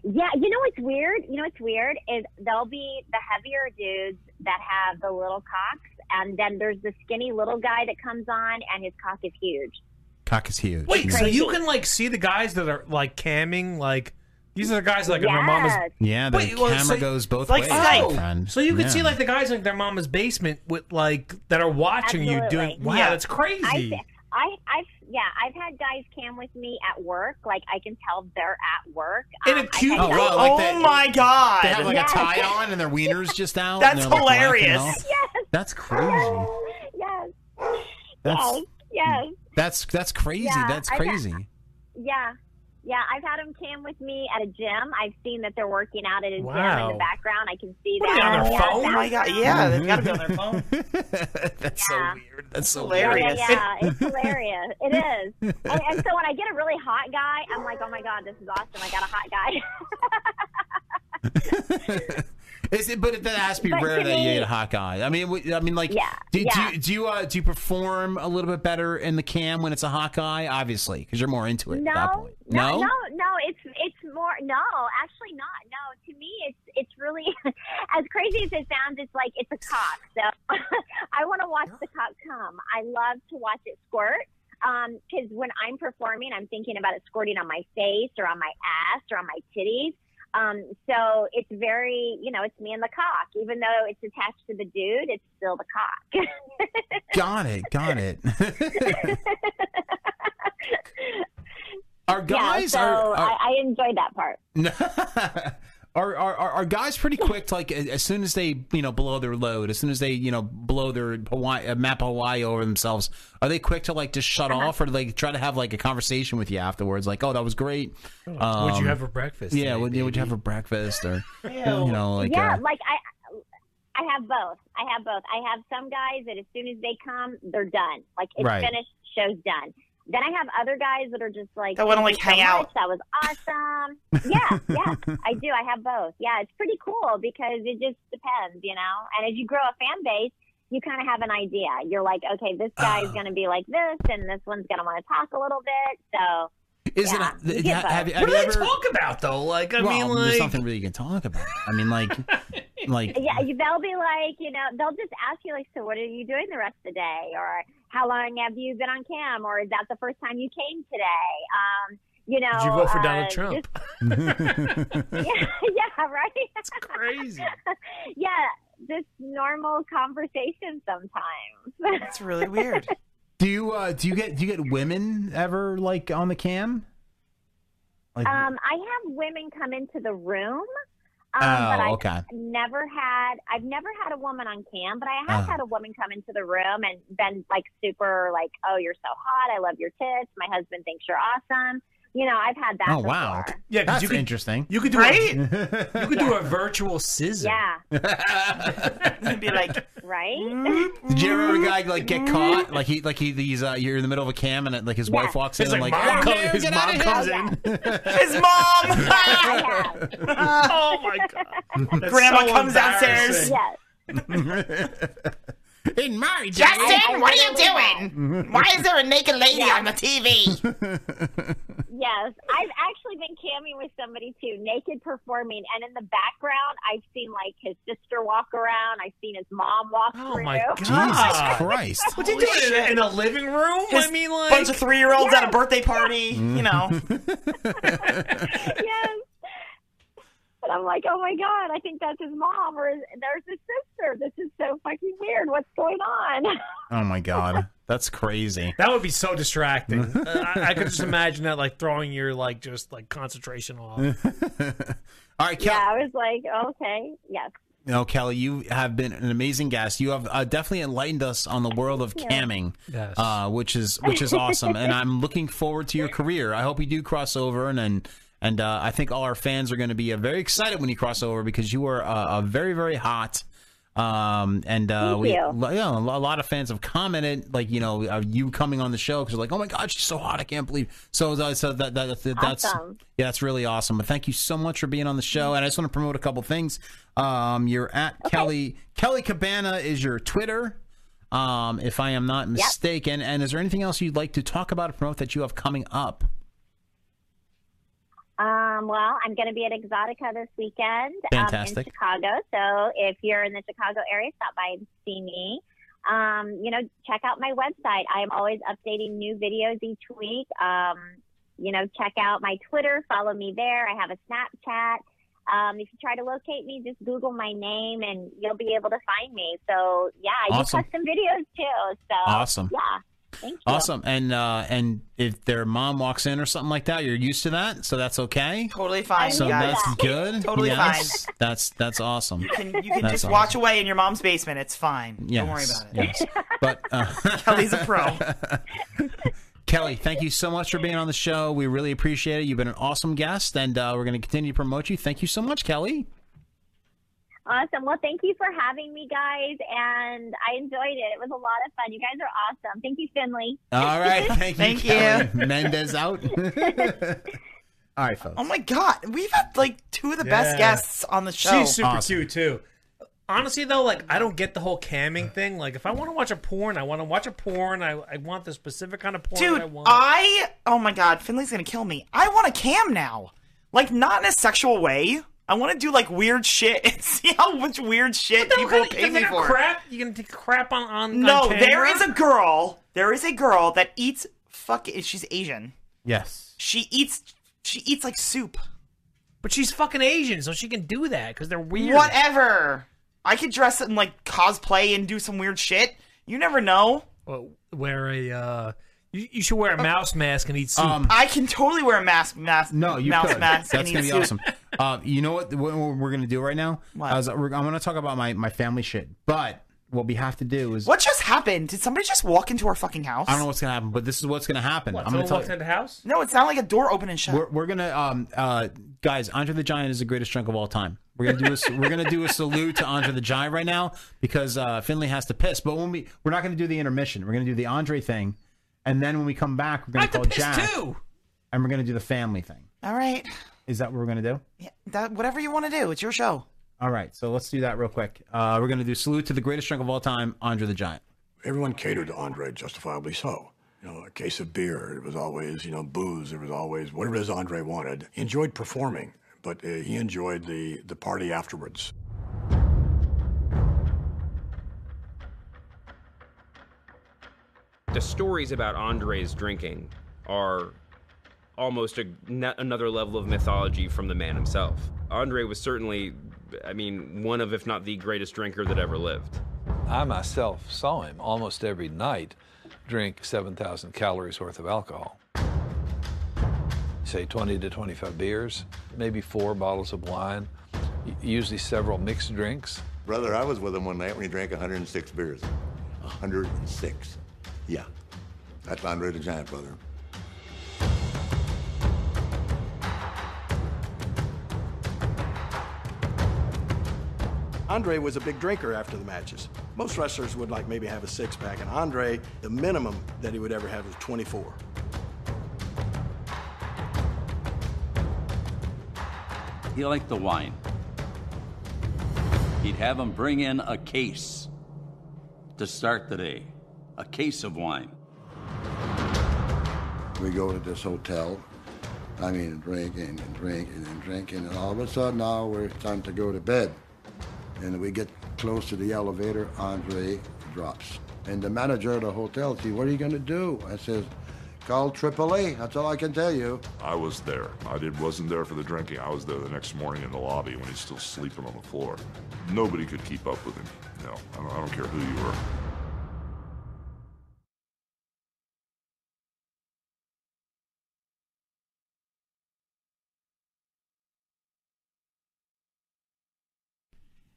Speaker 17: yeah, you know what's weird? You know what's weird is there'll be the heavier dudes that have the little cocks, and then there's the skinny little guy that comes on, and his cock is huge.
Speaker 11: Cock is huge.
Speaker 13: Wait, so you can like see the guys that are like camming, like these are the guys like in their mama's.
Speaker 17: Yes.
Speaker 11: Yeah, the camera goes both ways, my friend.
Speaker 13: So you can
Speaker 11: Yeah.
Speaker 13: see like the guys in their mama's basement with like that are watching you doing. Wow,
Speaker 17: Absolutely.
Speaker 13: that's
Speaker 17: I,
Speaker 13: crazy.
Speaker 17: thi- I, I've, yeah, I've had guys cam with me at work. Like I can tell they're at work.
Speaker 13: In a cute.
Speaker 11: Oh, wow, like that- They have like
Speaker 17: Yes.
Speaker 11: a tie on and their wieners just out.
Speaker 17: That's
Speaker 11: and they're, like,
Speaker 17: hilarious.
Speaker 11: rocking off. That's crazy.
Speaker 17: yes,
Speaker 11: That's
Speaker 17: yes, yes.
Speaker 11: that's that's crazy.
Speaker 17: Yeah,
Speaker 11: that's
Speaker 17: I got-
Speaker 11: crazy.
Speaker 17: Yeah. Yeah, I've had them cam with me at a gym. I've seen that they're working out at a gym in
Speaker 11: Wow.
Speaker 17: the background. I can see
Speaker 12: What are
Speaker 17: that.
Speaker 12: they on their
Speaker 17: Yeah,
Speaker 12: phone? Oh my God,
Speaker 17: background.
Speaker 12: yeah, they've gotta be on their phone.
Speaker 11: that's
Speaker 17: Yeah.
Speaker 11: so weird. That's so
Speaker 17: Yeah,
Speaker 11: hilarious.
Speaker 17: yeah, it's hilarious. It is. And, and so when I get a really hot guy, I'm like, oh my God, this is awesome. I got a hot guy.
Speaker 11: Is it, but it that has to be
Speaker 17: But
Speaker 11: rare
Speaker 17: to
Speaker 11: that you
Speaker 17: me-
Speaker 11: get a hot guy. I mean, we- I mean, like,
Speaker 17: Yeah,
Speaker 11: do,
Speaker 17: yeah.
Speaker 11: do you do you, uh, do you perform a little bit better in the cam when it's a hot guy? Obviously, because you're more into it at that
Speaker 17: no,
Speaker 11: point.
Speaker 17: no, no, no. It's it's more. No, actually not. No, to me, it's it's really as crazy as it sounds. It's like it's a cock. So I want to watch the cock come. I love to watch it squirt. Um, 'cause when I'm performing, I'm thinking about it squirting on my face or on my ass or on my titties. Um, so it's very, you know, it's me and the cock. Even though it's attached to the dude, it's still the cock.
Speaker 11: Got it. Got it. Are guys
Speaker 17: yeah, so
Speaker 11: are, are
Speaker 17: I, I enjoyed that part.
Speaker 11: Are, are, are are guys pretty quick to like a- as soon as they you know blow their load as soon as they you know blow their Hawaii, uh, map of Hawaii over themselves are they quick to like just shut
Speaker 13: Uh-huh.
Speaker 11: off or like try to have like a conversation with you afterwards like oh that was great
Speaker 13: Oh, what'd you
Speaker 11: Um,
Speaker 13: have for breakfast
Speaker 11: yeah
Speaker 13: today,
Speaker 11: what, yeah, what'd you have for breakfast or
Speaker 17: Ew.
Speaker 11: you know like
Speaker 17: yeah,
Speaker 11: uh,
Speaker 17: like I, I have both. I have both. I have some guys that as soon as they come, they're done. Like it's
Speaker 11: Right.
Speaker 17: finished, show's done. Then I have other guys that are just like
Speaker 12: That wanna,
Speaker 17: "Thank
Speaker 12: like,
Speaker 17: you so
Speaker 12: hang out."
Speaker 17: much. That was awesome. yeah, yeah, I do. I have both. Yeah, it's pretty cool because it just depends, you know. And as you grow a fan base. You kind of have an idea. You're like, okay, this
Speaker 11: Uh.
Speaker 17: guy's going to be like this, and this one's going to want to talk a little bit. So,
Speaker 11: is
Speaker 17: yeah,
Speaker 11: it
Speaker 17: you
Speaker 11: th-
Speaker 17: get
Speaker 11: ha- have,
Speaker 17: both.
Speaker 11: you- have you ever
Speaker 13: about though? Like
Speaker 11: well, there's nothing really you can talk about I mean like like
Speaker 17: yeah, you- they'll be like, you know, they'll just ask you like, so what are you doing the rest of the day, or how long have you been on cam, or is that the first time you came today? Um, you know,
Speaker 13: Did you vote for
Speaker 17: uh,
Speaker 13: Donald Trump?
Speaker 17: just- yeah, yeah, right. It's
Speaker 13: crazy.
Speaker 17: yeah, just normal conversation sometimes.
Speaker 12: That's really weird.
Speaker 11: do you uh, do you get do you get women ever like on the cam like
Speaker 17: um, I have women come into the room.
Speaker 11: Oh,
Speaker 17: Um, but I've
Speaker 11: okay.
Speaker 17: Never had. I've never had a woman on cam, but I have
Speaker 11: Oh.
Speaker 17: had a woman come into the room and been like super, like, "Oh, you're so hot. I love your tits. My husband thinks you're awesome." You know, I've had that.
Speaker 11: oh wow
Speaker 17: before.
Speaker 13: Yeah, 'cause
Speaker 11: that's
Speaker 13: you could-
Speaker 11: interesting
Speaker 13: You could do
Speaker 11: Right?
Speaker 13: a, you could do a virtual scissor.
Speaker 17: Yeah.
Speaker 13: be like,
Speaker 17: Right.
Speaker 11: Did you ever a guy like get caught? Like he like he he's uh, you're in the middle of a cam and it, like his wife walks in
Speaker 13: It's
Speaker 11: and
Speaker 13: like,
Speaker 11: like,
Speaker 13: "Mom
Speaker 11: "Oh,
Speaker 13: comes-
Speaker 11: no,
Speaker 13: his
Speaker 11: get
Speaker 13: mom
Speaker 11: outta here."
Speaker 13: comes in.
Speaker 12: His mom.
Speaker 17: oh
Speaker 13: my
Speaker 12: god. Grandma
Speaker 11: so
Speaker 12: comes downstairs.
Speaker 17: Yes.
Speaker 11: in my
Speaker 12: Justin,
Speaker 17: I-
Speaker 12: what
Speaker 17: I
Speaker 12: are you
Speaker 17: really
Speaker 12: doing? Why is there a naked lady
Speaker 17: Yeah.
Speaker 12: on the TV?
Speaker 17: Yes, I've actually been camming with somebody too, naked performing, and in the background, I've seen like his sister walk around. I've seen his mom walk
Speaker 13: oh
Speaker 17: through.
Speaker 13: my god,
Speaker 11: Jesus Christ.
Speaker 13: What you doing in, in a living room? I mean, like
Speaker 12: bunch of three year olds at a birthday party, you know.
Speaker 17: yes. And I'm like, oh my god, I think that's his mom, or his, there's his sister. This is so fucking weird. What's going on?
Speaker 11: Oh my god, that's crazy.
Speaker 13: That would be so distracting. Uh, I, I could just imagine that, like throwing your like just like concentration off.
Speaker 11: All right,
Speaker 17: yeah, I was like, okay, yes.
Speaker 11: No, Kelly, you have been an amazing guest. You have uh, definitely enlightened us on the world of camming,
Speaker 13: Yes.
Speaker 11: uh, which is which is awesome. and I'm looking forward to your career. I hope you do cross over, and and, and uh, I think all our fans are going to be uh, very excited when you cross over because you are uh, uh, very very hot. Um, and uh,
Speaker 17: Thank
Speaker 11: we,
Speaker 17: you.
Speaker 11: lo- yeah, a lo- a lot of fans have commented, like you know, uh, you coming on the show because like, oh my god, she's so hot, I can't believe. So, uh, so that, that, that that's
Speaker 17: Awesome.
Speaker 11: yeah, that's really awesome. But thank you so much for being on the show. And I just want to promote a couple things. Um, you're at Kelly Kelly Cabana is your Twitter, um, if I am not mistaken. And is there anything else you'd like to talk about or promote that you have coming up?
Speaker 17: Um, well, I'm going to be at Exotica this weekend Um, in
Speaker 11: Fantastic.
Speaker 17: Chicago. So if you're in the Chicago area, stop by and see me. Um, you know, check out my website. I am always updating new videos each week. Um, you know, check out my Twitter. Follow me there. I have a Snapchat. Um, if you try to locate me, just Google my name and you'll be able to find me. So yeah, I
Speaker 11: Awesome.
Speaker 17: do custom videos too. So
Speaker 11: Awesome.
Speaker 17: Yeah. Thank you.
Speaker 11: Awesome. And uh, and if their mom walks in or something like that, you're used to that, so that's okay.
Speaker 12: Totally fine,
Speaker 11: So
Speaker 12: you guys.
Speaker 11: that's good.
Speaker 12: Totally
Speaker 11: Yeah,
Speaker 12: fine.
Speaker 11: That's, that's that's awesome. You
Speaker 12: can You can just watch away in your mom's basement. It's fine. Don't worry
Speaker 11: Yes,
Speaker 12: about it.
Speaker 11: But uh,
Speaker 12: Kelly's a pro.
Speaker 11: Kelly, thank you so much for being on the show. We really appreciate it. You've been an awesome guest, and uh, we're going to continue to promote you. Thank you so much, Kelly.
Speaker 17: Awesome. Well, thank you for having me, guys, and I enjoyed it. It was a lot of fun. You guys are awesome. Thank you, Finley.
Speaker 11: All right, thank you.
Speaker 12: Thank you.
Speaker 11: Kelly. Mendez out. All right, folks.
Speaker 12: Oh my god, we've had like two of the best
Speaker 13: Yeah.
Speaker 12: guests on the show.
Speaker 13: She's super cute too. Honestly, though, like I don't get the whole camming thing. Like, if I want to watch a porn, I want to watch a porn. I, I want the specific kind of porn.
Speaker 12: Dude,
Speaker 13: I want.
Speaker 12: I oh my god, Finley's gonna kill me. I want a cam now, like not in a sexual way. I want to do like weird shit and see how much weird shit people
Speaker 13: You're gonna-
Speaker 12: pay
Speaker 13: you're
Speaker 12: me
Speaker 13: gonna
Speaker 12: for.
Speaker 13: crap. You're gonna take crap on on.
Speaker 12: No,
Speaker 13: on
Speaker 12: there
Speaker 13: camera?
Speaker 12: is a girl. There is a girl that eats fucking. She's Asian.
Speaker 11: Yes.
Speaker 12: She eats. She eats like soup.
Speaker 13: But she's fucking Asian, so she can do that because they're weird.
Speaker 12: Whatever. I could dress in like cosplay and do some weird shit. You never know.
Speaker 13: Well, wear a. Uh, you, you should wear a mouse mask and eat soup.
Speaker 20: Um,
Speaker 12: I can totally wear a mask. Mask.
Speaker 11: Um, No, you
Speaker 12: mouse
Speaker 11: could.
Speaker 12: mask.
Speaker 11: That's
Speaker 12: and
Speaker 11: gonna
Speaker 12: eat
Speaker 11: be awesome.
Speaker 12: soup.
Speaker 11: Uh, you know what? What we're gonna do right now? I was- we're- I'm gonna talk about my my family shit. But what we have to do is
Speaker 12: What just happened? Did somebody just walk into our fucking house?
Speaker 11: I don't know what's gonna happen, but this is what's gonna happen. I'm gonna tell you.
Speaker 13: the house?
Speaker 12: No, it sounded like a door open and shut.
Speaker 11: We're, we're gonna, um, uh, guys. Andre the Giant is the greatest drunk of all time. We're gonna do a, we're gonna do a salute to Andre the Giant right now because uh, Finley has to piss. But when we we're not gonna do the intermission. We're gonna do the Andre thing, and then when we come back, we're gonna call Jack, and we're gonna do the family thing.
Speaker 12: All right.
Speaker 11: Is that what we're gonna do?
Speaker 12: That, whatever you want to do, it's your show.
Speaker 11: All right, so let's do that real quick. Uh, we're gonna do salute to the greatest drunk of all time, Andre the Giant.
Speaker 18: everyone catered to Andre, justifiably so. You know, a case of beer, it was always, you know, booze, it was always whatever it is Andre wanted. He enjoyed performing, but uh, he enjoyed the, the party afterwards.
Speaker 20: the stories about Andre's drinking are almost a, n- another level of mythology from the man himself. Andre was certainly, I mean, one of, if not the greatest drinker that ever lived.
Speaker 21: I myself saw him almost every night drink 7,000 calories worth of alcohol. Say 20 to 25 beers, maybe four bottles of wine, y- usually several mixed drinks.
Speaker 22: Brother, I was with him one night when he drank 106 beers. 106. Yeah. That's Andre the Giant, brother.
Speaker 23: Andre was a big drinker after the matches. Most wrestlers would like maybe have a six pack, and Andre, the minimum that he would ever have was 24.
Speaker 24: He liked the wine. He'd have him bring in a case to start the day, a case of wine.
Speaker 22: We go to this hotel. I mean, drinking and drinking and drinking, and all of a sudden now we're time to go to bed. And we get close to the elevator, Andre drops. And the manager of the hotel says, What are you going to do? I says, Call AAA. That's all I can tell you.
Speaker 25: I was there. I did, wasn't there for the drinking. I was there the next morning in the lobby when he's still sleeping on the floor. Nobody could keep up with him. No, I don't, I don't care who you were.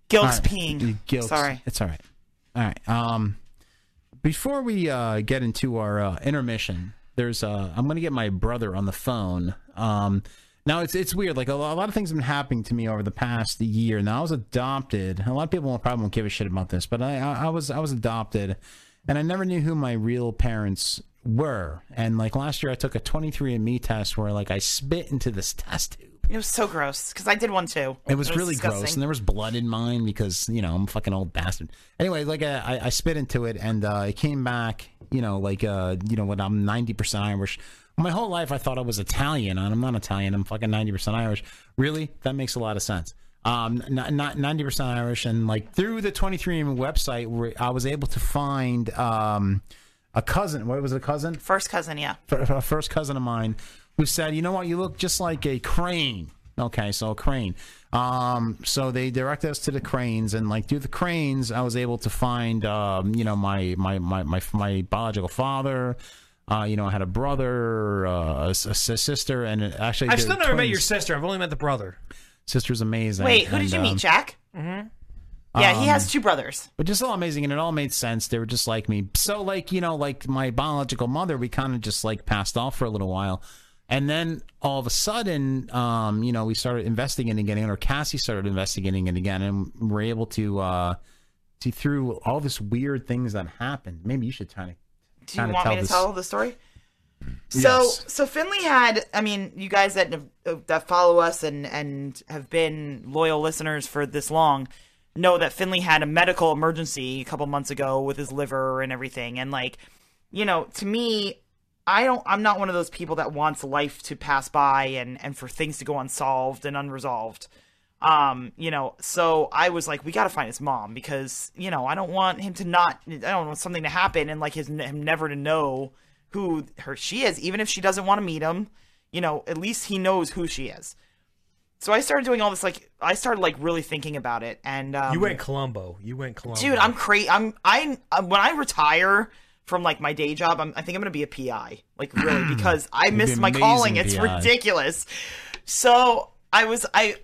Speaker 12: Gilk's
Speaker 11: All
Speaker 12: peeing.
Speaker 11: You Gilk's-
Speaker 12: Sorry.
Speaker 11: It's all right. All right. Um, before we uh, get into our uh, intermission, there's uh, I'm going to get my brother on the phone. Um, Now it's it's weird. Like a, lo- a lot of things have been happening to me over the past year. Now I was adopted. A lot of people probably won't give a shit about this, but I I, I was I was adopted, and I never knew who my real parents were. And like last year, I took a 23andMe test where like I spit into this test tube.
Speaker 12: It was so gross because I did one too.
Speaker 11: It was, really
Speaker 12: disgusting.
Speaker 11: gross, and there was blood in mine because you know I'm a fucking old bastard. Anyway, like uh, I, I spit into it, and uh, it came back. You know, like uh, you know when I'm 90% Irish. My whole life I thought I was Italian, and I'm not Italian. I'm fucking 90% Irish. Really, that makes a lot of sense. Um, not not 90% Irish, and like through the 23andMe website, where I was able to find um a cousin. What was it, a cousin?
Speaker 12: First cousin, yeah.
Speaker 11: f- a first cousin of mine who said, "You know what? You look just like a crane." Okay, so a crane. Um, so they directed us to the cranes, and like through the cranes, I was able to find, um, you know, my my my my, my biological father. Uh, you know, I had a brother, uh, a, s- a sister, and uh, actually,
Speaker 13: I've
Speaker 11: they're
Speaker 13: still never met
Speaker 11: twins.
Speaker 13: your sister. I've only met the brother.
Speaker 11: Sister's amazing.
Speaker 12: Wait, who
Speaker 11: and,
Speaker 12: did you
Speaker 11: um,
Speaker 12: meet, Jack? Mm-hmm. Yeah, he has
Speaker 11: um,
Speaker 12: two brothers.
Speaker 11: but just all amazing, and it all made sense. They were just like me. So, like you know, like my biological mother, we kind of just like passed off for a little while, and then all of a sudden, um, you know, we started investigating again, or Cassie started investigating it again, and we're able to uh, see through all this weird things that happened. Maybe you should kind of.
Speaker 12: Do you want me to tell the story? So, so Finley had. I mean, you guys that have- that follow us and and have been loyal listeners for this long know that Finley had a medical emergency a couple months ago with his liver and everything. And like, you know, to me, I don't. I'm not one of those people that wants life to pass by and and for things to go unsolved and unresolved. Um, you know, so I was like, we got to find his mom because you know I don't want him to not. I don't want something to happen and like his him never to know who her she is, even if she doesn't want to meet him. You know, at least he knows who she is. So I started doing all this like I started like really thinking about it, and um,
Speaker 13: you went Columbo. You went Columbo.
Speaker 12: dude i'm crazy i'm i uh, when i retire from like my day job I'm, i think i'm gonna be a pi like really because i
Speaker 26: You'd be
Speaker 12: miss my
Speaker 26: amazing
Speaker 12: calling it's
Speaker 26: PI.
Speaker 12: ridiculous so i was i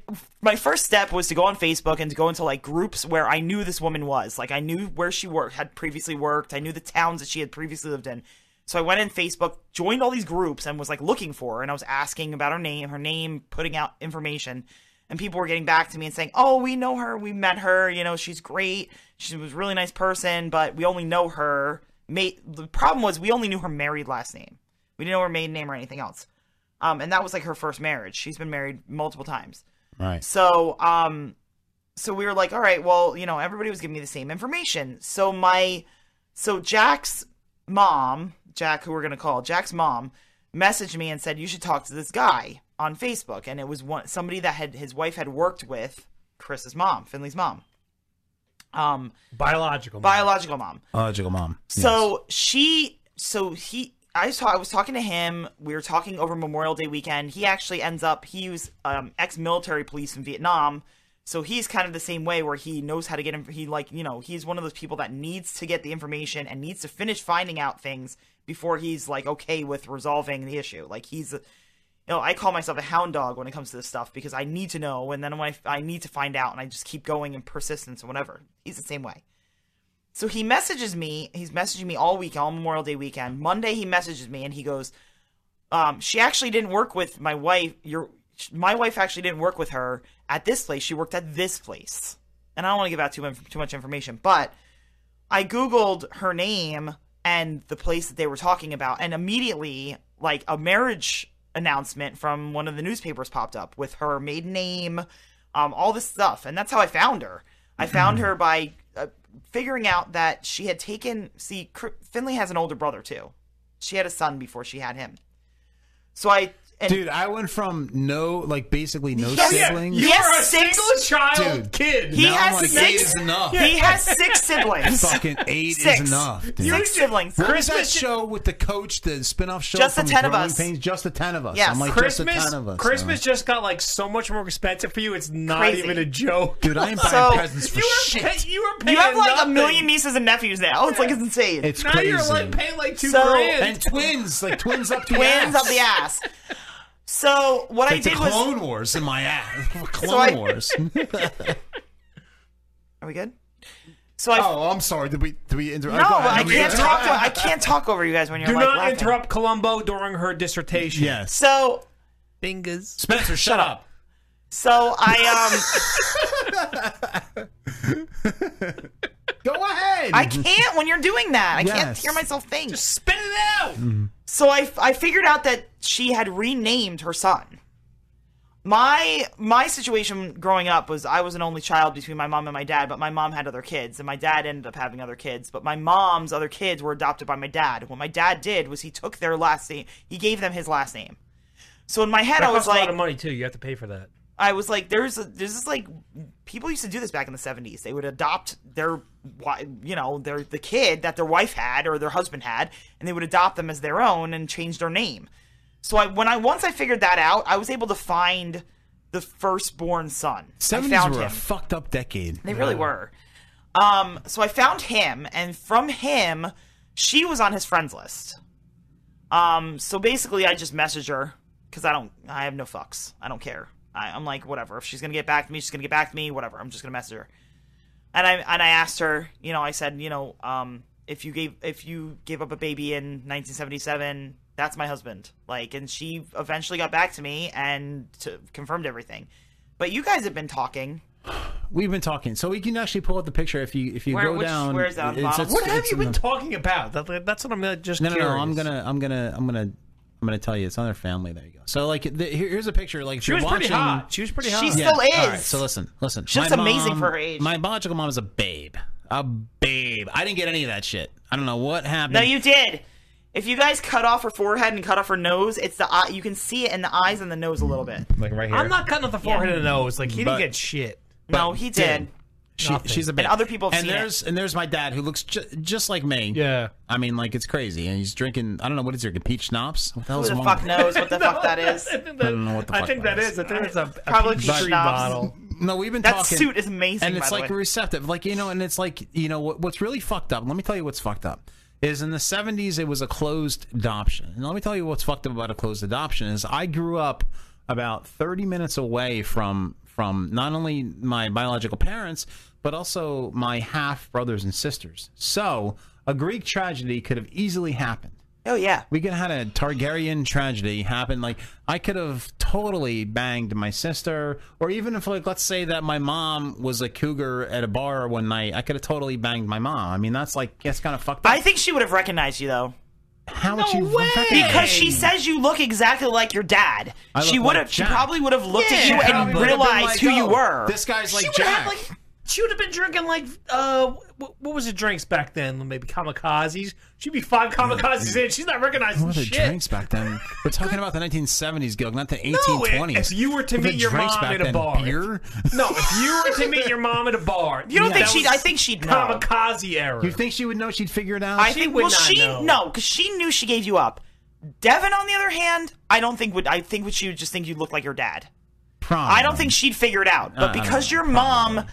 Speaker 12: my first step was to go on facebook and to go into like groups where i knew this woman was like i knew where she worked had previously worked i knew the towns that she had previously lived in so i went in facebook joined all these groups and was like looking for her and i was asking about her name her name putting out information and people were getting back to me and saying, "Oh, we know her. We met her. You know, she's great. She was a really nice person, but we only know her ma The problem was we only knew her married last name. We didn't know her maiden name or anything else. Um, and that was like her first marriage. She's been married multiple times.
Speaker 11: Right.
Speaker 12: So, um, so we were like, all right, well, you know, everybody was giving me the same information. So my, so Jack's mom, Jack, who we're gonna call Jack's mom, messaged me and said you should talk to this guy on Facebook, and it was one somebody that had his wife had worked with Chris's mom, Finley's mom, um,
Speaker 13: biological,
Speaker 12: biological mom.
Speaker 11: Biological mom.
Speaker 12: So she, so he, I was, ta- I was talking to him. We were talking over Memorial Day weekend. He actually ends up, he was um, ex military police in Vietnam. So he's kind of the same way where he knows how to get, inf- he like, you know, he's one of those people that needs to get the information and needs to finish finding out things before he's like okay with resolving the issue. Like he's, you know, I call myself a hound dog when it comes to this stuff because I need to know and then when I, I need to find out and I just keep going in persistence and whatever. He's the same way. So he messages me. He's messaging me all week, all Memorial Day weekend. Monday he messages me and he goes, um, "She actually didn't work with my wife. Your sh- my wife actually didn't work with her at this place. She worked at this place." And I don't want to give out too much, too much information, but I googled her name and the place that they were talking about, and immediately like a marriage announcement from one of the newspapers popped up with her maiden name, um, all this stuff, and that's how I found her. I found her by uh, figuring out that she had taken. See, Cr- Finley has an older brother too. She had a son before she had him. So I and
Speaker 11: Dude, I went from no, like basically no
Speaker 12: Yes.
Speaker 11: siblings.
Speaker 12: Yes. You're a Six- single child
Speaker 11: Dude,
Speaker 12: kid.
Speaker 11: now
Speaker 12: He
Speaker 11: I'm
Speaker 12: has
Speaker 11: like,
Speaker 12: six-
Speaker 11: eight is enough.
Speaker 12: he has six siblings.
Speaker 11: Fucking eight
Speaker 12: Six.
Speaker 11: is enough. Dude.
Speaker 12: Six siblings.
Speaker 11: What was that
Speaker 12: Christmas-
Speaker 11: show with the coach, the spin-off show?
Speaker 12: Just the
Speaker 11: from
Speaker 12: 10 of
Speaker 11: Growing
Speaker 12: us.
Speaker 11: Pains? Just the ten of us.
Speaker 12: Yes.
Speaker 11: I'm like just
Speaker 13: Christmas,
Speaker 11: the ten of us.
Speaker 13: Christmas just got like so much more expensive for you. It's not
Speaker 12: Crazy.
Speaker 13: even a joke,
Speaker 11: dude. I am buying
Speaker 12: So-
Speaker 11: presents for shit.
Speaker 13: You were paying
Speaker 12: You have like
Speaker 13: nothing.
Speaker 12: a million nieces and nephews now. It's like it's insane.
Speaker 11: It's Now you're, crazy. like,
Speaker 13: paying like
Speaker 11: two grand. And twins, like twins up the
Speaker 12: twins
Speaker 11: ass.
Speaker 12: up the ass. So what I
Speaker 11: It's
Speaker 12: did
Speaker 11: like the Clone
Speaker 12: was
Speaker 11: Wars in my ass. Clone
Speaker 12: I-
Speaker 11: Wars.
Speaker 12: Are we good? So I.
Speaker 11: Oh, I'm sorry. Did we? Did we interrupt?
Speaker 12: No, I can't talk. To, I can't talk over you guys when you're
Speaker 13: Do
Speaker 12: like
Speaker 13: not
Speaker 12: laughing.
Speaker 13: interrupt Columbo during her dissertation.
Speaker 11: Yes.
Speaker 12: So
Speaker 13: Fingers.
Speaker 11: Spencer, shut up.
Speaker 12: So I um.
Speaker 11: Go ahead.
Speaker 12: I can't when you're doing that. I can't
Speaker 11: Yes.
Speaker 12: hear myself think. Just
Speaker 13: spit it out.
Speaker 12: So I, I figured out that she had renamed her son. My my situation growing up was I was an only child between my mom and my dad, but my mom had other kids, and my dad ended up having other kids. But my mom's other kids were adopted by my dad. What my dad did was he took their last name, he gave them his last name. So in my head,
Speaker 13: that
Speaker 12: I was
Speaker 13: costs a lot
Speaker 12: like,
Speaker 13: of money too. You have to pay for that.
Speaker 12: I was like, there's a, there's this like people used to do this back in the 70s. They would adopt their wi- you know their the kid that their wife had or their husband had, and they would adopt them as their own and change their name. So I when I once I figured that out, I was able to find the firstborn son. I
Speaker 11: Seventies
Speaker 12: found
Speaker 11: were a
Speaker 12: him.
Speaker 11: fucked up decade.
Speaker 12: They really were. Um, so I found him, and from him, she was on his friends list. Um, so basically, I just messaged her because I don't, I have no fucks. I don't care. I, I'm like, whatever. If she's gonna get back to me, she's gonna get back to me. Whatever. I'm just gonna message her. And I and I asked her, you know, I said, you know, um, if you gave if you gave up a baby in 1977, that's my husband. Like, and she eventually got back to me and to, confirmed everything. But you guys have been talking
Speaker 11: We've been talking, so we can actually pull up the picture if you if you
Speaker 12: Where-
Speaker 11: go
Speaker 12: which-
Speaker 11: down.
Speaker 12: where is that on the
Speaker 11: Um, it's-
Speaker 12: bottom?
Speaker 11: it's-
Speaker 13: what have
Speaker 11: it's
Speaker 13: you
Speaker 11: in
Speaker 13: been
Speaker 11: the-
Speaker 13: talking about? That, that's what I'm uh, just
Speaker 11: No, no, no.
Speaker 13: curious.
Speaker 11: I'm gonna, I'm gonna, I'm gonna, I'm gonna tell you. It's on their family. There you go. So like, the, here, here's a picture. Like, if
Speaker 13: She
Speaker 11: you're
Speaker 13: was pretty
Speaker 11: watching-
Speaker 13: hot. She was pretty hot.
Speaker 12: She still
Speaker 11: All
Speaker 12: is.
Speaker 11: right, so listen, listen.
Speaker 12: She looks
Speaker 11: My
Speaker 12: amazing
Speaker 11: mom-
Speaker 12: for her age.
Speaker 11: My biological mom is a babe. A babe. I didn't get any of that shit. I don't know what happened.
Speaker 12: No, you did. If you guys cut off her forehead and cut off her nose, it's the eye. You can see it in the eyes and the nose a little bit.
Speaker 11: like right
Speaker 13: I'm not cutting off the forehead
Speaker 11: Yeah.
Speaker 13: and nose. Like he
Speaker 11: But-
Speaker 13: didn't get shit.
Speaker 12: No, he did.
Speaker 11: She, she's a babe.
Speaker 12: And other people have
Speaker 11: and
Speaker 12: seen it.
Speaker 11: there's and there's my dad who looks ju- just like me.
Speaker 13: Yeah.
Speaker 11: I mean, like it's crazy, and he's drinking. I don't know what is he drinking. Peach schnapps. What the,
Speaker 12: Who
Speaker 11: hell's
Speaker 12: the
Speaker 11: wrong
Speaker 12: fuck
Speaker 11: with-
Speaker 12: knows what the fuck that is?
Speaker 11: I don't know what the fuck.
Speaker 13: I think that is. I think it's a, a
Speaker 12: Probably
Speaker 13: peach
Speaker 11: peach
Speaker 13: tree
Speaker 11: schnapps.
Speaker 13: bottle.
Speaker 11: No, we've been
Speaker 12: That
Speaker 11: talking.
Speaker 12: suit is amazing,
Speaker 11: and
Speaker 12: by
Speaker 11: it's
Speaker 12: the
Speaker 11: like
Speaker 12: way.
Speaker 11: receptive, like you know, and it's like you know what, what's really fucked up. Let me tell you what's fucked up is in the '70s it was a closed adoption, and let me tell you what's fucked up about a closed adoption is I grew up about 30 minutes away from from not only my biological parents but also my half brothers and sisters. So a Greek tragedy could have easily happened.
Speaker 12: Oh yeah,
Speaker 11: we could have had a Targaryen tragedy happen. Like I could have totally banged my sister, or even if like let's say that my mom was a cougar at a bar one night, I could have totally banged my mom. I mean that's like that's kind of fucked up.
Speaker 12: I think she would have recognized you though.
Speaker 11: How would you recognize
Speaker 12: Because
Speaker 11: me?
Speaker 12: she says you look exactly like your dad.
Speaker 11: I look
Speaker 12: She would
Speaker 11: like
Speaker 12: have. She
Speaker 11: Jack.
Speaker 12: probably would have looked at
Speaker 11: Yeah,
Speaker 12: you
Speaker 11: probably
Speaker 12: and
Speaker 11: would have been
Speaker 12: realized
Speaker 11: like,
Speaker 12: who you
Speaker 11: oh,
Speaker 12: were.
Speaker 11: this guy's
Speaker 13: She
Speaker 11: like
Speaker 13: would have
Speaker 11: Jack.
Speaker 13: had, like she would have been drinking like uh what, what was the drinks back then? Maybe kamikazes. She'd be five kamikazes in. She's not recognizing
Speaker 11: what were the
Speaker 13: shit.
Speaker 11: drinks back then? We're talking about the 1970s, Gil, not the
Speaker 13: No,
Speaker 11: 1820s.
Speaker 13: if you were to
Speaker 11: What were
Speaker 13: meet your
Speaker 11: drinks
Speaker 13: mom
Speaker 11: back
Speaker 13: at a
Speaker 11: then?
Speaker 13: bar,
Speaker 11: beer?
Speaker 13: no, if you were to meet your mom at a bar,
Speaker 12: You don't think
Speaker 13: that
Speaker 12: she'd-
Speaker 13: was
Speaker 12: I think she'd know.
Speaker 13: kamikaze era.
Speaker 11: You think she would know? She'd figure it out.
Speaker 12: I think. well, she no, because she knew she gave you up. Devin, on the other hand, I don't think would. I think would she would just think you look like your dad. I don't think she'd figure it out. But
Speaker 11: Uh,
Speaker 12: because your mom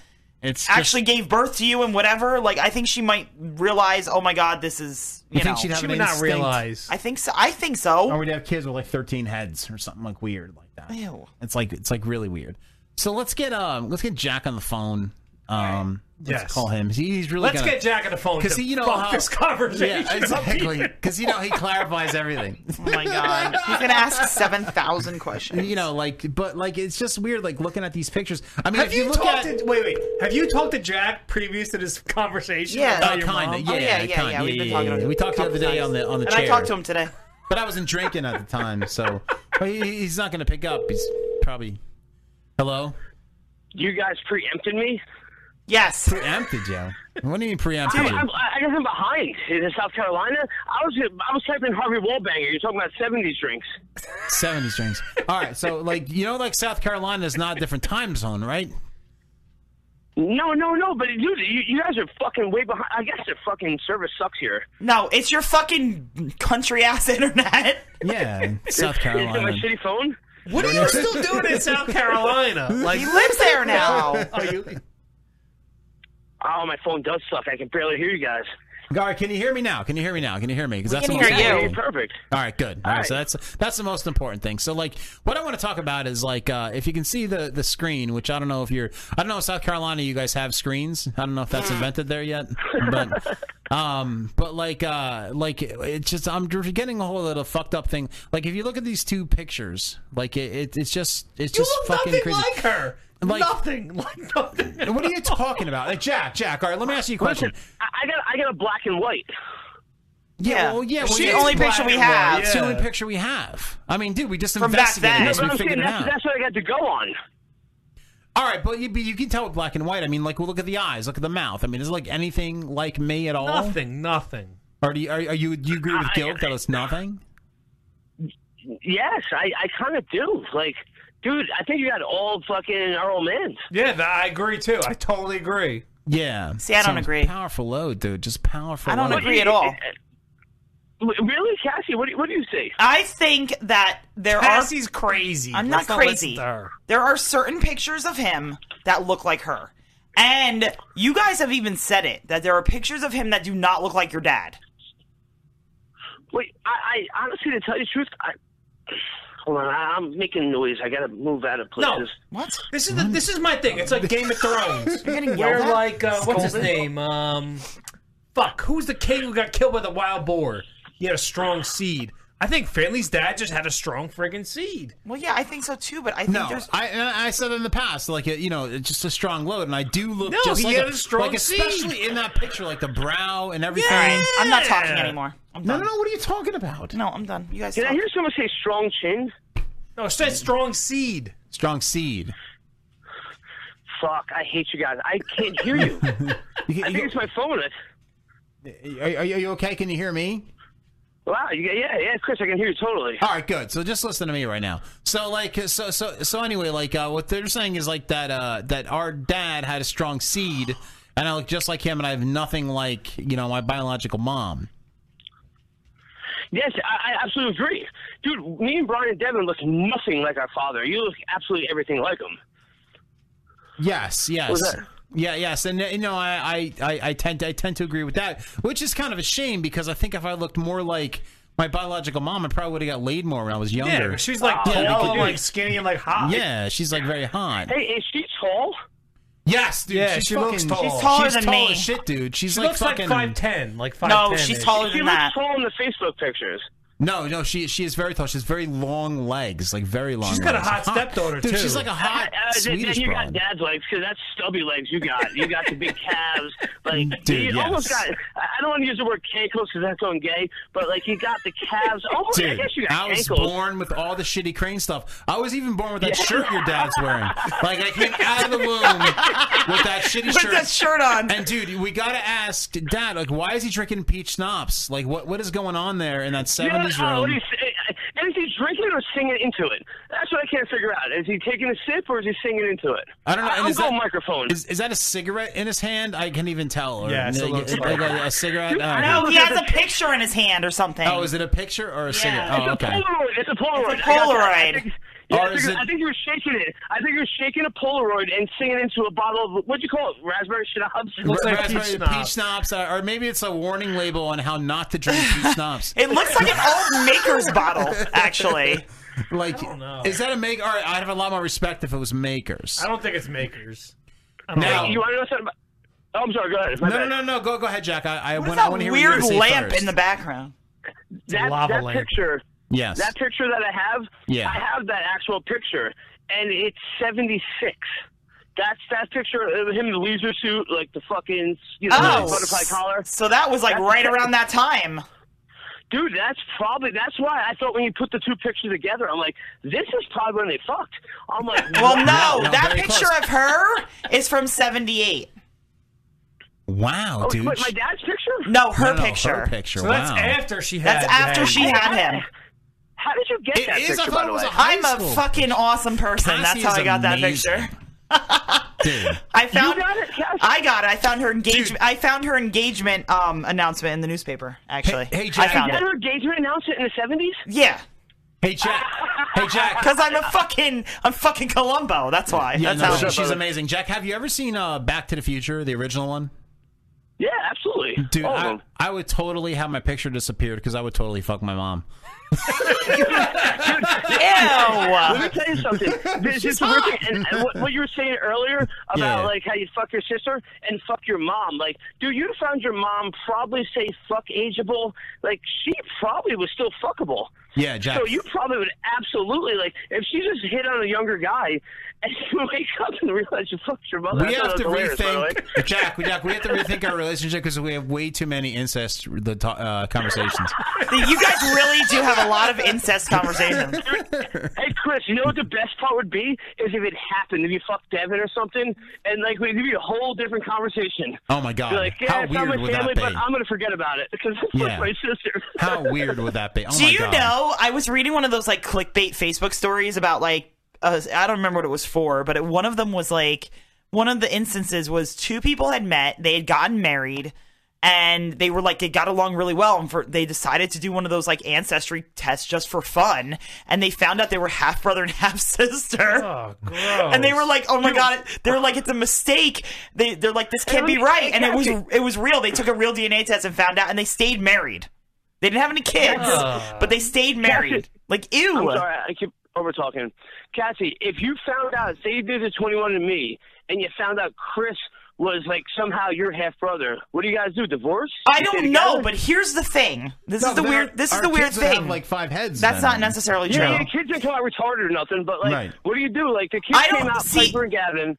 Speaker 11: it's just-
Speaker 12: actually gave birth to you and whatever, like I think she might realize, oh my god, this is you,
Speaker 11: You think
Speaker 12: know
Speaker 11: she'd have She an would not instinct? realize.
Speaker 12: I think so. I think so.
Speaker 11: or we'd have kids with like 13 heads or something like weird like that.
Speaker 12: Ew.
Speaker 11: It's like it's like really weird. So let's get um let's get Jack on the phone. Um, let's
Speaker 13: Yes.
Speaker 11: call him. He- He's really
Speaker 13: Let's
Speaker 11: gonna-
Speaker 13: get Jack on the phone
Speaker 11: because
Speaker 13: to
Speaker 11: he you know
Speaker 13: fuck
Speaker 11: how-
Speaker 13: this conversation
Speaker 11: Yeah,
Speaker 13: up
Speaker 11: exactly.
Speaker 13: here.
Speaker 11: Because you know he clarifies everything.
Speaker 12: Oh my god, he's gonna ask seven thousand questions.
Speaker 11: You know, like, but like, it's just weird, like looking at these pictures. I mean,
Speaker 13: have
Speaker 11: if
Speaker 13: you,
Speaker 11: you, look
Speaker 13: talked
Speaker 11: at
Speaker 13: to wait wait have you talked to Jack previous to this conversation?
Speaker 12: Yeah.
Speaker 13: about
Speaker 11: Oh,
Speaker 13: your
Speaker 11: kinda,
Speaker 13: mom?
Speaker 11: yeah, Oh, yeah, yeah, kinda, yeah, we've been yeah, talking yeah, about yeah. it We talked the other day on the- on the
Speaker 12: and I
Speaker 11: chair.
Speaker 12: talked to him today.
Speaker 11: but I wasn't drinking at the time, so but he, he's not going to pick up. He's probably hello.
Speaker 26: You guys preempted me.
Speaker 12: Yes.
Speaker 11: Preempted you. What do you mean preempted
Speaker 26: I'm,
Speaker 11: you?
Speaker 26: I'm, I got him behind in South Carolina. I was I was typing Harvey Wallbanger. You're talking about '70s drinks.
Speaker 11: 70s drinks. All right, so like you know, like South Carolina is not a different time zone, right?
Speaker 26: No, no, no. But dude, you, you guys are fucking way behind. I guess the fucking service sucks here.
Speaker 12: No, it's your fucking country ass internet.
Speaker 11: Yeah, South
Speaker 26: Is it my
Speaker 11: Carolina.
Speaker 26: shitty phone?
Speaker 13: What are you still doing in South Carolina? Like
Speaker 12: he lives there now.
Speaker 13: Oh, you-
Speaker 26: Oh, my phone does suck. I can barely hear you guys.
Speaker 11: Gar, can you hear me now? Can you hear me now? Can you hear me? Because
Speaker 26: We
Speaker 11: that's
Speaker 26: can
Speaker 11: the most
Speaker 26: hear you.
Speaker 11: important.
Speaker 26: Perfect.
Speaker 11: All right, good. All right, so that's that's the most important thing. So like, what I want to talk about is like, uh, if you can see the the screen, which I don't
Speaker 13: Mm.
Speaker 11: know if you're, I don't know, South Carolina, you guys have screens. I don't know if that's invented there yet, but Um, but like, uh, like it's just I'm getting a whole little fucked up thing. Like if you look at these two pictures, like it, it it's just it's just fucking
Speaker 13: nothing
Speaker 11: crazy.
Speaker 13: like her.
Speaker 11: Like-
Speaker 13: nothing like nothing.
Speaker 11: What are you talking about? Like Jack, Jack. All right, let me ask you a question.
Speaker 26: I I got I got a black and white.
Speaker 11: Yeah, well, yeah.
Speaker 26: She's
Speaker 11: well, yeah.
Speaker 26: the only
Speaker 11: Black
Speaker 26: picture we
Speaker 11: and white,
Speaker 26: have.
Speaker 11: It's the
Speaker 26: Yeah.
Speaker 11: only picture we have. I mean, dude, we just
Speaker 26: From back
Speaker 11: investigated
Speaker 26: then.
Speaker 11: this.
Speaker 26: No, but
Speaker 11: we
Speaker 26: I'm
Speaker 11: figured it
Speaker 26: saying
Speaker 11: out.
Speaker 26: that's- that's what I got to go on.
Speaker 11: All right, but you, but you can tell with black and white. I mean, like, well, look at the eyes, look at the mouth. I mean, is it like anything like me at all?
Speaker 13: Nothing, nothing.
Speaker 11: Or do you, are, are you do you agree with Gilk that it's nothing?
Speaker 26: Yes, I I kind of do. Like, dude, I think you got all fucking our old men.
Speaker 13: Yeah, that, I agree too. I totally agree.
Speaker 11: Yeah.
Speaker 26: See, I don't
Speaker 11: Sounds
Speaker 26: agree.
Speaker 11: Powerful load, dude. Just powerful. load.
Speaker 26: Uh, Really, Cassie? What do you, what do you say?
Speaker 12: I think that there
Speaker 26: Cassie's
Speaker 12: are. crazy. I'm
Speaker 26: Let's
Speaker 12: not
Speaker 26: not
Speaker 12: crazy.
Speaker 26: listen to her.
Speaker 12: There are certain pictures of him that look like her. And you guys have even said it that there are pictures of him that do not look like your dad.
Speaker 26: Wait, I, I honestly, to tell you the truth, I, hold on, I, I'm making noise. I gotta move out of places.
Speaker 12: What?
Speaker 13: This is the, this is my thing. It's like Game of Thrones.
Speaker 12: You're
Speaker 26: getting
Speaker 13: Where
Speaker 26: yelled at?
Speaker 13: like uh, what's his
Speaker 26: Scolded?
Speaker 13: name? Um, fuck. Who's the king who got killed by the wild boar? He had a strong seed. I think Finley's dad just had a strong friggin' seed.
Speaker 12: Well, yeah, I think so too, but I think
Speaker 11: No,
Speaker 12: there's.
Speaker 11: I and I said in the past, like you know, it's just a strong load, and I do look
Speaker 12: No,
Speaker 11: just
Speaker 12: he
Speaker 11: like
Speaker 12: had a strong
Speaker 11: like, especially
Speaker 12: seed.
Speaker 11: in that picture, like the brow and everything.
Speaker 12: Alright, I'm not talking anymore. I'm
Speaker 11: No,
Speaker 12: done.
Speaker 11: no, no. What are you talking about?
Speaker 12: No, I'm done. You guys.
Speaker 26: Did I hear someone say strong chin?
Speaker 13: No, it said strong seed.
Speaker 11: Strong seed.
Speaker 26: Fuck, I hate you guys. I can't hear you.
Speaker 11: I
Speaker 26: think it's my phone.
Speaker 11: Are, are you okay? Can you hear me?
Speaker 26: Wow, you, yeah, yeah, Chris, I can hear you totally.
Speaker 11: All right, good. So just listen to me right now. So like, so so so anyway, like uh, what they're saying is like that uh, that our dad had a strong seed, and I look just like him, and I have nothing like you know my biological mom.
Speaker 26: Yes, I, I absolutely agree. Dude, me and Brian and Devin look nothing like our father. You look absolutely everything like him.
Speaker 11: Yes, yes.
Speaker 26: Was that-
Speaker 11: Yeah, yes, and you know, I, I, I, I tend to, I tend to agree with that, which is kind of a shame because I think if I looked more like my biological mom, I probably would have got laid more when I was younger.
Speaker 13: Yeah, she's like
Speaker 11: Yeah,
Speaker 13: tall
Speaker 11: because-
Speaker 13: and like skinny and like hot.
Speaker 11: yeah, she's like very hot.
Speaker 26: Hey, is she tall?
Speaker 11: Yes, dude.
Speaker 13: Yeah,
Speaker 11: she's
Speaker 13: she
Speaker 11: fucking,
Speaker 13: looks tall.
Speaker 11: She's taller
Speaker 13: She's taller
Speaker 11: she's
Speaker 13: than
Speaker 11: tall
Speaker 13: me.
Speaker 11: As shit, dude. She's
Speaker 13: She
Speaker 11: like
Speaker 13: looks like
Speaker 11: fucking
Speaker 13: 5'10", like
Speaker 12: No, 5'10" she's -ish. taller
Speaker 26: she
Speaker 12: than
Speaker 26: looks
Speaker 12: that.
Speaker 26: tall in the Facebook pictures.
Speaker 11: No, no, she she is very tall. She's very long legs, like very long.
Speaker 26: She's got a
Speaker 11: legs.
Speaker 26: hot stepdaughter,
Speaker 11: dude,
Speaker 26: too.
Speaker 11: She's like a hot
Speaker 26: Uh, then-
Speaker 11: Swedish
Speaker 26: then you
Speaker 11: broad.
Speaker 26: got dad's legs because that's stubby legs you got. You got the big calves. Like
Speaker 11: Dude,
Speaker 26: you almost
Speaker 11: yes.
Speaker 26: got. I I don't want to use the word cankles because that's on gay, but like you got the calves. Almost, I
Speaker 11: Dude,
Speaker 26: guess Oh you got
Speaker 11: I was
Speaker 26: cankles.
Speaker 11: born with all the shitty crane stuff. I was even born with that
Speaker 26: Yeah.
Speaker 11: shirt your dad's wearing. Like I came out of the womb with that shitty
Speaker 12: With
Speaker 11: shirt.
Speaker 12: that shirt on.
Speaker 11: And dude, we gotta ask Dad, like, why is he drinking peach schnapps? Like, what what is going on there in that seventies
Speaker 26: Yeah, uh,
Speaker 11: room?
Speaker 26: what do you say? And is he drinking or singing into it? That's what I can't figure out. Is he taking a sip or is he singing into it?
Speaker 11: I don't know. and
Speaker 26: I'm
Speaker 11: is
Speaker 26: going
Speaker 11: that,
Speaker 26: microphone.
Speaker 11: Is, is that a cigarette in his hand? I can't even tell. Or,
Speaker 13: Yeah, it's a
Speaker 11: like,
Speaker 13: little
Speaker 11: like a, a cigarette. Oh,
Speaker 12: No,
Speaker 11: okay.
Speaker 12: he has a picture in his hand or something.
Speaker 11: Oh, is it a picture or a cigarette? Oh,
Speaker 26: it's a
Speaker 11: okay.
Speaker 26: Polaroid. It's a Polaroid.
Speaker 12: It's a
Speaker 26: I got that. I
Speaker 12: Polaroid.
Speaker 26: think- yeah,
Speaker 11: Or
Speaker 26: I,
Speaker 11: is
Speaker 26: think,
Speaker 11: it-
Speaker 26: I think he was shaking it. I think he was shaking a Polaroid and singing into a bottle of what'd you call it? Raspberry schnapps.
Speaker 11: Raspberry peach schnapps, uh, or maybe it's a warning label on how not to drink peach schnapps.
Speaker 12: It looks like an old Maker's bottle, actually.
Speaker 11: Like, is that a make? All right, I'd have a lot more respect if it was makers.
Speaker 13: I don't think it's makers. I don't
Speaker 11: Now,
Speaker 13: know.
Speaker 26: You want to know something? About... Oh, I'm sorry. Go ahead.
Speaker 11: no,
Speaker 26: My
Speaker 11: no,
Speaker 26: bad.
Speaker 11: no, no. Go, go ahead, Jack. I, I
Speaker 12: What is
Speaker 11: want
Speaker 12: that
Speaker 11: to hear what
Speaker 12: weird
Speaker 11: you have to say
Speaker 12: lamp
Speaker 11: first.
Speaker 12: in the background?
Speaker 26: That,
Speaker 11: lava
Speaker 26: that
Speaker 11: lamp.
Speaker 26: picture.
Speaker 11: Yes.
Speaker 26: That picture that I have.
Speaker 11: Yeah.
Speaker 26: I have that actual picture, and it's 76. That's that picture of him in the leisure suit, like the fucking you know
Speaker 12: Oh,
Speaker 26: butterfly collar.
Speaker 12: So that was like
Speaker 26: That's-
Speaker 12: right around that time.
Speaker 26: Dude, that's probably that's why I thought when you put the two pictures together, I'm like, this is probably when they fucked. I'm like,
Speaker 12: Well,
Speaker 26: what?
Speaker 12: no, that picture of her is from 78.
Speaker 11: Wow,
Speaker 26: Oh,
Speaker 11: dude.
Speaker 26: wait, my dad's picture?
Speaker 12: No, her
Speaker 11: No, no, her
Speaker 12: picture.
Speaker 11: picture, So that's wow. after she had
Speaker 12: That's after
Speaker 11: Dad.
Speaker 12: she had him.
Speaker 26: How did you get
Speaker 11: It that is, I picture, thought by it the was way? a high
Speaker 12: I'm a
Speaker 11: school.
Speaker 12: fucking awesome person.
Speaker 11: Cassie
Speaker 12: that's how
Speaker 11: is
Speaker 12: I got
Speaker 11: amazing.
Speaker 12: that picture. I found I got it. I found her engagement. I found her engagement um, announcement in the newspaper. Actually,
Speaker 11: Hey- hey,
Speaker 12: I
Speaker 11: Jack.
Speaker 12: found
Speaker 11: Is
Speaker 12: it.
Speaker 11: that her
Speaker 26: engagement announcement in the seventies?
Speaker 12: Yeah.
Speaker 11: Hey Jack. Hey Jack.
Speaker 12: Because I'm a fucking I'm fucking Columbo. That's why.
Speaker 11: Yeah,
Speaker 12: that's
Speaker 11: no,
Speaker 12: how
Speaker 11: she- she's amazing. Jack, have you ever seen uh, Back to the Future, the original one?
Speaker 26: Yeah, absolutely.
Speaker 11: Dude, I, I would totally have my picture disappeared because I would totally fuck my mom.
Speaker 26: Let me tell you something. This
Speaker 11: She's
Speaker 26: is the weird
Speaker 11: hot.
Speaker 26: thing. And, and what, what you were saying earlier about
Speaker 11: Yeah.
Speaker 26: like how you fuck your sister and fuck your mom. Like, dude, you found your mom probably say fuck ageable. Like, she probably was still fuckable.
Speaker 11: Yeah, Jack.
Speaker 26: So you probably would absolutely like if she just hit on a younger guy and you wake up and realize you fucked your mother.
Speaker 11: we
Speaker 26: I thought
Speaker 11: have
Speaker 26: that
Speaker 11: to
Speaker 26: was hilarious, by the way.
Speaker 11: rethink, Jack. we- Jack, we have to rethink our relationship because we have way too many incest the to- uh, conversations.
Speaker 12: You guys really do have a lot of incest conversations.
Speaker 26: Hey Chris, you know what the best part would be is if it happened, if you fucked Devin or something, and like we'd be a whole different conversation.
Speaker 11: Oh my God.
Speaker 26: Be like, yeah,
Speaker 11: How
Speaker 26: it's not
Speaker 11: weird
Speaker 26: my
Speaker 11: would that
Speaker 26: family,
Speaker 11: be?
Speaker 26: but I'm gonna forget about it because it's
Speaker 11: Yeah.
Speaker 26: my sister.
Speaker 11: How weird would that be? Oh
Speaker 12: Do
Speaker 11: my
Speaker 12: you
Speaker 11: God.
Speaker 12: know? I was reading one of those like clickbait Facebook stories about like uh, I don't remember what it was for, but it, one of them was like one of the instances was two people had met, they had gotten married, and they were like they got along really well, and for they decided to do one of those like ancestry tests just for fun, and they found out they were half brother and half sister.
Speaker 13: Oh,
Speaker 12: And they were like, "Oh my god!" They're like, "It's a mistake." They, they're like, "This can't be right," and it was it was real. They took a real DNA test and found out, and they stayed married. They didn't have any kids,
Speaker 26: Ugh.
Speaker 12: but they stayed married. Like, ew.
Speaker 26: I'm sorry, I keep over talking. Cassie, if you found out, say you did the 21 to me, and you found out Chris was like somehow your half brother, what do you guys do? Divorce?
Speaker 12: I
Speaker 26: You stay
Speaker 12: don't know,
Speaker 26: together?
Speaker 12: but here's the thing. This
Speaker 26: No,
Speaker 12: is the
Speaker 26: then
Speaker 12: weird.
Speaker 26: our-
Speaker 12: This is
Speaker 26: our
Speaker 12: the weird
Speaker 26: kids would have,
Speaker 12: thing.
Speaker 26: like,
Speaker 11: five heads.
Speaker 12: That's not necessarily true.
Speaker 26: yeah, Yeah, kids are not retarded or nothing, but like,
Speaker 12: Right.
Speaker 26: what do you do? Like, the kids
Speaker 12: I don't-
Speaker 26: came out,
Speaker 12: see-
Speaker 26: Piper and Gavin.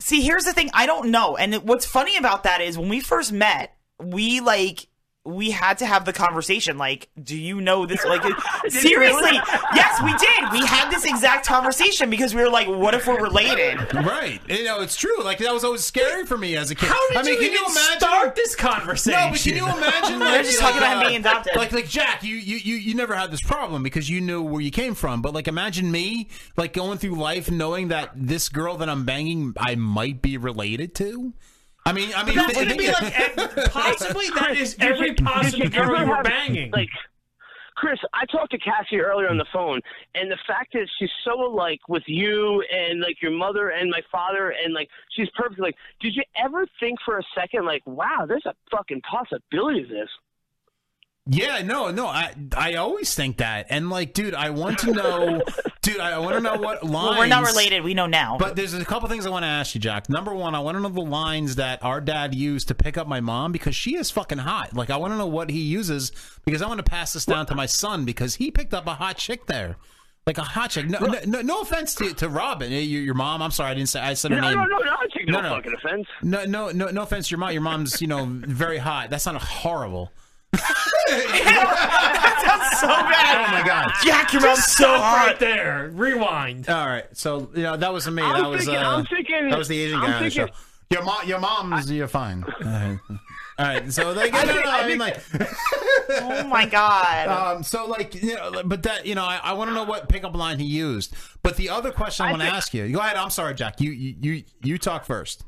Speaker 12: See, here's the thing. I don't know. And it- what's funny about that is when we first met, we like we had to have the conversation. Like, do you know this? Like,
Speaker 15: Did you
Speaker 12: seriously?
Speaker 15: really?
Speaker 12: yes, we did. We had this exact conversation because we were like, what if we're related?
Speaker 11: Right. You know, it's true. Like that was always scary for me as a kid. How
Speaker 12: did
Speaker 11: I mean,
Speaker 12: you
Speaker 11: can
Speaker 12: even
Speaker 11: you imagine
Speaker 12: start
Speaker 11: this
Speaker 13: conversation?
Speaker 11: No, but can you imagine like,
Speaker 12: They're just
Speaker 11: like,
Speaker 12: talking about him
Speaker 11: uh,
Speaker 12: being adopted.
Speaker 11: Like like Jack, you, you you you never had this problem because you knew where you came from. But like imagine me like going through life knowing that this girl that I'm banging I might be related to. I mean, I mean,
Speaker 13: that's gonna be like ev- possibly that is every possible girl you were banging.
Speaker 26: Like, Chris, I talked to Cassie earlier on the phone, and the fact that she's so alike with you and like your mother and my father, and like she's perfect. Like, did you ever think for a second, like, wow, there's a fucking possibility of this?
Speaker 11: Yeah, no, no. I I always think that, and like, dude, I want to know, dude, I want to know what lines.
Speaker 12: Well, we're not related. We know now.
Speaker 11: But there's a couple things I want to ask you, Jack. Number one, I want to know the lines that our dad used to pick up my mom because she is fucking hot. Like, I want to know what he uses because I want to pass this down to my son because he picked up a hot chick there. Like a hot chick. No, no, no, no offense to, to Robin, eh, your, your mom. I'm sorry, I didn't say I said her
Speaker 26: No,
Speaker 11: name.
Speaker 26: no, no, no, I take no fucking offense.
Speaker 11: No, no, no, no offense. to Your mom, your mom's, you know, very hot. That sounded horrible.
Speaker 12: That's so bad.
Speaker 11: Oh my god,
Speaker 12: Jack, your mom's so hot.
Speaker 13: right there. Rewind.
Speaker 11: All right, so you know that was me.
Speaker 13: I'm
Speaker 11: that was
Speaker 13: thinking-
Speaker 11: uh,
Speaker 13: I'm thinking-
Speaker 11: that was the Asian
Speaker 13: I'm
Speaker 11: guy on the show.
Speaker 13: thinking-
Speaker 11: Your mom, your mom's, you're fine. All right, All right, so they no,
Speaker 12: I
Speaker 11: no,
Speaker 12: think-
Speaker 11: no,
Speaker 12: I
Speaker 11: I mean
Speaker 12: think-
Speaker 11: like.
Speaker 12: oh my god.
Speaker 11: Um, so like, you know, but that you know, I, I want to know what pickup line he used. But the other question I, want to ask you. Go ahead. I'm sorry, Jack. You you you, you talk first.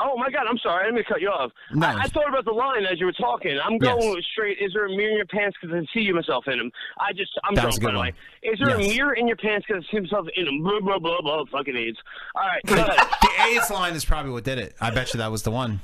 Speaker 26: Oh my God! I'm sorry. I didn't mean to cut you off.
Speaker 11: No.
Speaker 26: I, I thought about the line as you were talking. I'm
Speaker 11: Yes.
Speaker 26: going with straight. Is there a mirror in your pants because I see myself in them? I just I'm
Speaker 11: That
Speaker 26: drunk
Speaker 11: was a
Speaker 26: by
Speaker 11: good
Speaker 26: the
Speaker 11: one.
Speaker 26: way. Is there
Speaker 11: Yes.
Speaker 26: a mirror in your pants because I see myself in them? Blah blah blah blah. Fucking AIDS. All right. Go ahead.
Speaker 11: The AIDS line is probably what did it. I bet you that was the one.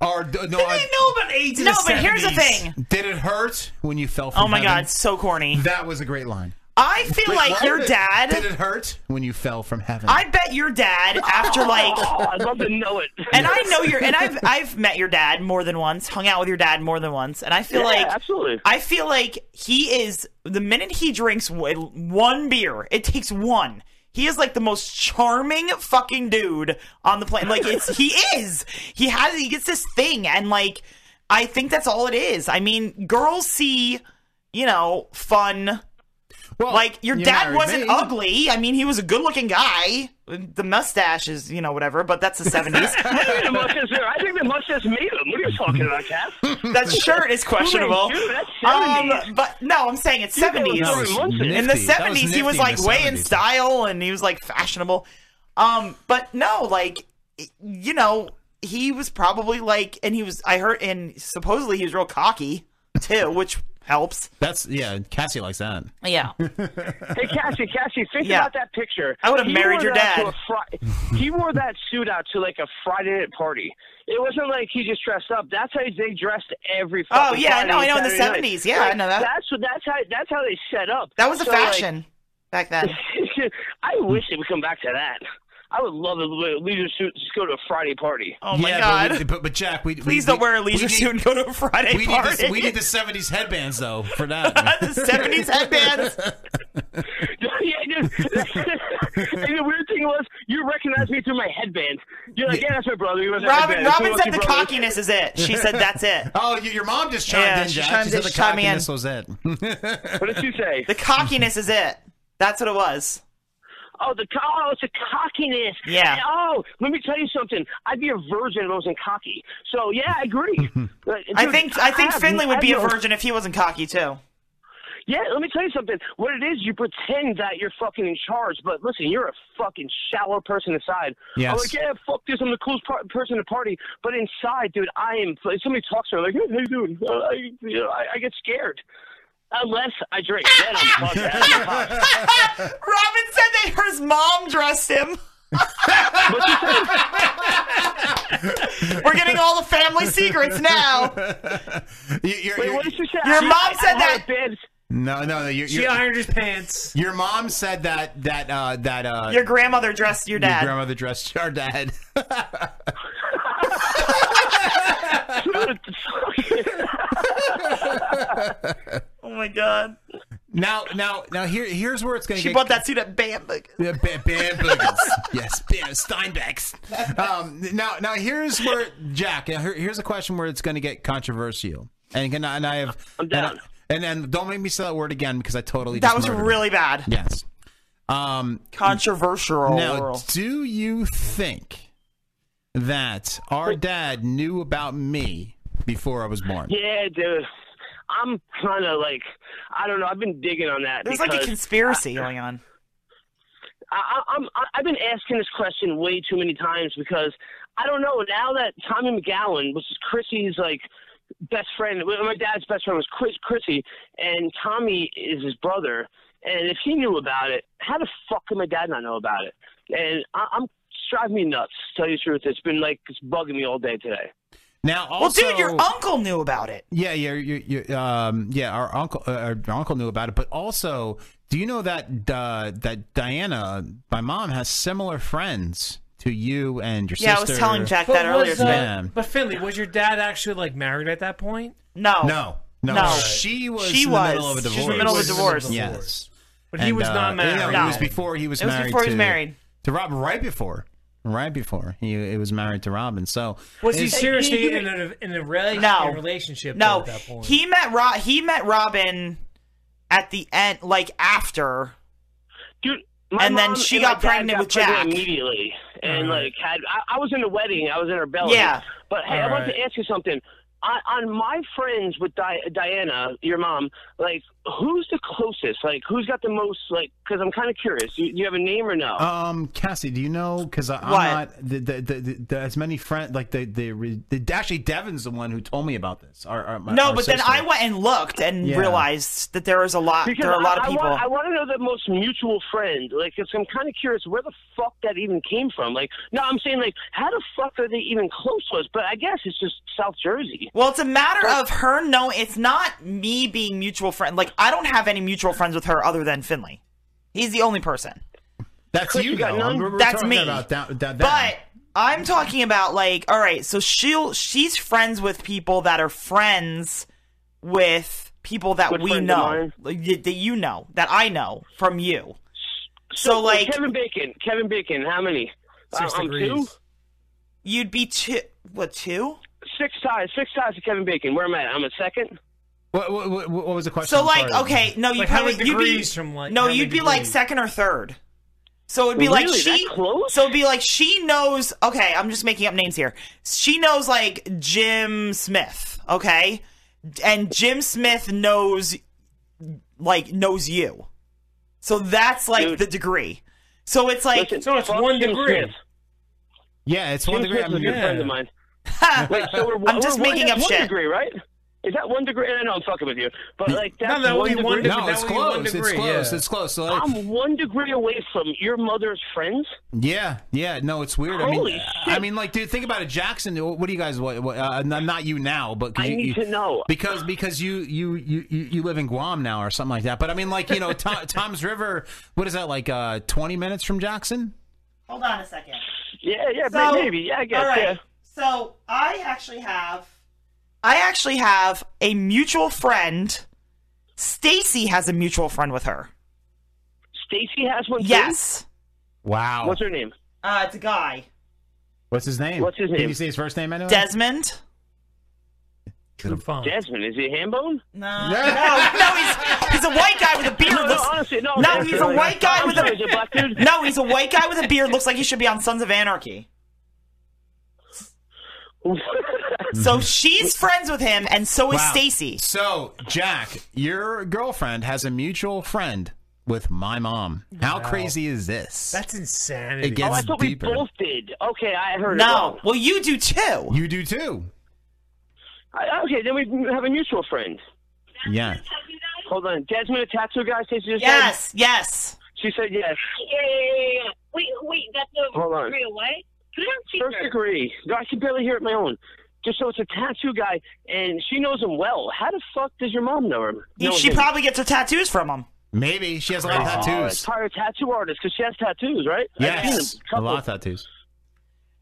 Speaker 11: Or d- no, I
Speaker 12: know about AIDS. No, but here's the thing.
Speaker 11: Did it hurt when you fell? From
Speaker 12: Oh my
Speaker 11: heaven?
Speaker 12: god, it's so corny.
Speaker 11: That was a great line.
Speaker 12: I feel
Speaker 11: Wait,
Speaker 12: like
Speaker 11: what?
Speaker 12: your dad.
Speaker 11: Did it hurt when you fell from heaven?
Speaker 12: I bet your dad after like
Speaker 26: I'd love to know it.
Speaker 12: And I know your and I've I've met your dad more than once, hung out with your dad more than once, and I feel
Speaker 26: Yeah,
Speaker 12: like
Speaker 26: absolutely.
Speaker 12: I feel like he is the minute he drinks w- one beer, it takes one. He is like the most charming fucking dude on the planet. Like it's he is. He has he gets this thing and like I think that's all it is. I mean, girls see, you know, fun like your
Speaker 11: you
Speaker 12: dad
Speaker 11: married
Speaker 12: wasn't
Speaker 11: me.
Speaker 12: ugly. I mean, he was a good-looking guy. The mustache is, you know, whatever, but that's the seventies.
Speaker 26: I think the mustache. I think the mustache made him. What are you talking about, Cass?
Speaker 12: that shirt is questionable.
Speaker 26: Dude, that's 70s.
Speaker 12: Um, but no, I'm saying it's
Speaker 26: You thought it
Speaker 12: seventies.
Speaker 26: was That was nifty.
Speaker 12: In
Speaker 26: That
Speaker 12: the
Speaker 26: was
Speaker 12: seventies, he
Speaker 26: nifty
Speaker 12: was
Speaker 26: in
Speaker 12: like
Speaker 26: the
Speaker 12: way in
Speaker 26: 70s.
Speaker 12: style, and he was like fashionable. Um, but no, like y- you know, he was probably like, and he was. I heard, and supposedly he was real cocky too, which helps.
Speaker 11: That's yeah. Cassie likes that.
Speaker 12: Yeah.
Speaker 26: Hey Cassie, Cassie, think
Speaker 11: Yeah.
Speaker 26: about that picture.
Speaker 11: I would've
Speaker 26: He
Speaker 11: married
Speaker 26: wore
Speaker 11: your
Speaker 26: that
Speaker 11: dad.
Speaker 26: to a Fri- he wore that suit out to like a Friday night party. It wasn't like he just dressed up. That's how they dressed every.
Speaker 12: Oh,
Speaker 26: fucking
Speaker 12: yeah, I
Speaker 26: Friday
Speaker 12: know, I know, in the
Speaker 26: Saturday night.
Speaker 12: 70s. Yeah, I
Speaker 26: Like,
Speaker 12: know that.
Speaker 26: That's what. That's how. That's how they set up.
Speaker 12: That was the
Speaker 26: So, like,
Speaker 12: fashion back then.
Speaker 26: I wish they would come back to that. I would love the leisure suit. Just go to a Friday party.
Speaker 12: Oh
Speaker 11: yeah, But, we- but, but Jack, we
Speaker 12: Please
Speaker 11: we-
Speaker 12: don't
Speaker 11: we-
Speaker 12: wear a leisure
Speaker 11: we need-
Speaker 12: suit and go to a Friday
Speaker 11: we
Speaker 12: party.
Speaker 11: Need the, we need the seventies headbands though for that.
Speaker 12: the seventies headbands.
Speaker 26: yeah, dude. and the weird thing was, you recognized me through my headband. You're like, yeah, that's my brother. He wears a
Speaker 12: Robin,
Speaker 26: headband. That's
Speaker 12: Robin
Speaker 26: my
Speaker 12: said
Speaker 26: lucky
Speaker 12: the
Speaker 26: brother."
Speaker 12: cockiness is it. She said that's it.
Speaker 11: Oh, you, your mom just chimed
Speaker 12: yeah,
Speaker 11: in,
Speaker 12: She
Speaker 11: Jack.
Speaker 12: chimed
Speaker 11: she said
Speaker 12: in,
Speaker 11: the
Speaker 12: she chimed me in.
Speaker 11: cockiness was it.
Speaker 26: What did she say?
Speaker 12: The cockiness is it. That's what it was.
Speaker 26: Oh, the co- oh, it's a cockiness.
Speaker 12: Yeah.
Speaker 26: And, oh, let me tell you something. I'd be a virgin if I wasn't cocky. So yeah, I agree. Like,
Speaker 12: I
Speaker 26: dude,
Speaker 12: think I think
Speaker 26: have-
Speaker 12: Finley would
Speaker 26: I
Speaker 12: be a
Speaker 26: know-
Speaker 12: virgin if he wasn't cocky too.
Speaker 26: Yeah, let me tell you something. What it is, you pretend that you're fucking in charge, but listen, you're a fucking shallow person inside.
Speaker 15: Yes.
Speaker 26: I'm like, yeah, fuck this. I'm the coolest par- person at the party, but inside, dude, I am. Like, somebody talks to me like, hey, how you doing? Uh, I, you know, I, I get scared. Unless I drink, then I'm fucking out of my mind.
Speaker 12: Robin said that his mom dressed him. We're getting all the family secrets now.
Speaker 26: Wait, what did she say?
Speaker 12: Your
Speaker 26: She-
Speaker 12: mom
Speaker 26: I- I
Speaker 12: said
Speaker 26: had
Speaker 12: that-
Speaker 26: a bad-
Speaker 11: No, no, no. You're,
Speaker 12: She
Speaker 11: you're,
Speaker 12: ironed his pants.
Speaker 11: Your mom said that that uh, that uh,
Speaker 12: Your grandmother dressed your dad.
Speaker 11: Your grandmother dressed your dad.
Speaker 12: oh my god.
Speaker 11: Now, now, now. Here, here's where it's going to.
Speaker 12: She
Speaker 11: get
Speaker 12: bought that suit at Bamberg.
Speaker 11: Yeah, ba- Bambergers. yes, Bam Steinbeck's. Um, now, now here's where Jack. now here- here's a question where it's going to get controversial, and and I, and I have and, I, and and don't make me say that word again because I totally
Speaker 12: That
Speaker 11: just
Speaker 12: was
Speaker 11: murdered it.
Speaker 12: really bad.
Speaker 11: Yes. Um,
Speaker 12: Controversial.
Speaker 11: Now, do you think that our dad knew about me before I was born?
Speaker 26: Yeah, dude. I'm kind of like, I don't know. I've been digging on that.
Speaker 12: There's like a
Speaker 26: because
Speaker 12: conspiracy going on.
Speaker 26: I, I, I'm, I- I've been asking this question way too many times because I don't know. Now that Tommy McGowan was Chrissy's like best friend, well, my dad's best friend was Chris, Chrissy, and Tommy is his brother. And if he knew about it, how the fuck could my dad not know about it? And I, I'm it's driving me nuts. To tell you the truth, it's been like it's bugging me all day today.
Speaker 11: Now,
Speaker 12: Well,
Speaker 11: also,
Speaker 12: dude, your uncle knew about it.
Speaker 11: Yeah, yeah, you, you, um, yeah. Our uncle, uh, our our uncle knew about it, but also, do you know that uh, that Diana, my mom, has similar friends to you and your
Speaker 13: Yeah, I
Speaker 11: sister?
Speaker 13: was telling Jack that But was, earlier today. uh,
Speaker 11: Yeah.
Speaker 13: But Finley, was your dad actually like married at that point?
Speaker 12: No.
Speaker 11: No, no,
Speaker 13: No.
Speaker 11: She was.
Speaker 13: She
Speaker 11: in
Speaker 13: was.
Speaker 11: the middle of a
Speaker 13: She
Speaker 11: divorce.
Speaker 13: was in the middle of a divorce.
Speaker 11: Yes,
Speaker 13: But he was not married.
Speaker 11: yeah,
Speaker 13: No.
Speaker 11: It was before he was
Speaker 13: It was
Speaker 11: married.
Speaker 13: before he was
Speaker 11: to-
Speaker 13: married.
Speaker 11: to Rob. Right before, right before he it was married to Robin. So
Speaker 13: Was he
Speaker 11: it's-
Speaker 13: seriously in a in a rela-
Speaker 12: No.
Speaker 13: in a relationship
Speaker 12: No,
Speaker 13: at that point?
Speaker 12: he met Rob. He met Robin at the end, like after.
Speaker 26: Dude, My
Speaker 12: and then
Speaker 26: mom
Speaker 12: she
Speaker 26: and my
Speaker 12: got
Speaker 26: dad
Speaker 12: pregnant with Jack.
Speaker 26: immediately, and like had I, I was in the wedding, I was in her belly.
Speaker 12: Yeah.
Speaker 26: But hey, I wanted
Speaker 12: Alright.
Speaker 26: to ask you something. I, on my friends with Di- Diana, your mom, like who's the closest? Like who's got the most? Like because I'm kind of curious. You, you have a name or no?
Speaker 11: Um, Cassie, do you know? Because I'm
Speaker 26: What?
Speaker 11: not the, the, the, the, the- as many friends like the, the re- the actually Devin's the one who told me about this. Our, our, my-
Speaker 12: no,
Speaker 11: our
Speaker 12: but then
Speaker 11: sister.
Speaker 12: I went and looked and
Speaker 11: Yeah.
Speaker 12: realized that there was a lot.
Speaker 26: because
Speaker 12: there are a lot
Speaker 26: I,
Speaker 12: of people.
Speaker 26: I want, I want to know the most mutual friend. Like, i I'm kind of curious where the fuck that even came from. Like, no, I'm saying like, how the fuck are they even close to us? But I guess it's just South Jersey.
Speaker 12: Well, it's a matter of her. No, it's not me being mutual friend. Like I don't have any mutual friends with her other than Finley. He's the only person.
Speaker 11: That's you. though. We're- we're
Speaker 12: That's
Speaker 11: talking
Speaker 12: me.
Speaker 11: About that, that, that.
Speaker 12: But I'm talking about like, all right, so she'll she's friends with people that are friends with people that
Speaker 26: Good
Speaker 12: we
Speaker 26: friends of
Speaker 12: know,
Speaker 26: mine.
Speaker 12: like, y- that you know, that I know from you.
Speaker 26: So,
Speaker 12: like-
Speaker 26: Kevin Bacon, Kevin Bacon, how many?
Speaker 12: Six
Speaker 26: I'm two.
Speaker 12: degrees. You'd be two. What two?
Speaker 26: Six ties. Six ties to Kevin Bacon. Where am I? at? I'm a second.
Speaker 11: What, what, what, what was the question?
Speaker 12: So
Speaker 11: I'm
Speaker 12: like,
Speaker 11: sorry.
Speaker 12: okay, no, you
Speaker 13: Like, how
Speaker 12: probably
Speaker 13: many
Speaker 12: you'd be
Speaker 13: degrees from, like,
Speaker 12: no,
Speaker 13: how
Speaker 12: you'd
Speaker 13: many
Speaker 12: be like
Speaker 13: degrees?
Speaker 12: second or third. So it'd be like
Speaker 13: Really? That
Speaker 12: she. So it'd be like she knows. Okay, I'm just making up names here. She knows like Jim Smith. Okay, and Jim Smith knows like knows you. So that's like the degree. So it's like
Speaker 26: so it's fuck one Jim degree. Smith.
Speaker 11: Yeah, it's
Speaker 26: Jim
Speaker 11: one degree.
Speaker 26: Smith
Speaker 11: I'm
Speaker 26: is a good friend of mine. Wait, so we're,
Speaker 12: I'm just
Speaker 26: we're one-
Speaker 12: making
Speaker 26: that's
Speaker 12: up
Speaker 26: one
Speaker 12: shit.
Speaker 26: Degree, right? Is that one degree? I know I'm fucking with you, but like that's
Speaker 13: that would
Speaker 26: one
Speaker 13: be
Speaker 26: degree.
Speaker 13: one degree-
Speaker 11: No, that it's would be one close, it's degree, close, yeah. it's close. So, like-
Speaker 26: I'm one degree away from your mother's friends.
Speaker 11: Yeah, yeah. No, it's weird. I
Speaker 26: Holy
Speaker 11: mean, I mean, like, dude, think about it, Jackson. What do you guys? What? what uh, n- not you now, but 'cause
Speaker 26: I
Speaker 11: you,
Speaker 26: need
Speaker 11: you-
Speaker 26: to know.
Speaker 11: because because you you you you you live in Guam now or something like that. But I mean, like, you know, Tom, Tom's River. What is that like? Uh, Twenty minutes from Jackson.
Speaker 12: Hold on a second.
Speaker 26: Yeah, yeah,
Speaker 12: So-
Speaker 26: maybe. Yeah, I guess.
Speaker 12: all right.
Speaker 26: Yeah.
Speaker 12: So I actually have, I actually have a mutual friend. Stacy has a mutual friend with her.
Speaker 26: Stacy has one.
Speaker 12: Yes.
Speaker 11: Wow.
Speaker 26: What's her name?
Speaker 12: Uh, it's a guy.
Speaker 11: What's his name? What's
Speaker 26: his
Speaker 11: Can
Speaker 26: name?
Speaker 11: you say his first name? Anyway?
Speaker 12: Desmond.
Speaker 26: Desmond, is he a hambone?
Speaker 12: No, no, no, he's he's a white guy with a beard.
Speaker 26: No, no,
Speaker 12: looks,
Speaker 26: honestly, no,
Speaker 12: no, he's a
Speaker 26: definitely.
Speaker 12: white guy
Speaker 26: I'm
Speaker 12: with
Speaker 26: sorry, is he a black
Speaker 12: a no, he's a white guy with a beard. Looks like he should be on Sons of Anarchy. so she's friends with him, and so is
Speaker 11: Wow.
Speaker 12: Stacy.
Speaker 11: So Jack, your girlfriend has a mutual friend with my mom. How
Speaker 13: Wow.
Speaker 11: crazy is this?
Speaker 13: That's insanity.
Speaker 11: It gets
Speaker 13: oh, I thought
Speaker 11: deeper.
Speaker 13: we both
Speaker 26: did. Okay, I heard. it
Speaker 12: No,
Speaker 26: wrong.
Speaker 12: well, you do too.
Speaker 11: You do too.
Speaker 26: I, okay, then we have a mutual friend.
Speaker 11: Yeah.
Speaker 26: Hold on, Desmond, a tattoo guy. Stacy just
Speaker 12: Yes, yes.
Speaker 26: She said yes.
Speaker 27: Yeah, yeah, yeah, yeah. Wait, wait, that's a
Speaker 26: Hold on.
Speaker 27: real way? Put it on
Speaker 26: First
Speaker 27: speaker.
Speaker 26: degree. No, I can barely hear it my own. Just so it's a tattoo guy, and she knows him well. How the fuck does your mom know him?
Speaker 12: He-
Speaker 26: Know
Speaker 12: she
Speaker 26: him?
Speaker 12: probably gets her tattoos from him.
Speaker 11: Maybe she has a lot of
Speaker 26: Oh,
Speaker 11: tattoos.
Speaker 26: it's probably a tattoo artist because she has tattoos, right? I've seen
Speaker 11: Yes,
Speaker 26: them.
Speaker 11: a lot of tattoos.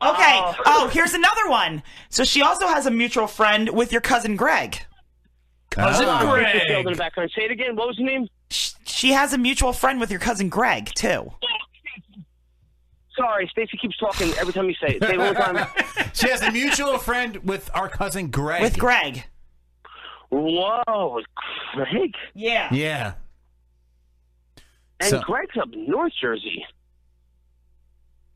Speaker 12: Okay. Oh. here's another one. So she also has a mutual friend with your cousin Greg. Cousin
Speaker 26: Hold on,
Speaker 12: Greg.
Speaker 26: Mr. Field in Oh. the background. Say it again. What was his name?
Speaker 12: She has a mutual friend with your cousin Greg too.
Speaker 26: Sorry, Stacy keeps talking every time you say it. Say it one more time.
Speaker 11: she has a mutual friend with our cousin Greg. With
Speaker 12: Greg.
Speaker 26: Whoa, Greg.
Speaker 12: Yeah.
Speaker 11: Yeah.
Speaker 26: And
Speaker 11: So-
Speaker 26: Greg's up North Jersey.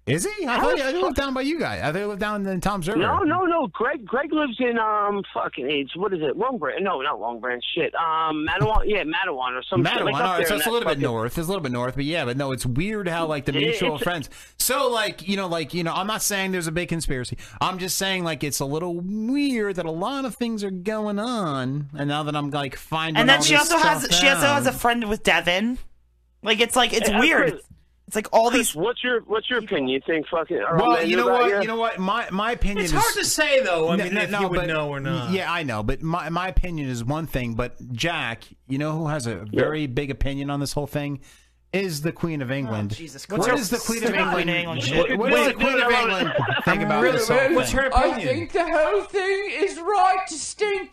Speaker 11: Is he? I thought he I thought he lived down by you guys. I thought he lived down in Tom's River.
Speaker 26: No, no, no. Greg Greg lives in um fucking age. What is it? Long Branch? No, not Long Branch. Shit. Um, Mattawan. Yeah, Mattawan or some. shit,
Speaker 11: Mattawan.
Speaker 26: like up
Speaker 11: all right,
Speaker 26: there
Speaker 11: so
Speaker 26: in
Speaker 11: it's a
Speaker 26: that
Speaker 11: little bit
Speaker 26: fucking-
Speaker 11: north. It's a little bit north, but yeah, but no, it's weird how like the
Speaker 26: Yeah,
Speaker 11: mutual
Speaker 26: it's-
Speaker 11: friends. So like you know, like you know, I'm not saying there's a big conspiracy. I'm just saying like it's a little weird that a lot of things are going on. And now that I'm like finding,
Speaker 12: And then
Speaker 11: all
Speaker 12: she
Speaker 11: this
Speaker 12: also has
Speaker 11: stuff
Speaker 12: she also
Speaker 11: out-
Speaker 12: has a friend with Devin. Like it's like it's
Speaker 26: Hey, uh,
Speaker 12: weird.
Speaker 26: Chris,
Speaker 12: it's like all
Speaker 26: Chris, What's your What's your opinion? You think fucking? uh, are all
Speaker 11: Well,
Speaker 26: men
Speaker 11: you know
Speaker 26: about
Speaker 11: what? You know what? My my opinion.
Speaker 26: It's
Speaker 11: is-
Speaker 26: hard to say, though, I
Speaker 11: No,
Speaker 26: mean,
Speaker 11: no,
Speaker 26: if
Speaker 11: no,
Speaker 26: you would
Speaker 11: but-
Speaker 26: know or not.
Speaker 11: Yeah, I know, but my my opinion is one thing. But Jack, you know who has a very big opinion on this whole thing is the Queen of England.
Speaker 12: Oh, Jesus
Speaker 11: what
Speaker 12: Christ.
Speaker 11: is the Queen of
Speaker 12: Stupid
Speaker 11: England?
Speaker 12: Queen of England
Speaker 11: What,
Speaker 12: shit.
Speaker 11: what does the
Speaker 14: Wait,
Speaker 11: Queen
Speaker 14: no,
Speaker 11: of
Speaker 14: no,
Speaker 11: England
Speaker 14: no.
Speaker 11: think about this whole
Speaker 14: Really,
Speaker 11: thing?
Speaker 14: man, I think the whole thing is right to stink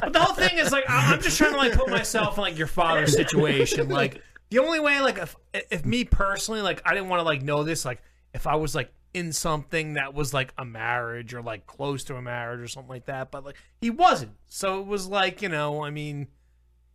Speaker 13: But the whole thing is like I- I'm just trying to like put myself in like your father's situation. Like the only way, like if if me personally, like I didn't want to like know this, like if I was like in something that was like a marriage or like close to a marriage or something like that. But like he wasn't, so it was like you know, I mean,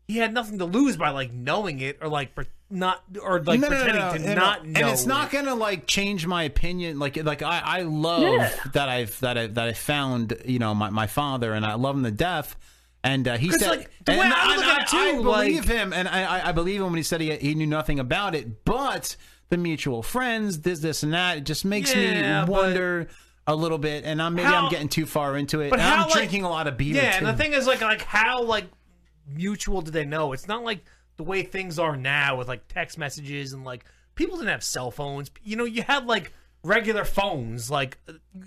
Speaker 13: he had nothing to lose by like knowing it or like pre- not or like
Speaker 11: No, no, no,
Speaker 13: pretending
Speaker 11: no,
Speaker 13: to
Speaker 11: no, no.
Speaker 13: not know.
Speaker 11: and it's not gonna like change my opinion. Like, like I, I love
Speaker 13: Yeah.
Speaker 11: that I've that I that I found you know my, my father, and I love him to death. And uh, he
Speaker 13: 'Cause,
Speaker 11: said,
Speaker 13: like, the
Speaker 11: and,
Speaker 13: way
Speaker 11: and
Speaker 13: I
Speaker 11: I,
Speaker 13: look at it,
Speaker 11: I
Speaker 13: too,
Speaker 11: believe
Speaker 13: like-
Speaker 11: him, and I, I- I believe him when he said he, he knew nothing about it, but the mutual friends, this, this, and that, it just makes
Speaker 13: Yeah,
Speaker 11: me
Speaker 13: but-
Speaker 11: wonder a little bit. And I'm maybe
Speaker 13: How-
Speaker 11: I'm getting too far into it.
Speaker 13: But
Speaker 11: and
Speaker 13: how
Speaker 11: I'm
Speaker 13: like-
Speaker 11: drinking a lot of beer.
Speaker 13: Yeah, and
Speaker 11: too.
Speaker 13: the thing is like like how like mutual do they know? It's not like the way things are now with like text messages and like people didn't have cell phones. You know, you had like regular phones, like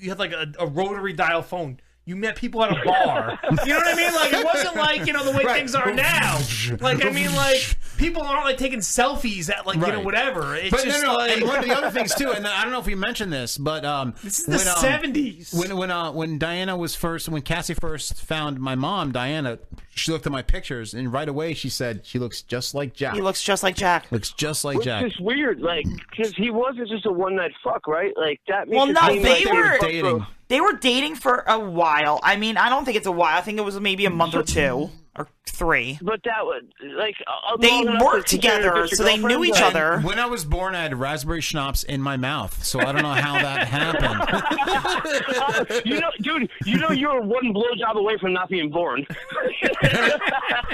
Speaker 13: you had like a, a rotary dial phone. You met people at a bar. you know what I mean? Like it wasn't like you know the way
Speaker 11: Right.
Speaker 13: things are now. Like I mean, like people aren't like taking selfies at like you know
Speaker 11: Right.
Speaker 13: whatever. It's
Speaker 11: but
Speaker 13: just
Speaker 11: no, no,
Speaker 13: like
Speaker 11: and one of the other things too, and I don't know if we mentioned this, but um, this
Speaker 13: is the 70s.
Speaker 11: When when uh, when Diana was first, when Cassie first found my mom, Diana, she looked at my pictures, and right away she said she looks just like Jack.
Speaker 12: He looks just like Jack.
Speaker 11: Looks just like
Speaker 26: Which
Speaker 11: Jack.
Speaker 26: is weird, like, because he wasn't just a one night fuck, right? Like that. Makes
Speaker 12: Well,
Speaker 26: it
Speaker 12: no,
Speaker 26: seem
Speaker 12: they
Speaker 26: like
Speaker 12: were
Speaker 26: fuck bro.
Speaker 12: They were dating for a while. I mean, I don't think it's a while. I think it was maybe a month or two or three.
Speaker 26: But that would like uh,
Speaker 12: They
Speaker 26: long enough
Speaker 12: worked
Speaker 26: to consider
Speaker 12: together,
Speaker 26: just your
Speaker 12: so they knew
Speaker 26: girlfriend,
Speaker 12: each
Speaker 26: but-
Speaker 12: other.
Speaker 11: When I was born, I had raspberry schnapps in my mouth, so I don't know how that happened.
Speaker 26: you know, dude, you know you're one blowjob away from not being born.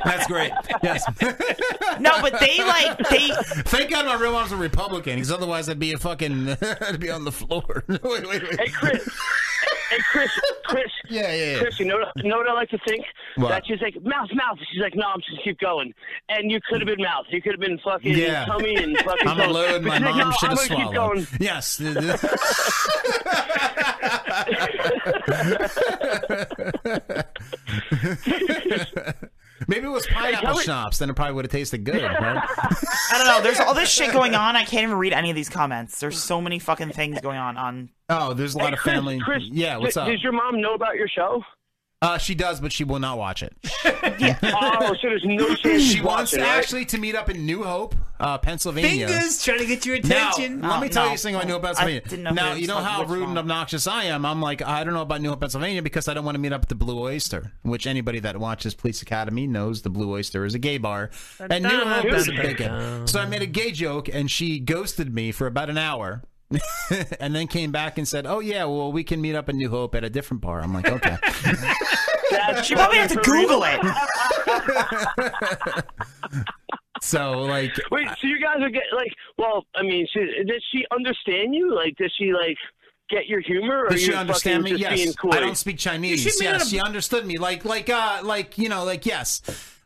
Speaker 11: That's great. Yes.
Speaker 12: no, but they like they.
Speaker 11: Thank God my real mom's a Republican, because otherwise I'd be a fucking, I'd be on the floor. wait, wait, wait.
Speaker 26: Hey Chris, Chris.
Speaker 11: Yeah, yeah, yeah.
Speaker 26: Chris, you know, you know what I like to think?
Speaker 11: What?
Speaker 26: That she's like mouth, mouth. She's like, no, I'm just keep going. And you could have been mouth. You could have been fucking
Speaker 11: Yeah.
Speaker 26: tummy and fucking.
Speaker 11: I'm
Speaker 26: toes.
Speaker 11: alone.
Speaker 26: But
Speaker 11: My
Speaker 26: she's like,
Speaker 11: mom
Speaker 26: no,
Speaker 11: should
Speaker 26: I'm
Speaker 11: have
Speaker 26: gonna Keep
Speaker 11: swallowed.
Speaker 26: going.
Speaker 11: Yes. Maybe it was pineapple schnapps, then it probably would have tasted good. Right?
Speaker 12: I don't know. There's all this shit going on. I can't even read any of these comments. There's so many fucking things going on. On
Speaker 11: oh, there's a lot of
Speaker 12: Chris,
Speaker 11: family.
Speaker 12: Chris,
Speaker 11: yeah, what's
Speaker 12: d-
Speaker 11: up?
Speaker 12: does
Speaker 26: your mom know about your show?
Speaker 11: Uh, she does, but she will not watch it.
Speaker 26: oh, so there's no chance
Speaker 11: She
Speaker 26: she's
Speaker 11: wants
Speaker 26: watching, right?
Speaker 11: actually to meet up in New Hope, uh, Pennsylvania.
Speaker 12: trying to get your
Speaker 11: Now, let me tell you something I know about Pennsylvania.
Speaker 12: I didn't know
Speaker 11: now,
Speaker 12: who
Speaker 11: you know
Speaker 12: was-
Speaker 11: how
Speaker 12: which
Speaker 11: rude
Speaker 12: mom.
Speaker 11: and obnoxious I am. I'm like, I don't know about New Hope, Pennsylvania because I don't want to meet up at the Blue Oyster, which anybody that watches Police Academy knows the Blue Oyster is a gay bar. And New
Speaker 15: Dun,
Speaker 11: Hope is a
Speaker 15: dun,
Speaker 11: big
Speaker 15: dun.
Speaker 11: So I made a gay joke, and she ghosted me for about an hour. and then came back and said, "Oh yeah, well we can meet up in New Hope at a different bar." I'm like, "Okay."
Speaker 26: That's
Speaker 12: She probably had to
Speaker 26: fucking for
Speaker 12: Google
Speaker 26: real.
Speaker 12: it.
Speaker 11: so like,
Speaker 26: Wait, so you guys are get like? Well, I mean, she, does she understand you? Like, does she like get your humor? Or
Speaker 11: Does
Speaker 26: are
Speaker 11: she
Speaker 26: you
Speaker 11: understand
Speaker 26: fucking
Speaker 11: me?
Speaker 26: just being
Speaker 11: Yes.
Speaker 26: coy?
Speaker 11: I don't speak Chinese.
Speaker 26: You should meet
Speaker 11: yes,
Speaker 26: up-
Speaker 11: she understood me. Like, like, uh, like you know, like yes,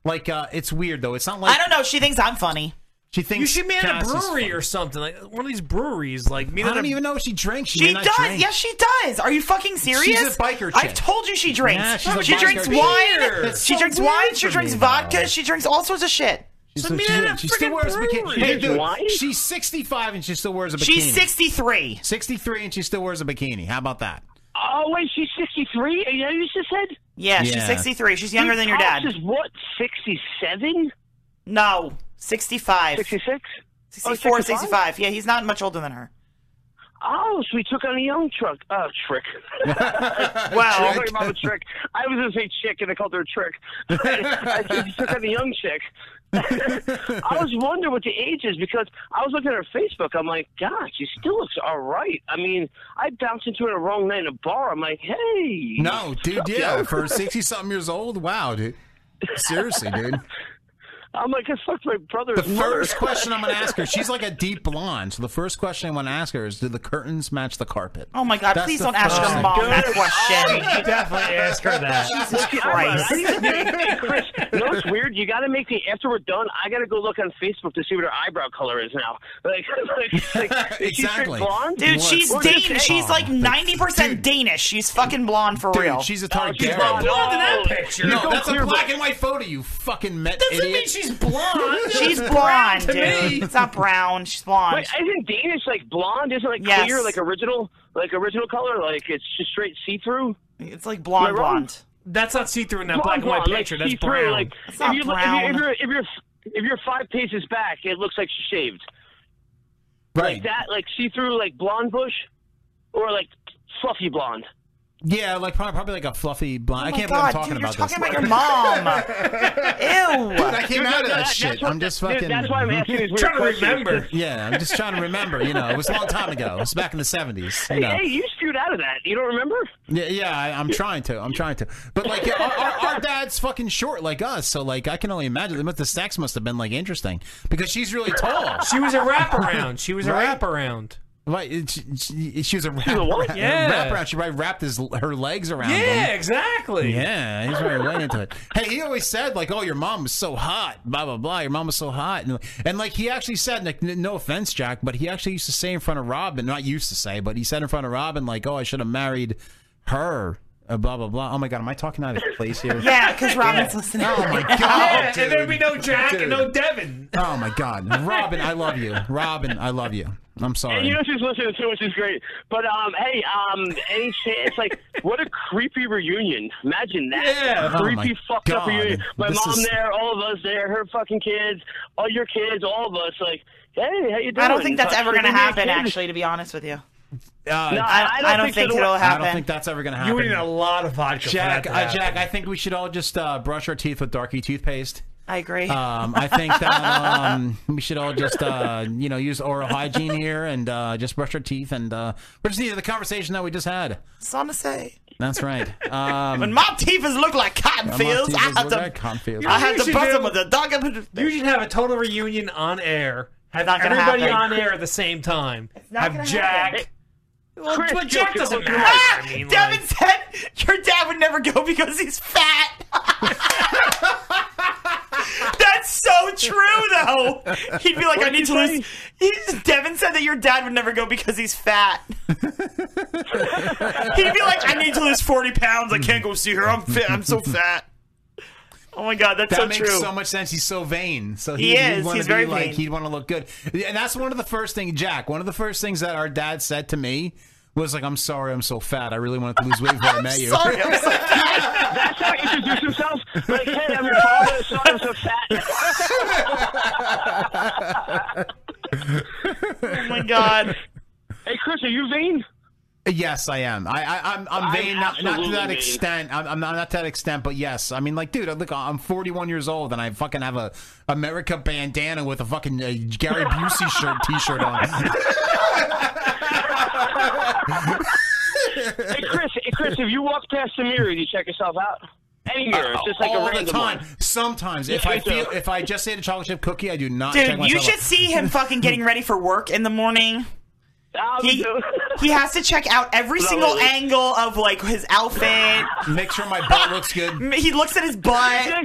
Speaker 11: like uh, it's weird though. It's not like
Speaker 12: I don't know. She thinks I'm funny.
Speaker 11: She thinks
Speaker 13: You should meet at a
Speaker 11: Cass is
Speaker 13: brewery
Speaker 11: funny.
Speaker 13: or something, like one of these breweries. Like meet
Speaker 11: I
Speaker 13: at
Speaker 11: don't
Speaker 13: a-
Speaker 11: even know if she drinks. She,
Speaker 12: She
Speaker 11: may not
Speaker 12: does.
Speaker 11: drink.
Speaker 12: Yes, she does. Are you fucking serious?
Speaker 11: She's a biker chick.
Speaker 12: I've told you she drinks.
Speaker 11: Nah, she's a
Speaker 12: she
Speaker 11: biker
Speaker 12: drinks
Speaker 11: chick.
Speaker 12: wine.
Speaker 11: That's
Speaker 12: She
Speaker 11: so
Speaker 12: drinks
Speaker 11: weird
Speaker 12: wine. She
Speaker 11: for
Speaker 12: drinks
Speaker 11: me,
Speaker 12: vodka.
Speaker 11: though.
Speaker 12: She drinks all sorts of shit.
Speaker 11: She's, so- she's- she still wears a bikini.
Speaker 12: brewery.
Speaker 11: Hey, dude,
Speaker 12: Wine?
Speaker 11: she's 65 and she still wears a bikini.
Speaker 12: She's 63.
Speaker 11: 63 and she still wears a bikini. How about that?
Speaker 26: Oh wait, she's sixty-three. Is that what you just said?
Speaker 12: Yeah, she's
Speaker 11: Yeah.
Speaker 12: 63. She's younger
Speaker 26: Dude,
Speaker 12: than your
Speaker 26: Cox
Speaker 12: dad.
Speaker 26: Is what sixty-seven?
Speaker 12: No, 65.
Speaker 26: 66?
Speaker 12: 64,
Speaker 26: Oh, 65?
Speaker 12: 65. Yeah, he's not much older than her.
Speaker 26: Oh, so we took on a young truck. Uh, trick.
Speaker 12: Wow.
Speaker 26: I'm talking about a trick. I was going to say chick, and I called her a trick. I said you took on a young chick. I was wondering what the age is because I was looking at her Facebook. I'm like, God, she still looks all right. I mean, I bounced into her the wrong night in a bar. I'm like, hey.
Speaker 11: No, dude,
Speaker 26: what's up,
Speaker 11: yeah.
Speaker 26: yo?
Speaker 11: For 60 something years old? Wow, dude. Seriously, dude.
Speaker 26: I'm like, I fucked my brother's
Speaker 11: The first question I'm going to ask her, she's like a deep blonde. So the first question I want to ask her is, do the curtains match the carpet?
Speaker 12: Oh my God,
Speaker 11: That's
Speaker 12: please
Speaker 11: the
Speaker 12: don't ask
Speaker 11: first
Speaker 12: your mom
Speaker 11: thing.
Speaker 12: that question.
Speaker 11: You should definitely ask her that.
Speaker 12: Jesus
Speaker 26: Look,
Speaker 12: Christ.
Speaker 26: Hey, Chris, you know what's weird? You got to make me after we're done. I got to go look on Facebook to see what her eyebrow color is now. Like, like, like is she straight blonde?
Speaker 12: Dude, she's
Speaker 26: Or is it
Speaker 12: Danish. She's like 90% Danish. She's fucking blonde for
Speaker 11: Dude,
Speaker 12: real.
Speaker 11: she's a
Speaker 12: Oh,
Speaker 11: Targaryen.
Speaker 12: she's not blonde in
Speaker 26: Oh.
Speaker 12: that picture.
Speaker 11: No,
Speaker 12: She's so
Speaker 11: that's a
Speaker 12: clear,
Speaker 11: black
Speaker 12: but-
Speaker 11: and white photo, you fucking met
Speaker 12: Doesn't
Speaker 11: idiot.
Speaker 12: mean she's blonde. She's
Speaker 11: It's
Speaker 12: blonde,
Speaker 11: brown to
Speaker 12: dude.
Speaker 11: me.
Speaker 12: It's not brown. She's blonde.
Speaker 26: Wait, isn't Danish like blonde? Isn't it, like
Speaker 12: Yes.
Speaker 26: clear, like original, like original color? Like it's just straight see through.
Speaker 12: It's like
Speaker 26: blonde, blonde.
Speaker 13: That's not see through in that black and white picture.
Speaker 26: Like,
Speaker 13: That's
Speaker 26: see-through,
Speaker 13: brown.
Speaker 26: Like,
Speaker 13: That's
Speaker 26: if,
Speaker 13: not
Speaker 26: you,
Speaker 13: brown.
Speaker 26: If, you're, if you're if you're if you're five paces back, it looks like she shaved.
Speaker 11: Right.
Speaker 26: Like that, like see through, like blonde bush, or like fluffy blonde.
Speaker 11: Yeah, like probably, probably like a fluffy
Speaker 12: Oh
Speaker 11: blonde. I can't believe I'm talking about this.
Speaker 12: Ew.
Speaker 11: Dude, I came
Speaker 26: Dude,
Speaker 11: out of that
Speaker 26: no, that-
Speaker 11: shit.
Speaker 26: that's what-
Speaker 11: I'm just
Speaker 26: dude,
Speaker 11: fucking.
Speaker 26: that's why I'm asking these weird Trying to questions. remember.
Speaker 11: Yeah, I'm just trying to remember. You know, it was a long time ago. It was back in the 70s. You
Speaker 26: Hey,
Speaker 11: know.
Speaker 26: hey, you screwed out of that. You don't remember?
Speaker 11: Yeah, yeah, I, I'm trying to. I'm trying to. But like, yeah, our, our, our dad's fucking short like us, so like, I can only imagine. The sex must have been like interesting because she's really tall.
Speaker 13: She was a wraparound. She was a
Speaker 11: Right?
Speaker 13: wraparound.
Speaker 11: Right, it- she, she, she was a wrap,
Speaker 13: what?
Speaker 11: wrap-
Speaker 13: Yeah.
Speaker 11: wrap around. She probably wrapped his her legs around.
Speaker 13: Yeah,
Speaker 11: him.
Speaker 13: exactly.
Speaker 11: Yeah, he's very way into it. Hey, he always said like, "Oh, your mom was so hot," blah blah blah. Your mom was so hot, and and like he actually said, like, n- no offense, Jack, but he actually used to say in front of Robin, not used to say, but he said in front of Robin, like, "Oh, I should have married her." Uh, blah blah blah. Oh my god, am I talking out of place here?
Speaker 12: Yeah, 'cause Robin's listening.
Speaker 11: Oh my god,
Speaker 13: Yeah,
Speaker 11: dude.
Speaker 13: and there'd be no Jack and no
Speaker 11: Dude.
Speaker 13: Devin.
Speaker 11: Oh my god, Robin, I love you, Robin, I love you. I'm sorry.
Speaker 26: And you know she's listening too, which is great. But um, hey, um, any chance? Like, what a creepy reunion! Imagine that.
Speaker 11: Yeah. Oh,
Speaker 26: creepy
Speaker 11: my
Speaker 26: fucked up
Speaker 11: God.
Speaker 26: reunion. My
Speaker 11: This
Speaker 26: mom
Speaker 11: is-
Speaker 26: there, all of us there, her fucking kids, all your kids, all of us. Like, hey, how you doing?
Speaker 12: I don't think that's ever going to
Speaker 26: Should we be
Speaker 12: happen,
Speaker 26: kids?
Speaker 12: actually, to be honest with you.
Speaker 11: Uh,
Speaker 12: No, I- I don't I don't think think so. it'll
Speaker 11: I
Speaker 12: happen.
Speaker 11: don't think that's ever going to happen.
Speaker 13: You would need a lot of vodka.
Speaker 11: Jack,
Speaker 13: for
Speaker 11: uh,
Speaker 13: that to
Speaker 11: Jack,
Speaker 13: happen.
Speaker 11: I think we should all just uh, brush our teeth with Darky toothpaste.
Speaker 12: I agree.
Speaker 11: Um, I think that um, we should all just uh, you know use oral hygiene here and uh, just brush our teeth and uh, we're just need the conversation that we just had.
Speaker 12: Some say.
Speaker 11: That's right. Um,
Speaker 12: When my teeth is look like cotton
Speaker 11: my
Speaker 12: fields,
Speaker 11: teeth
Speaker 12: I
Speaker 11: is
Speaker 12: have
Speaker 11: look
Speaker 12: to.
Speaker 11: like cotton fields.
Speaker 12: I have
Speaker 13: You
Speaker 12: to
Speaker 13: should
Speaker 12: bust
Speaker 13: do-
Speaker 12: them with a dog.
Speaker 13: You should have a total reunion on air. Have
Speaker 12: Not gonna
Speaker 13: everybody on
Speaker 12: happen.
Speaker 13: air at the same time.
Speaker 12: not
Speaker 13: Have
Speaker 12: gonna
Speaker 13: Jack,
Speaker 12: happen. Well,
Speaker 26: Chris,
Speaker 12: but
Speaker 26: you'll
Speaker 12: Jack
Speaker 26: feel
Speaker 12: doesn't
Speaker 26: the
Speaker 12: matter.
Speaker 13: Ah!
Speaker 26: rush. I mean,
Speaker 12: Devin said your dad would never go because he's fat. That's so true, though. He'd be like,
Speaker 15: What
Speaker 12: I
Speaker 15: did
Speaker 12: need
Speaker 15: you
Speaker 12: to lose. He- Devin said that your dad would never go because he's fat. He'd be like, I need to lose 40 pounds. I can't go see her. I'm fit. I'm so fat. Oh my God, that's
Speaker 11: that
Speaker 12: so
Speaker 11: makes
Speaker 12: true.
Speaker 11: so much sense. He's so vain. So
Speaker 12: He
Speaker 11: he, he'd
Speaker 12: is.
Speaker 11: wanna
Speaker 12: He's
Speaker 11: be
Speaker 12: very
Speaker 11: like
Speaker 12: vain.
Speaker 11: he'd want to look good. And that's one of the first things, Jack. One of the first things that our dad said to me was like, "I'm sorry, I'm so fat. I really wanted to lose weight before I met you."
Speaker 15: sorry, I'm so
Speaker 26: That's how he introduced himself. Like, hey, I'm your father, son, I'm so fat.
Speaker 12: oh my God.
Speaker 26: Hey, Chris, are you vain?
Speaker 11: Yes, I am. I, I I'm I'm
Speaker 26: I'm
Speaker 11: vain, not, not to
Speaker 26: absolutely
Speaker 11: that
Speaker 26: vain.
Speaker 11: extent. I'm, I'm not not to that extent, but yes. I mean, like, dude, look, I'm 41 years old, and I fucking have a America bandana with a fucking uh, Gary Busey shirt T-shirt on.
Speaker 26: hey, Chris, hey, Chris, if you walk past the mirror, do you check yourself out? Any mirror, it's just like
Speaker 11: Uh, oh, all
Speaker 26: a random
Speaker 11: the time.
Speaker 26: one.
Speaker 11: Sometimes, if
Speaker 26: Yeah,
Speaker 11: I
Speaker 26: me too.
Speaker 11: feel, if I just ate a chocolate chip cookie, I do not. check
Speaker 12: Dude, you
Speaker 11: myself
Speaker 12: should
Speaker 11: out.
Speaker 12: see him fucking getting ready for work in the morning. He, he has to check out every
Speaker 11: Not
Speaker 12: single
Speaker 11: really.
Speaker 12: angle of like his outfit.
Speaker 11: Make sure my butt looks good.
Speaker 12: He looks at his butt.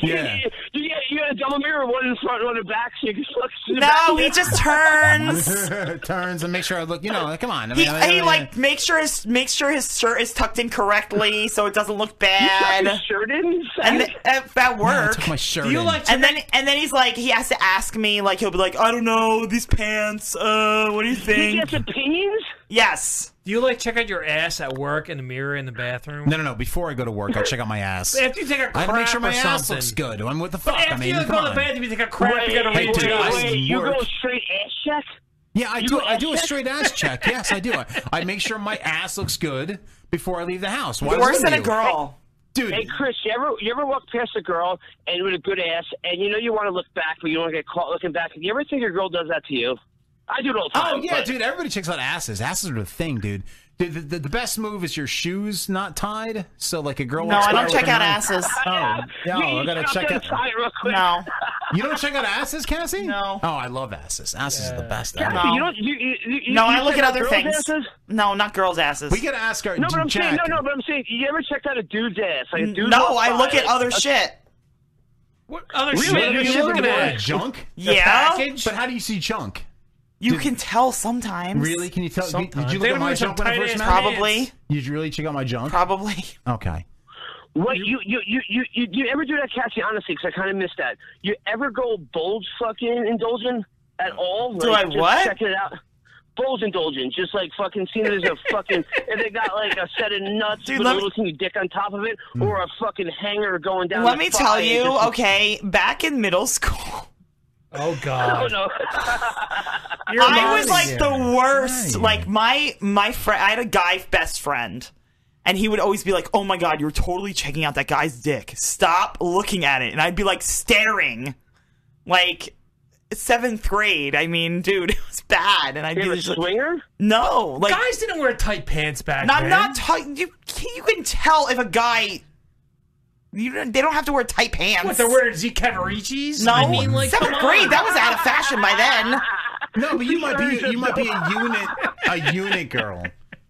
Speaker 26: Yeah. You got, you got a double mirror, one in the front, one in the back, so you can look. in the
Speaker 12: No,
Speaker 26: back.
Speaker 12: he just turns.
Speaker 11: turns, and make sure I look. You know, come on. I
Speaker 12: He,
Speaker 11: mean, I-
Speaker 12: he
Speaker 11: I-
Speaker 12: like makes sure his make sure his shirt is tucked in correctly so it doesn't look bad.
Speaker 26: his shirt in?
Speaker 12: And th- at, at
Speaker 11: I
Speaker 12: work,
Speaker 11: took my shirt. in.
Speaker 12: and then and then he's like he has to ask me like he'll be like I don't know these pants. Uh, what do you think?
Speaker 26: gets opinions.
Speaker 12: Yes.
Speaker 13: Do you like check out your ass at work in the mirror in the bathroom?
Speaker 11: No, no, no. Before I go to work, I check out my ass.
Speaker 13: After you take a
Speaker 11: I have to make
Speaker 13: crap
Speaker 11: sure
Speaker 13: or
Speaker 11: my ass
Speaker 13: something.
Speaker 11: looks good. I'm what the
Speaker 13: But
Speaker 11: fuck. I
Speaker 13: after
Speaker 11: mean,
Speaker 13: you
Speaker 11: come
Speaker 13: go to
Speaker 11: on.
Speaker 13: the bathroom, you take a crap, you gotta
Speaker 11: Hey, dude, I
Speaker 13: reorganize.
Speaker 11: work.
Speaker 26: You go straight ass check?
Speaker 11: Yeah, I
Speaker 26: You
Speaker 11: do.
Speaker 26: go
Speaker 11: I do a
Speaker 26: ass check?
Speaker 11: straight ass check. Yes, I do. I, I make sure my ass looks good before I leave the house. Why wouldn't you? dude.
Speaker 26: Hey, Chris, you ever you ever walk past a girl and with a good ass, and you know you want to look back, but you don't want to get caught looking back. You ever think your girl does that to you? I do it all the time.
Speaker 11: Oh yeah,
Speaker 26: but-
Speaker 11: dude. Everybody checks out asses. Asses are the thing, dude. Dude, the, the, the best move is your shoes not tied. So like a girl.
Speaker 12: No,
Speaker 11: walks
Speaker 12: I don't
Speaker 11: by
Speaker 12: check
Speaker 11: with
Speaker 12: out
Speaker 11: her-
Speaker 12: asses.
Speaker 11: Oh, no, I gotta check out.
Speaker 12: No.
Speaker 11: You don't check out asses, Cassie? No. Oh, I love asses. Asses are the best. ever.
Speaker 26: You don't. You, you, you,
Speaker 12: no,
Speaker 26: you
Speaker 12: I look
Speaker 26: check
Speaker 12: at
Speaker 26: out
Speaker 12: other
Speaker 26: girls'
Speaker 12: things.
Speaker 26: asses?
Speaker 12: No, not girls' asses.
Speaker 11: We gotta ask our
Speaker 26: No, but I'm saying no, no. But I'm saying you ever checked out a dude's ass? Like a dude
Speaker 12: No,
Speaker 26: walks
Speaker 12: I
Speaker 26: by,
Speaker 12: look at
Speaker 26: like,
Speaker 12: other
Speaker 26: a-
Speaker 12: shit.
Speaker 13: What other
Speaker 26: Really? shit are you looking at?
Speaker 11: Junk?
Speaker 12: Yeah.
Speaker 11: But how do you see junk?
Speaker 12: You can tell sometimes.
Speaker 11: Really? Can you tell? did- Did
Speaker 12: Sometimes.
Speaker 11: you
Speaker 12: They
Speaker 11: look at
Speaker 12: don't
Speaker 11: my
Speaker 12: have
Speaker 11: junk
Speaker 12: some
Speaker 11: when I
Speaker 12: tight
Speaker 11: first
Speaker 12: ass
Speaker 11: met?
Speaker 12: Probably.
Speaker 11: Did you really check out my junk?
Speaker 12: Probably.
Speaker 11: Okay.
Speaker 26: What you you you you you, you ever do that, Cassie? Honestly, because I kind of missed that. You ever go bulge fucking indulgent at all?
Speaker 12: Do I
Speaker 26: just
Speaker 12: what?
Speaker 26: Check it out. Bulge indulgent, just like fucking seeing it as a fucking if they got like a set of nuts
Speaker 12: Dude,
Speaker 26: with
Speaker 12: let
Speaker 26: a
Speaker 12: me-
Speaker 26: little teeny dick on top of it, or a fucking hanger going down.
Speaker 12: Let
Speaker 26: the
Speaker 12: me
Speaker 26: thigh
Speaker 12: tell
Speaker 26: and
Speaker 12: you,
Speaker 26: just-
Speaker 12: okay, back in middle school.
Speaker 13: Oh
Speaker 26: Oh, no.
Speaker 12: I was
Speaker 26: lying.
Speaker 12: like the worst. Like my my friend, I had a guy best friend, and he would always be like, "Oh my god, you're totally checking out that guy's dick. Stop looking at it." And I'd be like staring, like seventh grade. I mean, dude, it was bad. And I'd
Speaker 13: You
Speaker 12: be
Speaker 13: were a
Speaker 12: just like-
Speaker 26: swinger?
Speaker 12: No, like
Speaker 13: guys didn't wear tight pants back
Speaker 12: No,
Speaker 13: then.
Speaker 12: I'm not talking. You, you can tell if a guy. You don't, they don't have to wear tight pants.
Speaker 13: What, they're wearing Z Cavaricis?
Speaker 12: No,
Speaker 13: I mean, like,
Speaker 12: seventh
Speaker 13: come on.
Speaker 12: grade. That was out of fashion by then.
Speaker 11: No, but you might be you might be a unit a unit girl.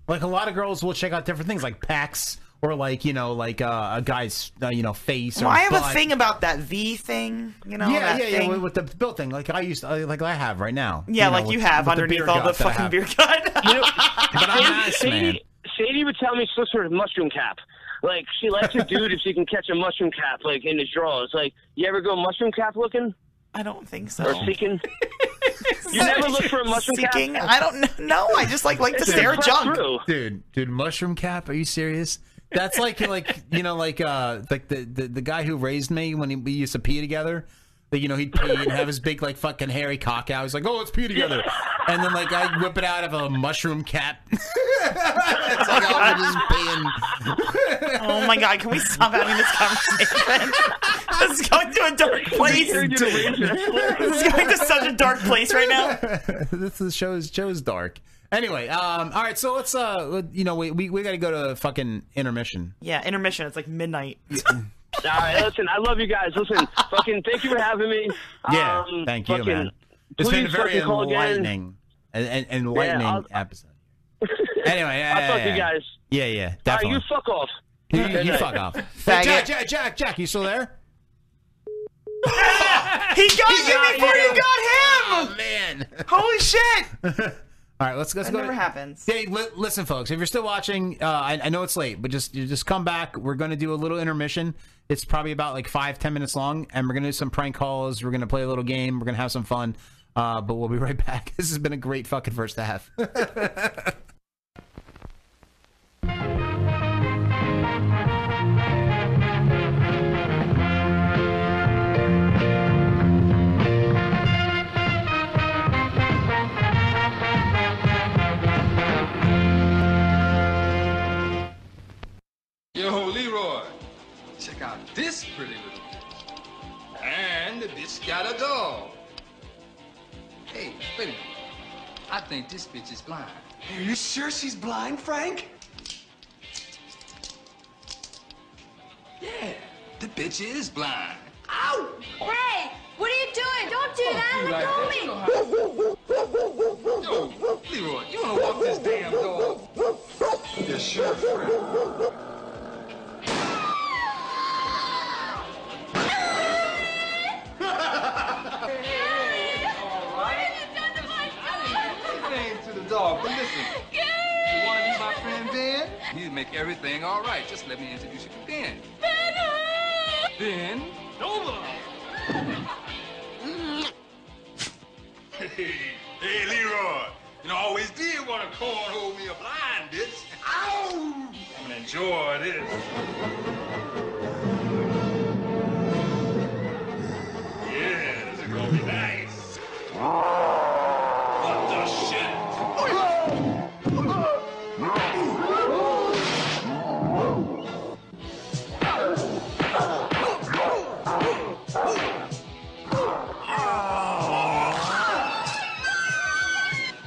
Speaker 11: Like a lot of girls will check out different things like pecs or like you know like uh, a guy's uh, you know face. Or
Speaker 12: Well, I have
Speaker 11: butt.
Speaker 12: a thing about that V thing. You know,
Speaker 11: yeah,
Speaker 12: that
Speaker 11: yeah,
Speaker 12: thing.
Speaker 11: yeah, with the built thing, like I used, to, like I have right now.
Speaker 12: Yeah,
Speaker 11: know,
Speaker 12: like you
Speaker 11: with-
Speaker 12: have
Speaker 11: with
Speaker 12: underneath
Speaker 11: beer
Speaker 12: all the
Speaker 11: gut that I
Speaker 12: fucking
Speaker 11: have.
Speaker 12: beer gut.
Speaker 26: You know,
Speaker 11: But I'm
Speaker 26: Sadie-
Speaker 11: nice,
Speaker 26: Sadie,
Speaker 11: man.
Speaker 26: Sadie would tell me she looks for a mushroom cap. Like she likes a dude if she can catch a mushroom cap, like in his drawers. Like you ever go mushroom cap looking?
Speaker 12: I don't think so.
Speaker 26: Or seeking? you never look for a mushroom
Speaker 12: Seeking?
Speaker 26: cap.
Speaker 12: I don't know. No, I just like like to
Speaker 26: It's a
Speaker 12: stare at
Speaker 26: front
Speaker 12: junk.
Speaker 26: row.
Speaker 11: dude dude mushroom cap are you serious that's like like you know like uh like the the, the guy who raised me when he, we used to pee together that you know he'd pee and have his big like fucking hairy cock out he's like oh let's pee together and then like i whip it out of a mushroom cap it's like i'm just peeing
Speaker 12: Oh my god, can we stop having this conversation? this is going to a dark place. this is going to such a dark place right now.
Speaker 11: this is show is show's dark anyway um all right so let's uh you know we we, we gotta go to fucking intermission
Speaker 12: Yeah, intermission. It's like midnight.
Speaker 26: All right, listen, I love you guys. Listen, fucking thank you for having me.
Speaker 11: Yeah,
Speaker 26: Um,
Speaker 11: thank you,
Speaker 26: fucking,
Speaker 11: man. It's been
Speaker 26: please
Speaker 11: very
Speaker 26: fucking call again.
Speaker 11: enlightening, and, and, enlightening
Speaker 26: Yeah, I'll-
Speaker 11: episode. Anyway,
Speaker 26: I'll talk to
Speaker 11: yeah,
Speaker 26: you guys.
Speaker 11: Yeah, yeah,
Speaker 26: All right,
Speaker 11: definitely.
Speaker 26: you fuck off.
Speaker 11: You- you,
Speaker 26: Good
Speaker 11: fuck
Speaker 26: night.
Speaker 11: off. Hey, Jack, Jack, Jack, Jack, you still there?
Speaker 12: He got
Speaker 11: He
Speaker 12: you
Speaker 11: got
Speaker 12: before you.
Speaker 11: you.
Speaker 12: got him.
Speaker 11: Oh man!
Speaker 12: Holy shit!
Speaker 11: All right, let's let's
Speaker 12: That
Speaker 11: go.
Speaker 12: never happens.
Speaker 11: Hey, li- listen, folks. If you're still watching, uh, I, I know it's late, but just you just come back. We're going to do a little intermission. It's probably about like five ten minutes long, and we're going to do some prank calls. We're going to play a little game. We're going to have some fun. Uh, but we'll be right back. This has been a great fucking first half.
Speaker 5: Yo, Leroy, check out this pretty little bitch. And this got a dog. Hey, wait a minute. I think this bitch is blind.
Speaker 15: Are you sure she's blind, Frank?
Speaker 5: Yeah, the bitch is blind.
Speaker 15: Ow!
Speaker 5: Hey,
Speaker 15: what are you doing? Don't
Speaker 5: do that. Let go Yo, Leroy, you wanna walk this damn dog? Yeah, sure, Frank. Ain't to the dog, but listen. You want to be my friend Ben? You make everything all right. Just let me introduce you to Ben. Ben. Dover. hey, hey, Leroy. You know, I always did want to cornhole me a blind bitch. Ow! I'm gonna enjoy this. Yeah, this is gonna be nice. What the shit?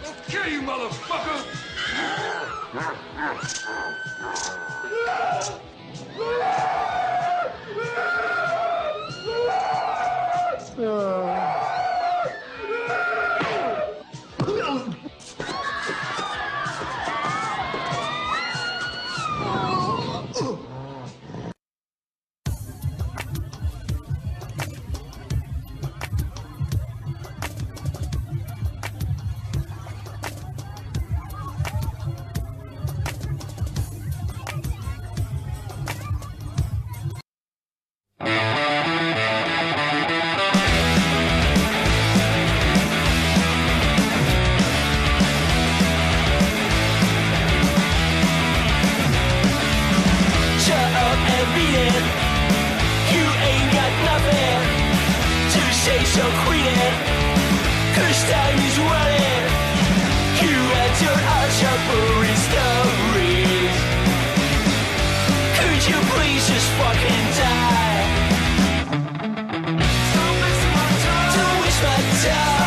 Speaker 5: Don't kill you, motherfucker!
Speaker 15: Shut up and read it. You ain't got nothing to say, so quit it. Cause time is running. You and your unshampooing stories. Could you please just fucking die? Don't waste my time. Don't waste my time. Don't waste my time.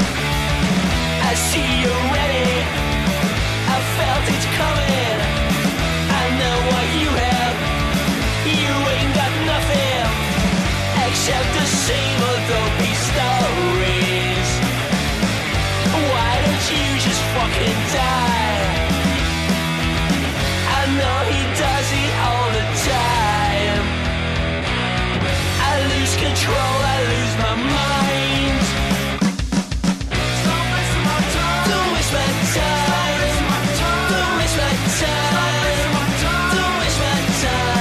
Speaker 15: I see you ready. I felt it coming. I know what you have. You ain't got nothing except the same old dopey stories. Why don't you just fucking die? I know he does it all the time. I lose control, I lose my mind. Don't waste my time. Don't waste my time. Don't waste my time. Don't waste my time.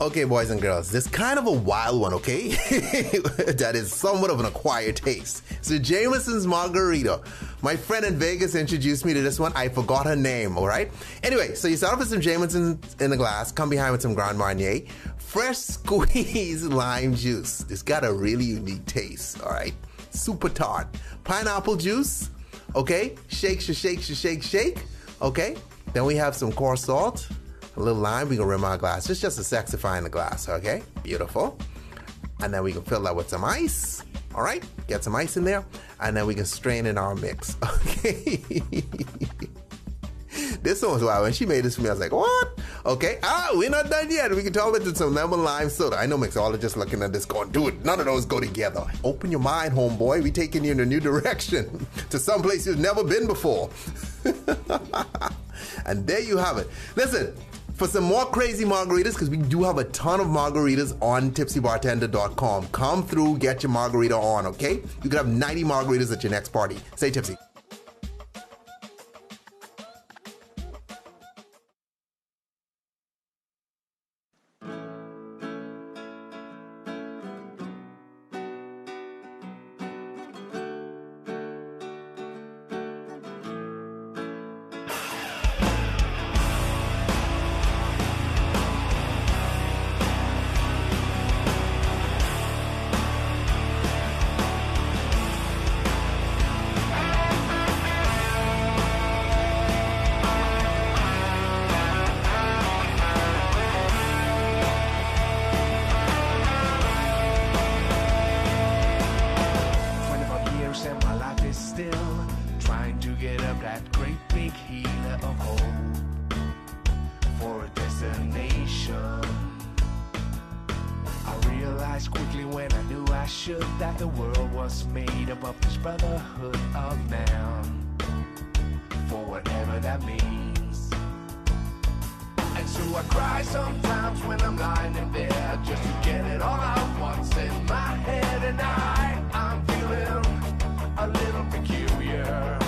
Speaker 4: Okay, boys and girls, this kind of a wild one, okay? that is somewhat of an acquired taste. So, Jameson's Margarita. My friend in Vegas introduced me to this one. I forgot her name, all right? Anyway, so you start off with some Jameson in the glass, come behind with some Grand Marnier, fresh squeezed lime juice. It's got a really unique taste, all right? Super tart. Pineapple juice, okay? Shake, shake, shake, shake, shake, okay? Then we have some coarse salt a little lime, we can rim our glass. It's just a saxify in the glass, okay? Beautiful. And then we can fill that with some ice. All right, get some ice in there, and then we can strain in our mix. Okay. this one was wild. When she made this for me, I was like, "What? Okay, ah, we're not done yet. We can talk about some lemon lime soda." I know mixologists just looking at this going, "Dude, none of those go together." Open your mind, homeboy. We taking you in a new direction to some place you've never been before. and there you have it. Listen, for some more crazy margaritas, because we do have a ton of margaritas on tipsybartender.com. Come through, get your margarita on, okay? You could have 90 margaritas at your next party. Say tipsy.
Speaker 9: 25 years and my life is still trying to get up that great big hill of hope for a destination. I realized quickly when I knew I should that the world was made up of this brotherhood of man for whatever that means. And so I cry sometimes when I'm lying in bed just to get it all out once in my head. And I, I'm feeling a little peculiar.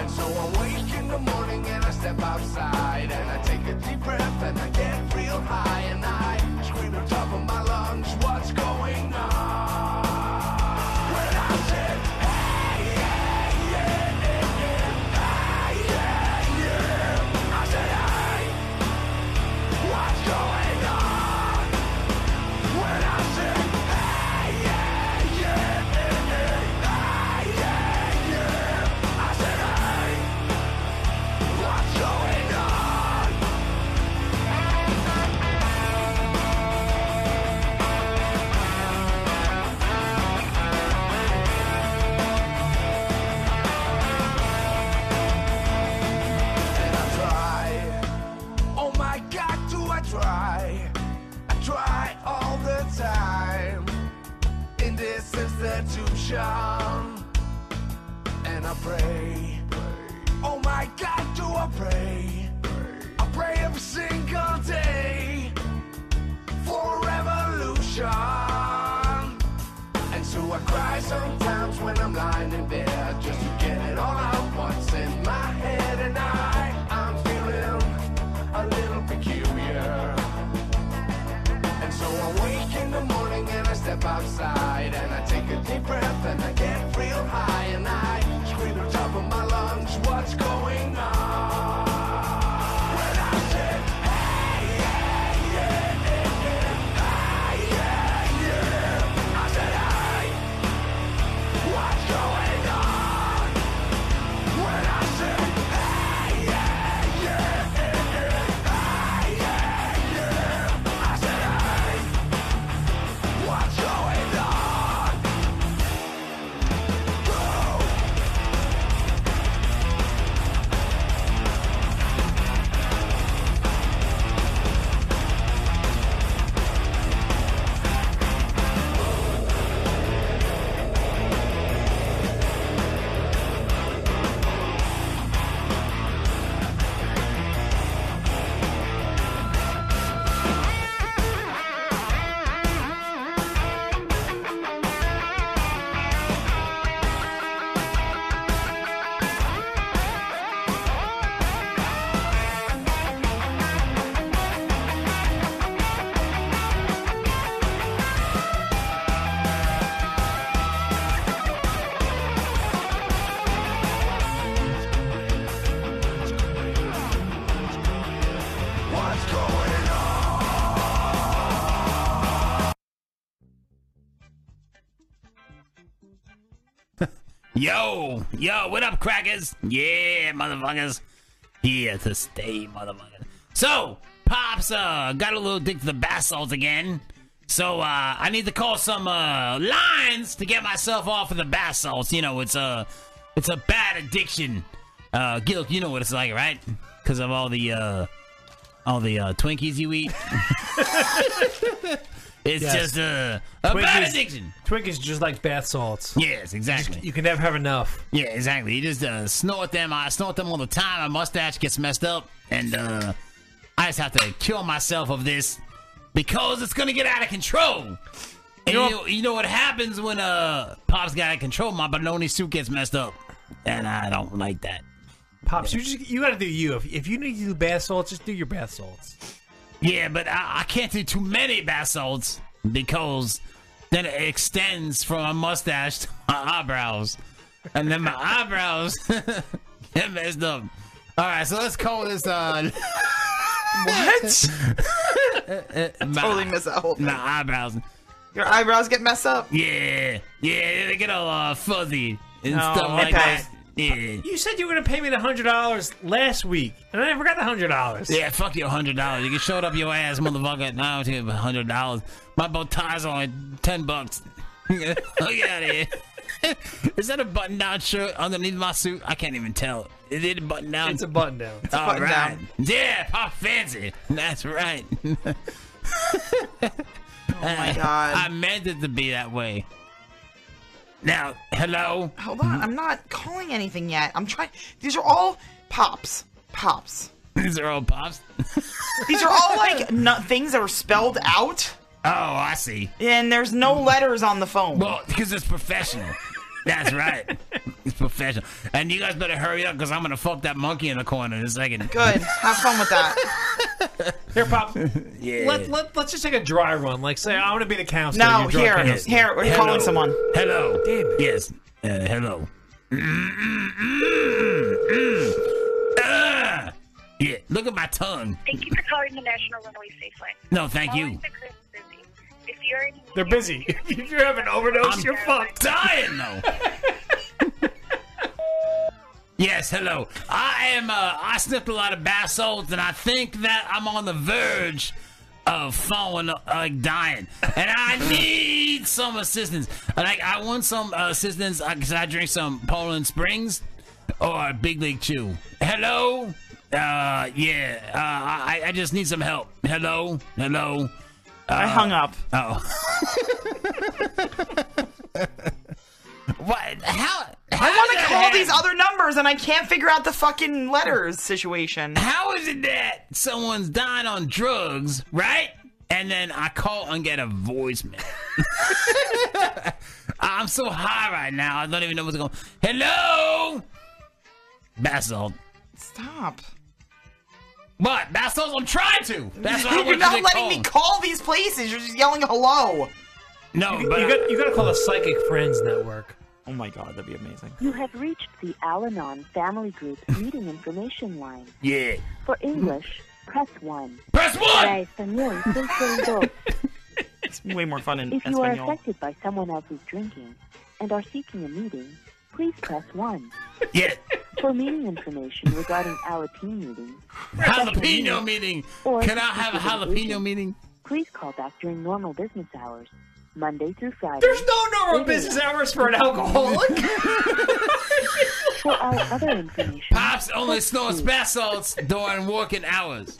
Speaker 9: And so I wake in the morning and I step outside and I take a deep breath and I get real high and I scream at the top of my lungs, what's going on? When I said, hey, yeah, yeah, yeah, yeah, hey, yeah, yeah. I said, hey, what's going on? When I said, hey, yeah, yeah, yeah, yeah, hey, yeah, yeah. I said, hey, what's going on? And I try, oh my god, do I try? I try all the time in this institution. And I pray, oh my god, do I pray? I pray every single day for revolution. And so I cry sometimes when I'm lying in bed just to get it all out once in my head. And I, I'm feeling a little peculiar. And so I wake in the morning and I step outside and I take a deep breath and I get real high and I scream at the top of my lungs, what's going on? When I said, hey, yeah, yeah, yeah, yeah, hey, yeah, yeah. I said, hey, what's going on? When I said, hey, yeah, yeah, yeah, yeah, hey, yeah, yeah. I said, hey, what's going on?
Speaker 16: Yo, yo, what up, crackers? Yeah, motherfuckers. Here to stay, motherfuckers. So, Pops, uh, got a little dick to the basalt again. So, uh, I need to call some, uh, lines to get myself off of the basalts. You know, it's a, it's a bad addiction. Uh, Gil, you know what it's like, right? Because of all the, uh, all the, uh, Twinkies you eat. it's
Speaker 13: Yes.
Speaker 16: just a, a bad addiction.
Speaker 13: Twinkies just like bath salts.
Speaker 16: Yes, exactly.
Speaker 13: You can never have enough.
Speaker 16: Yeah, exactly. You just uh, snort them. I snort them all the time. My mustache gets messed up, and uh, I just have to cure myself of this because it's gonna get out of control. And you know, you know what happens when uh, pops got out of control? My bologna suit gets messed up, and I don't like that.
Speaker 13: Pops, you just you got to do you. If, if you need to do bath salts, just do your bath salts.
Speaker 16: Yeah, but I, I can't do too many bath salts because then it extends from my mustache to my eyebrows. And then my eyebrows get messed up. All right, so let's call this. Uh,
Speaker 12: What?
Speaker 16: totally miss that whole My eyebrows.
Speaker 12: Your eyebrows get messed up.
Speaker 16: Yeah. Yeah, they get all uh, fuzzy and
Speaker 13: No,
Speaker 16: stuff like
Speaker 13: okay.
Speaker 16: that. Yeah.
Speaker 13: You said you were going to pay me the hundred dollars last week, and I forgot the hundred dollars.
Speaker 16: Yeah, fuck your hundred dollars. You can show it up your ass, motherfucker. Now I don't hundred dollars. My bow tie's only ten bucks. Look out here. Is that a button-down shirt underneath my suit? I can't even tell. Is it a button-down?
Speaker 13: It's a button-down. It's a
Speaker 16: All
Speaker 13: button-down.
Speaker 16: right. Yeah, pop fancy. That's right. oh my god. I meant it to be that way. Now, hello.
Speaker 12: Hold on, I'm not calling anything yet. I'm trying. These are all pops. Pops.
Speaker 16: These are all pops.
Speaker 12: These are all like no, things that are spelled out.
Speaker 16: Oh, I see.
Speaker 12: And there's no letters on the phone.
Speaker 16: Well, because it's professional. That's right. it's professional. And you guys better hurry up because I'm going to fuck that monkey in the corner in a second.
Speaker 12: Good. Have fun with that.
Speaker 13: Here, Pop.
Speaker 16: Yeah.
Speaker 13: Let, let, let's just take a dry run. Like, say, I want to be the counselor.
Speaker 12: No,
Speaker 13: your drug
Speaker 12: here,
Speaker 13: counselor.
Speaker 12: here, we're calling someone.
Speaker 16: Hello. Yes. Uh, hello. Ah! yeah. Look at my tongue.
Speaker 27: Thank you for calling the National Runaway Safe Line.
Speaker 16: No, thank you.
Speaker 27: If you're in
Speaker 13: They're busy. if you have an overdose,
Speaker 16: I'm
Speaker 13: you're fucked.
Speaker 16: Dying though. Yes, hello. I am. Uh, I sniffed a lot of basalt, and I think that I'm on the verge of falling, uh, like dying, and I need some assistance. Like I want some uh, assistance because I drink some Poland Springs or Big League Chew. Hello. Uh, yeah. Uh, I I just need some help. Hello. Hello.
Speaker 12: I hung up.
Speaker 16: Oh. what? How?
Speaker 12: I want to call these other numbers and I can't figure out the fucking letters situation.
Speaker 16: How is it that someone's dying on drugs, right? And then I call and get a voicemail. I'm so high right now. I don't even know what's going. Hello, Basalt.
Speaker 12: Stop.
Speaker 16: What, Basalt? I'm trying to. That's what I want
Speaker 12: You're not
Speaker 16: you to
Speaker 12: letting
Speaker 16: call.
Speaker 12: me call these places. You're just yelling hello.
Speaker 16: No,
Speaker 13: you,
Speaker 16: but
Speaker 13: you
Speaker 16: I-
Speaker 13: got you got to call the Psychic Friends Network.
Speaker 12: Oh my god, that'd be amazing.
Speaker 28: You have reached the Al Anon Family Group Meeting Information Line.
Speaker 16: Yeah.
Speaker 28: For English, press 1.
Speaker 16: Press 1!
Speaker 28: Para español, pulse dos.
Speaker 12: It's way more fun in
Speaker 28: If you are
Speaker 12: Espanol.
Speaker 28: affected by someone else's drinking and are seeking a meeting, please press 1.
Speaker 16: Yeah.
Speaker 28: For meeting information regarding our team meeting,
Speaker 16: Jalapeno meeting.
Speaker 28: Or
Speaker 16: Can I have a jalapeno meeting?
Speaker 28: please call back during normal business hours, Monday through Friday.
Speaker 13: There's no normal
Speaker 28: 8
Speaker 13: business
Speaker 28: a.m.
Speaker 13: hours for an alcoholic.
Speaker 28: For all other information,
Speaker 16: Pops only snorts bath salts during working hours.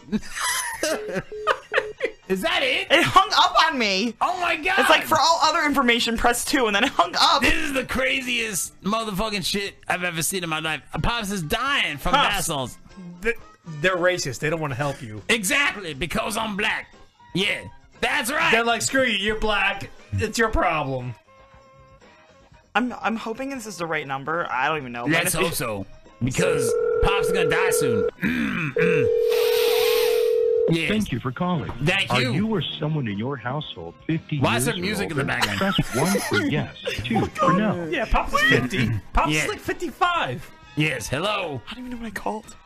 Speaker 16: Is that it?
Speaker 12: It hung up on me.
Speaker 16: Oh my god.
Speaker 12: It's like for all other information, press two, and then it hung up.
Speaker 16: This is the craziest motherfucking shit I've ever seen in my life. Pops is dying from
Speaker 13: Pops.
Speaker 16: bath salts.
Speaker 13: Th- They're racist. They don't want to help you.
Speaker 16: Exactly, because I'm black. Yeah, that's right.
Speaker 13: They're like, screw you. You're black. It's your problem.
Speaker 12: I'm I'm hoping this is the right number. I don't even know. Might
Speaker 16: Let's
Speaker 12: have been-
Speaker 16: hope so, because Pops is gonna die soon. Yes.
Speaker 29: Thank you for calling.
Speaker 16: Thank
Speaker 29: Are
Speaker 16: you.
Speaker 29: you or someone in your household 50
Speaker 16: Why
Speaker 29: years
Speaker 16: is there
Speaker 29: or
Speaker 16: music in
Speaker 29: older?
Speaker 16: the background?
Speaker 29: Press 1 for yes, 2 for no.
Speaker 13: Yeah, Pops is 50. Pops is like 55.
Speaker 16: Yes, hello.
Speaker 12: I don't even know what I called.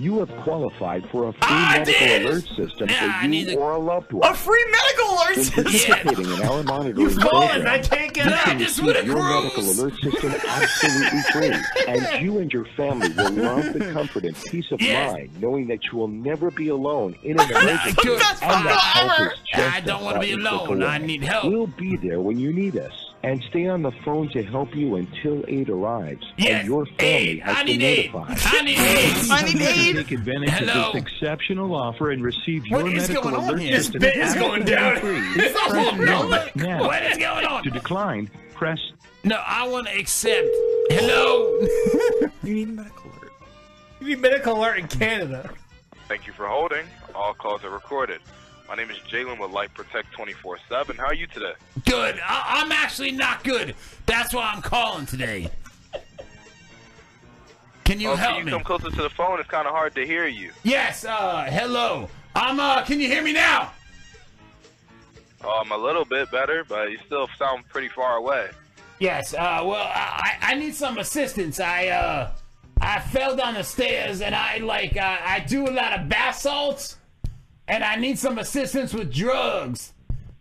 Speaker 29: You have qualified for a free
Speaker 16: Ah,
Speaker 15: I
Speaker 29: medical
Speaker 15: did it!
Speaker 29: alert system
Speaker 15: Yeah, I
Speaker 29: for
Speaker 15: need
Speaker 29: you
Speaker 15: to-
Speaker 29: or a loved one.
Speaker 15: A free medical alert
Speaker 29: In
Speaker 15: system!
Speaker 29: participating in our monitoring
Speaker 15: You've fallen,
Speaker 29: program,
Speaker 15: I can't get
Speaker 29: you
Speaker 15: up,
Speaker 29: can
Speaker 15: just
Speaker 29: receive
Speaker 15: wanna
Speaker 29: your
Speaker 15: cruise.
Speaker 29: medical alert system absolutely free, and you and your family will love the comfort and peace of
Speaker 15: Yes.
Speaker 29: mind knowing that you will never be alone in an emergency.
Speaker 15: Good.
Speaker 29: and that help is just
Speaker 15: I don't wanna
Speaker 29: about
Speaker 15: be
Speaker 29: to
Speaker 15: alone.
Speaker 29: arrive.
Speaker 15: I need help.
Speaker 29: We'll be there when you need us. And stay on the phone to help you until aid arrives.
Speaker 15: Yes,
Speaker 29: and your family
Speaker 15: aid.
Speaker 29: has
Speaker 15: I
Speaker 29: been
Speaker 15: need aid.
Speaker 29: notified.
Speaker 15: I need aid. I need aid.
Speaker 29: Take advantage
Speaker 15: Hello.
Speaker 29: of this exceptional offer and receive
Speaker 15: What
Speaker 29: your
Speaker 15: is
Speaker 29: medical
Speaker 15: going on
Speaker 29: alert
Speaker 15: here? This
Speaker 29: system
Speaker 15: bit is going
Speaker 29: absolutely
Speaker 15: down.
Speaker 29: free.
Speaker 15: It's all
Speaker 29: Press
Speaker 15: going
Speaker 29: one
Speaker 15: on.
Speaker 29: now.
Speaker 16: What is going on?
Speaker 29: To decline, press
Speaker 16: No, I want to accept. Hello.
Speaker 13: you need medical alert. You need medical alert in Canada.
Speaker 19: Thank you for holding. All calls are recorded. My name is Jalen with Light Protect 24 7. How are you today?
Speaker 16: Good. I- I'm actually not good. That's why I'm calling today. Can you
Speaker 19: oh,
Speaker 16: help
Speaker 19: can you
Speaker 16: me?
Speaker 19: come closer to the phone? It's kind of hard to hear you.
Speaker 16: Yes. Uh, hello. I'm. Uh, can you hear me now?
Speaker 19: Um, a little bit better, but you still sound pretty far away.
Speaker 16: Yes. Uh, well, I, I I need some assistance. I uh, I fell down the stairs and I like uh, I do a lot of bath salts, and I need some assistance with drugs.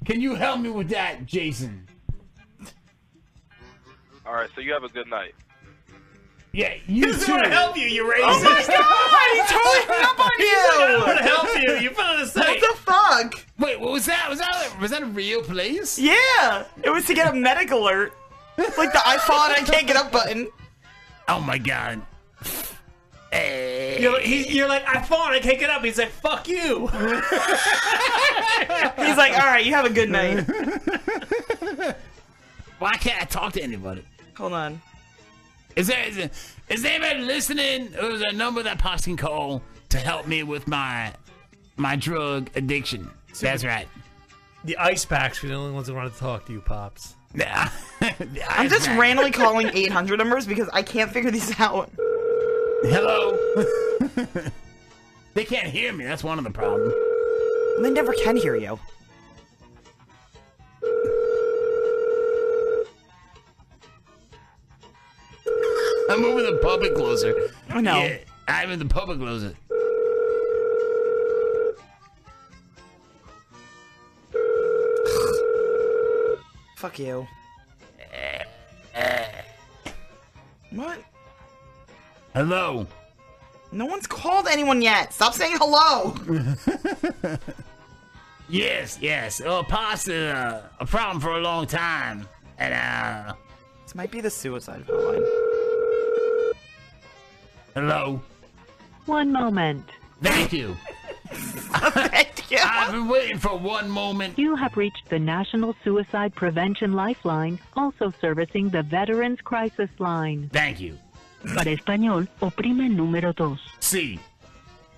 Speaker 16: Can you help me with that, Jason?
Speaker 19: All right, so you have a good night.
Speaker 16: Yeah, you
Speaker 19: doesn't
Speaker 16: too.
Speaker 19: wanna help
Speaker 13: you, you
Speaker 12: Oh
Speaker 19: racist.
Speaker 13: He totally hung up on
Speaker 16: He's
Speaker 13: you.
Speaker 16: like, I don't
Speaker 13: want
Speaker 16: wanna
Speaker 13: to
Speaker 16: help you. You
Speaker 13: You
Speaker 16: put on a
Speaker 13: What
Speaker 16: site.
Speaker 13: the fuck?
Speaker 16: Wait, what was that? Was that was that a real place?
Speaker 12: Yeah, it was to get a medic alert, like the I fall and I can't get up button.
Speaker 16: Oh my god.
Speaker 13: You're, he's, you're like, I fall and I can't get up. He's like, fuck you.
Speaker 12: He's like, all right, you have a good night.
Speaker 16: Why can't I talk to anybody?
Speaker 12: Hold on.
Speaker 16: Is there is, there, is there anybody listening? There's a number that pops can call to help me with my my drug addiction. That's right.
Speaker 13: The ice packs are the only ones that want to talk to you, Pops.
Speaker 16: Nah.
Speaker 12: I'm just randomly calling 800 numbers because I can't figure these out.
Speaker 16: Hello. They can't hear me. That's one of the problems.
Speaker 12: They never can hear you.
Speaker 16: I'm over the puppet closer.
Speaker 12: I know.
Speaker 16: Yeah, I'm in the puppet closet.
Speaker 12: Fuck you. What?
Speaker 16: Hello.
Speaker 12: No one's called anyone yet. Stop saying hello.
Speaker 16: Yes, yes. Oh, pasta, uh, a problem for a long time, and uh,
Speaker 12: This might be the suicide hotline.
Speaker 16: hello.
Speaker 28: One moment.
Speaker 16: Thank you.
Speaker 12: Thank you.
Speaker 16: I've been waiting for one moment.
Speaker 28: You have reached the National Suicide Prevention Lifeline, also servicing the Veterans Crisis Line.
Speaker 16: Thank you.
Speaker 28: Para español, oprime número dos.
Speaker 16: See.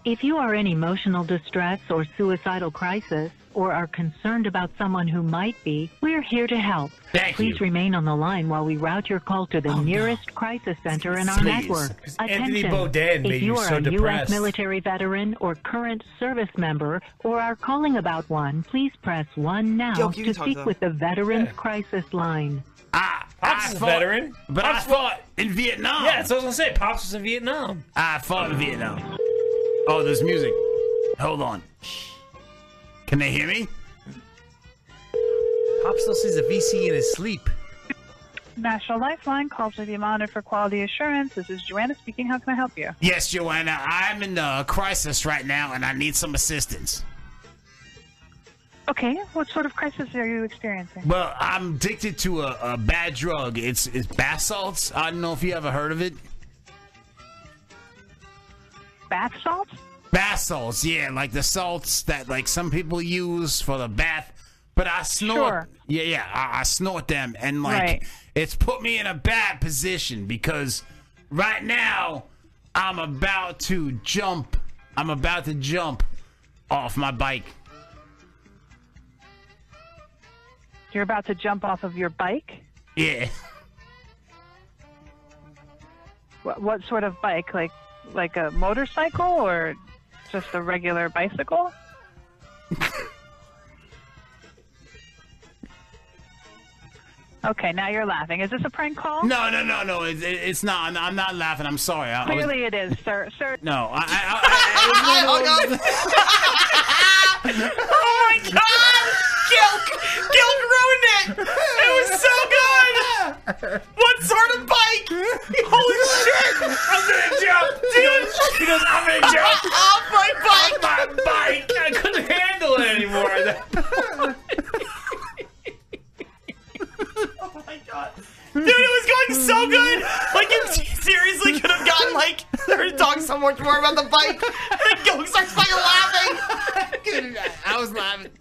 Speaker 28: If you are in emotional distress or suicidal crisis, or are concerned about someone who might be, we're here to help.
Speaker 16: Thank
Speaker 28: Please remain on the line while we route your call to the nearest crisis center in our
Speaker 13: Oh, Please.
Speaker 28: network.
Speaker 13: Because Anthony
Speaker 28: Attention!
Speaker 13: Bourdain
Speaker 28: if
Speaker 13: made
Speaker 28: you
Speaker 13: you
Speaker 28: are
Speaker 13: so
Speaker 28: a U.S.
Speaker 13: depressed.
Speaker 28: military veteran or current service member, or are calling about one, please press one now
Speaker 16: Yo, you
Speaker 28: to
Speaker 16: can talk
Speaker 28: speak
Speaker 16: to them.
Speaker 28: with the Veterans Crisis Line.
Speaker 16: Pops
Speaker 13: is a veteran.
Speaker 16: But I fought in Vietnam.
Speaker 13: Yeah, that's what I was going to say. Pops was in Vietnam.
Speaker 16: I fought in Vietnam. Oh, there's music. Hold on. Can they hear me?
Speaker 13: Pops still sees a VC in his sleep.
Speaker 1: National Lifeline calls may be monitored for quality assurance. This is Joanna speaking. How can I help you?
Speaker 16: Yes, Joanna. I'm in a crisis right now, and I need some assistance.
Speaker 1: Okay, what sort of crisis are you experiencing?
Speaker 16: Well, I'm addicted to a, a bad drug. It's it's bath salts. I don't know if you ever heard of it.
Speaker 1: Bath salts?
Speaker 16: Bath salts, yeah, like the salts that like some people use for the bath. But I snort.
Speaker 1: Sure.
Speaker 16: Yeah, yeah, I, I snort them, and like
Speaker 1: Right.
Speaker 16: it's put me in a bad position because right now I'm about to jump. I'm about to jump off my bike.
Speaker 1: You're about to jump off of your bike?
Speaker 16: Yeah.
Speaker 1: What, what sort of bike? Like like a motorcycle or just a regular bicycle? Okay, now you're laughing. Is this a prank call?
Speaker 11: No, no, no, no. It, it, it's not. I'm, I'm not laughing. I'm sorry. I, I was-
Speaker 1: Clearly it is, sir. Sir.
Speaker 11: no, I, I,
Speaker 12: oh my god! Gilk! Gilk ruined it! It was so good! What sort of bike? Holy shit! I'm gonna jump! Dude!
Speaker 15: He goes, "I'm gonna jump."
Speaker 12: Off my bike!
Speaker 15: My bike! I couldn't handle it anymore.
Speaker 12: Oh my god. Dude, it was going so good! Like, you seriously could have gotten, like, they were talking so much more about the bike, and Gilk starts fucking laughing! Dude, I was laughing.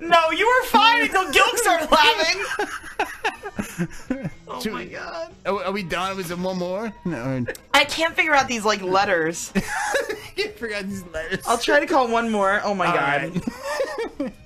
Speaker 12: No, you were fine until Gilk started laughing! Oh my god.
Speaker 11: Are, are we done? Was it one more? No.
Speaker 12: I can't figure out these like letters.
Speaker 11: I forgot these letters.
Speaker 12: I'll try to call one more. Oh my
Speaker 11: All
Speaker 12: god.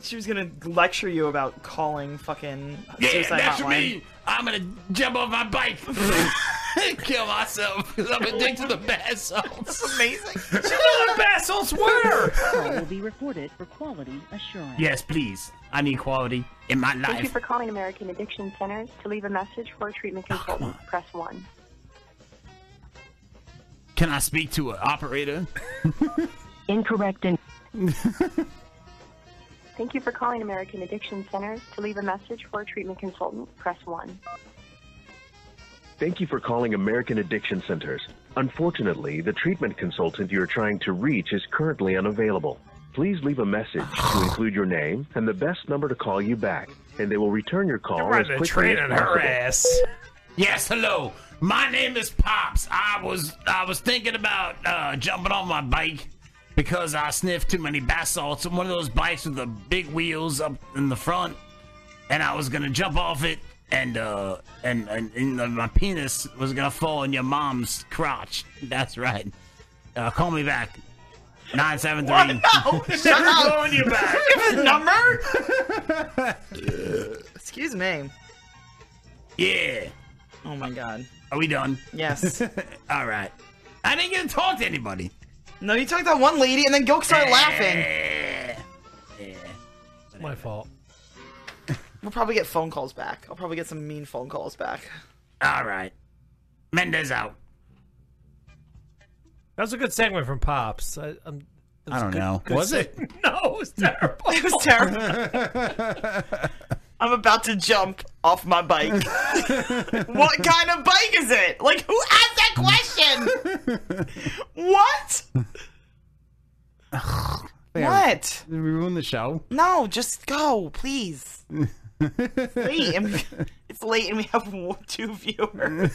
Speaker 12: she was gonna lecture you about calling fucking
Speaker 16: Yeah,
Speaker 12: suicide
Speaker 16: that's
Speaker 12: hotline.
Speaker 16: me. I'm gonna jump off my bike, kill myself because I'm addicted to bath salts. That's
Speaker 12: amazing.
Speaker 16: you know what bath salts were?
Speaker 17: Call will be recorded for quality assurance.
Speaker 16: Yes, please. I need quality in my
Speaker 17: life.
Speaker 27: Thank you for calling American Addiction Centers. To leave a message for a treatment consultant, press 1.
Speaker 16: Can I speak to an operator?
Speaker 17: Incorrect and
Speaker 27: Thank you for calling American Addiction Centers. To leave a message for a treatment consultant, press 1.
Speaker 18: Thank you for calling American Addiction Centers. Unfortunately, the treatment consultant you're trying to reach is currently unavailable. Please leave a message to include your name and the best number to call you back, and they will return your call as quickly as possible.
Speaker 16: Yes, hello. My name is Pops. I was I was thinking about uh, jumping on my bike because I sniffed too many bath salts. One of those bikes with the big wheels up in the front, and I was gonna jump off it, and uh, and and, and uh, my penis was gonna fall in your mom's crotch. That's right. Uh, call me back. Nine seven three.
Speaker 12: No! Shut up!
Speaker 16: calling you back.
Speaker 12: Give a number? Excuse me.
Speaker 16: Yeah.
Speaker 12: Oh my god.
Speaker 16: Are we done?
Speaker 12: Yes.
Speaker 16: All right. I didn't get to talk to anybody.
Speaker 12: No, you talked to that one lady and then Gilk started laughing.
Speaker 13: It's my fault.
Speaker 12: We'll probably get phone calls back. I'll probably get some mean phone calls back.
Speaker 16: All right. Mendez out.
Speaker 13: That was a good segment from Pops. I, I'm,
Speaker 16: I don't know. Was it?
Speaker 13: No, it was terrible.
Speaker 12: It was terrible. I'm about to jump off my bike. what kind of bike is it? Like, who asked that question? what? What?
Speaker 11: Did we ruin the show?
Speaker 12: No, just go, please. It's late, and it's late, and we have one- two viewers.